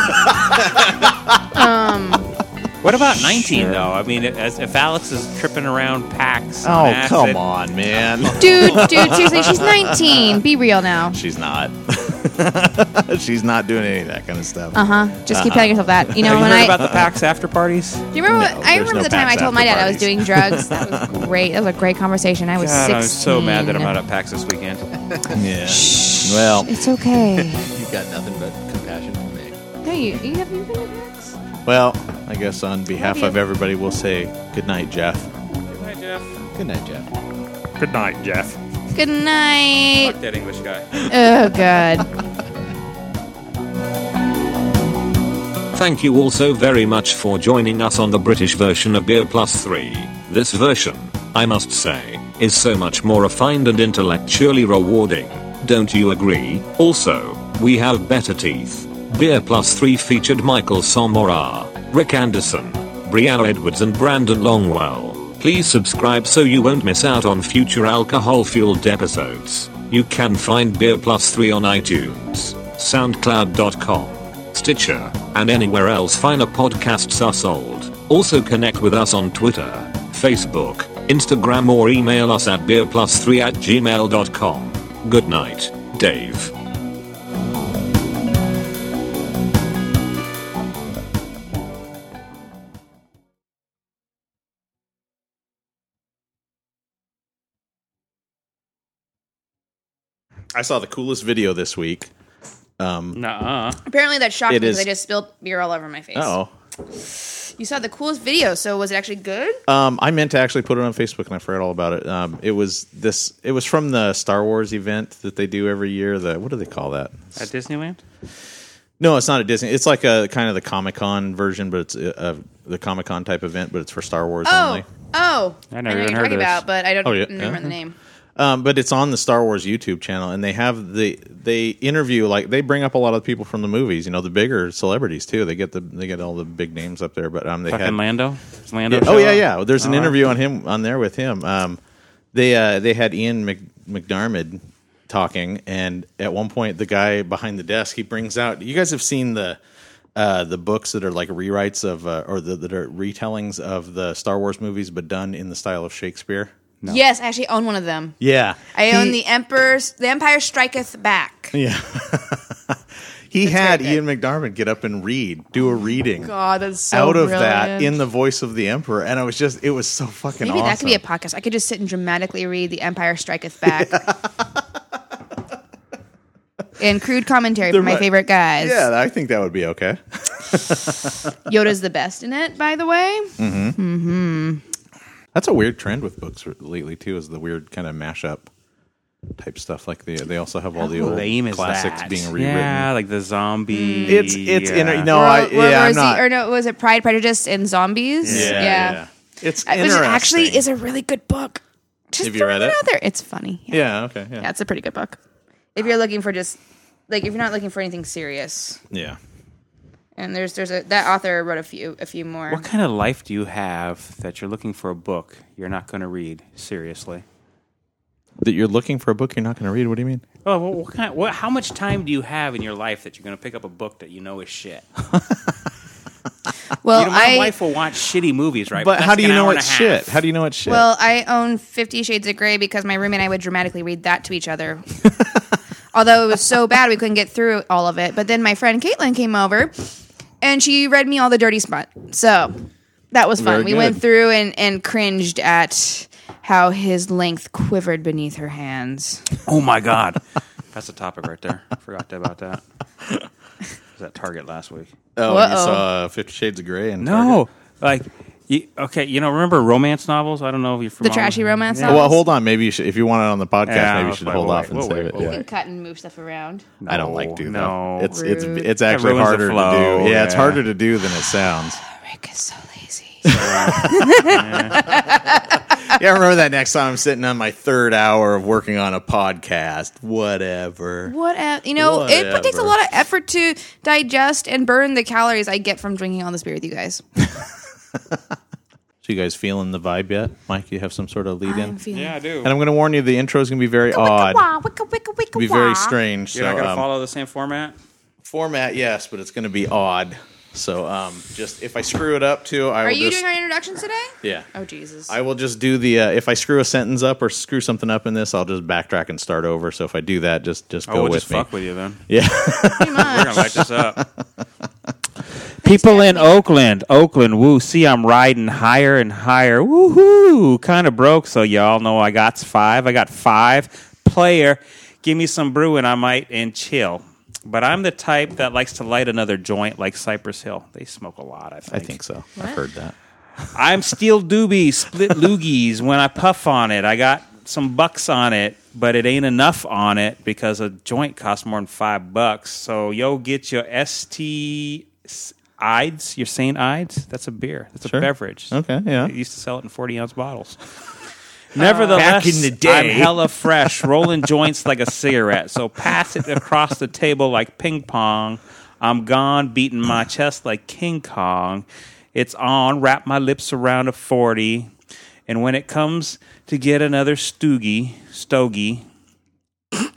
S1: What about 19, though? I mean, as, if Alex is tripping around packs.
S7: oh,
S1: acid,
S7: come on, man.
S3: Dude, dude, seriously, she's 19. Be real now.
S7: She's not. (laughs) She's not doing any of that kind of stuff.
S3: Uh huh. Just keep telling yourself that. You know,
S1: Have Uh-huh. (laughs) you
S3: when
S1: heard
S3: I.
S1: about the PAX after parties?
S3: do you remember?
S7: No,
S3: when, I
S7: there's
S3: remember
S7: no
S3: the time I
S7: packs
S3: told my
S7: after
S3: dad I was
S7: parties.
S3: doing drugs. That was great. That was a great conversation. I was
S1: God,
S3: 16.
S1: I'm so mad that I'm not at PAX this
S7: (laughs)
S1: weekend.
S7: Yeah. Well,
S3: It's
S5: (laughs)
S3: okay.
S5: You've got nothing but compassion for me.
S3: no, you, you haven't even been to drugs.
S7: well, I guess on behalf
S3: Love you.
S7: of everybody, we'll say good night, Jeff.
S1: Hi, Jeff.
S5: Good night, Jeff.
S14: Good night, Jeff.
S3: Good night.
S1: Fuck that English guy.
S3: (laughs) Oh, God.
S15: Thank you also very much for joining us on the British version of Beer Plus 3. This version, I must say, is so much more refined and intellectually rewarding. Don't you agree? Also, we have better teeth. Beer Plus 3 featured Michael Somora, Rick Anderson, Brianna Edwards, and Brandon Longwell. Please subscribe so you won't miss out on future alcohol fueled episodes. You can find Beer Plus 3 on iTunes, SoundCloud.com. Stitcher, and anywhere else finer podcasts are sold. Also connect with us on Twitter, Facebook, Instagram or email us at beerplus3 at gmail.com. Good night, Dave.
S7: I saw the coolest video this week. Um,
S1: Nuh-uh.
S6: Apparently that shocked
S7: It
S6: me
S7: is-
S6: because I just spilled beer all over my face.
S7: oh.
S6: You saw the coolest video, so was it actually good?
S7: Um, I meant to actually put it on Facebook and I forgot all about it. Um, it was this. It was from the Star Wars event that they do every year. The what do they call that?
S1: At Disneyland?
S7: No, it's not a Disney. It's like a kind of the Comic Con version, but it's a, a, the Comic Con type event, but it's for Star Wars
S6: Oh,
S7: only.
S6: oh.
S1: I never even
S6: know what
S1: heard
S6: you're talking
S1: of this.
S6: about, but I don't
S7: Oh, yeah.
S6: remember the name.
S7: Um, but it's on the Star Wars YouTube channel, and they have the they interview like they bring up a lot of people from the movies. You know, the bigger celebrities too. They get the they get all the big names up there. But um, they
S1: Fucking
S7: had
S1: Lando? Is Lando
S7: Yeah. Oh
S1: show
S7: yeah,
S1: up?
S7: yeah. There's an
S1: All right.
S7: interview on him on there with him. Um, they uh, they had Ian Mc, McDiarmid talking, and at one point the guy behind the desk he brings out. You guys have seen the uh, the books that are like rewrites of uh, or the, that are retellings of the Star Wars movies, but done in the style of Shakespeare.
S6: Yes, I actually own one of them.
S7: Yeah,
S6: I own the Emperor's The Empire Striketh Back.
S7: He had
S6: very Oh,
S7: Ian McDiarmid get up and read, do a reading.
S6: God, that's so
S7: out of
S6: brilliant.
S7: that in the voice of the emperor and i was just it was so fucking
S6: Maybe
S7: awesome
S6: that could be a podcast. I
S7: (laughs)
S6: could just sit and dramatically read The Empire Striketh Back. and crude commentary from my
S7: right.
S6: favorite guys.
S7: Yeah, I think that would be okay.
S6: Yoda's the best in it, by the way.
S7: That's a weird trend with books lately too. Is the weird kind of mashup type stuff? Like they they also have all the old
S1: Lame is
S7: classics
S1: that?
S7: being rewritten.
S1: Yeah, like the zombie.
S7: It's it's
S1: yeah.
S7: inter- no,
S6: Or-
S7: Oh, I,
S6: or
S7: yeah, I'm
S6: was he-
S7: not.
S6: or no, was it Pride, Prejudice, and Zombies?
S7: It's
S6: Which
S7: interesting.
S6: actually is a really good book. Just
S7: Have you read
S6: throwing
S7: it?
S6: out there. It's funny. Yeah.
S7: yeah, okay, yeah,
S6: Yeah, it's a pretty good book. If you're looking for just like if you're not looking for anything serious,
S7: yeah.
S6: and there's there's a that author wrote a few a few more.
S1: What kind of life do you have that you're looking for a book you're not going to read seriously?
S7: That you're looking for a book you're not going to read. What do you mean?
S1: Oh, what, what kind? What, how much time do you have in your life that you're going to pick up a book that you know is shit?
S6: Well,
S1: You know, my
S6: I
S1: wife will watch shitty movies, right?
S7: But
S1: that's
S7: how do
S1: like
S7: you
S1: an
S7: know
S1: hour and
S7: it's
S1: a half.
S7: shit? How do you know it's shit?
S6: well I own Fifty Shades of Grey because my roommate and I would dramatically read that to
S7: (laughs)
S6: each other. Although it was so bad we couldn't get through all of it. But then my friend Caitlin came over, and she read me all the Dirty Spot. So that was fun.
S7: Very
S6: we went
S7: good.
S6: through and and cringed at how his length quivered beneath her hands.
S1: Oh my
S7: (laughs)
S1: god, that's a topic right there. Forgot about that. was that Target last week?
S7: oh, you
S6: uh-oh.
S7: saw Fifty Shades of Grey and
S1: No, like, you, okay, you know, remember romance novels? I don't know if you're
S6: The
S1: familiar.
S6: trashy romance.
S7: Target? Oh, Well, hold on. Maybe you should, if you want it on the podcast,
S1: Yeah,
S7: maybe you
S1: let's
S7: should
S1: wait,
S7: hold
S1: we'll
S7: off
S1: wait,
S7: and
S1: we'll
S7: save
S1: wait,
S7: it.
S1: we'll
S7: yeah.
S1: wait.
S6: cut and move stuff around.
S7: I don't like doing
S1: No.
S7: that. It's it's
S6: Rude.
S7: it's actually
S1: ruins the
S7: harder
S1: flow,
S7: to do. Yeah, it's
S1: yeah.
S7: harder to do than it sounds.
S6: Rick is so lazy.
S7: yeah, I remember that next time I'm sitting on my third hour of working on a podcast. Whatever.
S6: What a- you know, it takes
S7: Whatever.
S6: a lot of effort to digest and burn the calories I get from drinking all this beer with you guys.
S7: So you guys feeling the vibe yet? Mike, you have some sort of lead in?
S6: I'm feeling
S1: Yeah, I do.
S7: and I'm going to warn you, the intro is going to be very odd.
S6: Wah, wicka, wicka, wicka,
S7: It'll be very
S6: wah.
S7: strange.
S1: You're not
S7: so,
S1: going to
S7: um,
S1: follow the same format.
S7: format, yes, but it's going to be odd. So um, just if I screw it up too, I
S6: Are
S7: will
S6: you
S7: just
S6: doing our introductions today?
S7: yeah.
S6: Oh Jesus!
S7: I will just do the uh, if I screw a sentence up or screw something up in this, I'll just backtrack and start over. So if I do that, just just
S1: Oh,
S7: go
S1: we'll
S7: with
S1: just
S7: me.
S1: fuck with you then.
S7: Yeah.
S1: We're (laughs)
S6: Pretty much.
S1: going to light this up. (laughs) People in Oakland, Oakland, woo, see I'm riding higher and higher. Woohoo! Kind of broke, so y'all know I got five. I got five player. Give me some brew and I might and chill. But I'm the type that likes to light another joint like Cypress Hill. They smoke a lot, I think.
S7: I think so. I've heard that.
S1: I'm steel doobie, split loogies when I puff on it. I got some bucks on it, but it ain't enough on it because a joint costs more than five bucks. So yo, get your ST Ides. You're saying Ides? That's a beer. That's
S7: Sure.
S1: a beverage.
S7: Okay, yeah.
S1: They used to sell it in 40 ounce bottles. (laughs) Nevertheless,
S7: Back in the day.
S1: I'm (laughs) hella fresh, rolling joints like a cigarette. So pass it across the table like ping pong. I'm gone, beating my chest like King Kong. It's on, wrap my lips around a 40. And when it comes to get another stoogie, stogie,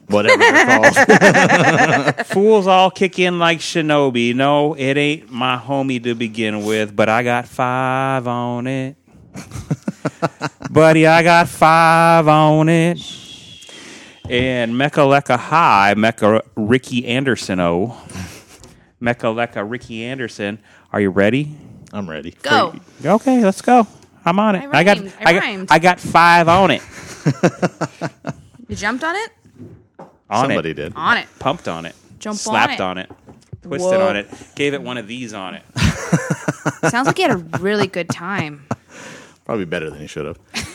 S7: Whatever they're
S5: (laughs)
S7: called.
S1: fools all kick in like shinobi. No, it ain't my homie to begin with, but I got five on
S7: (laughs)
S1: it. Buddy, I got five on it. And Mecca Lecca High, Mecca Ricky Anderson O. Mecca Lecca Ricky Anderson. Are you ready?
S7: I'm ready.
S6: Go.
S1: Okay, let's go. I'm on it.
S6: I
S1: I, got
S6: rhymed. I
S1: I, got
S6: rhymed.
S1: I got five on it.
S6: You jumped on it.
S1: On
S7: Somebody
S1: it.
S7: did.
S6: On it.
S1: Pumped on it.
S6: Jump on
S1: slapped
S6: it.
S1: on it. Twisted
S6: Whoa.
S1: on it. Gave it one of these on it.
S6: Sounds like you had a really good time.
S7: Probably better than you should have.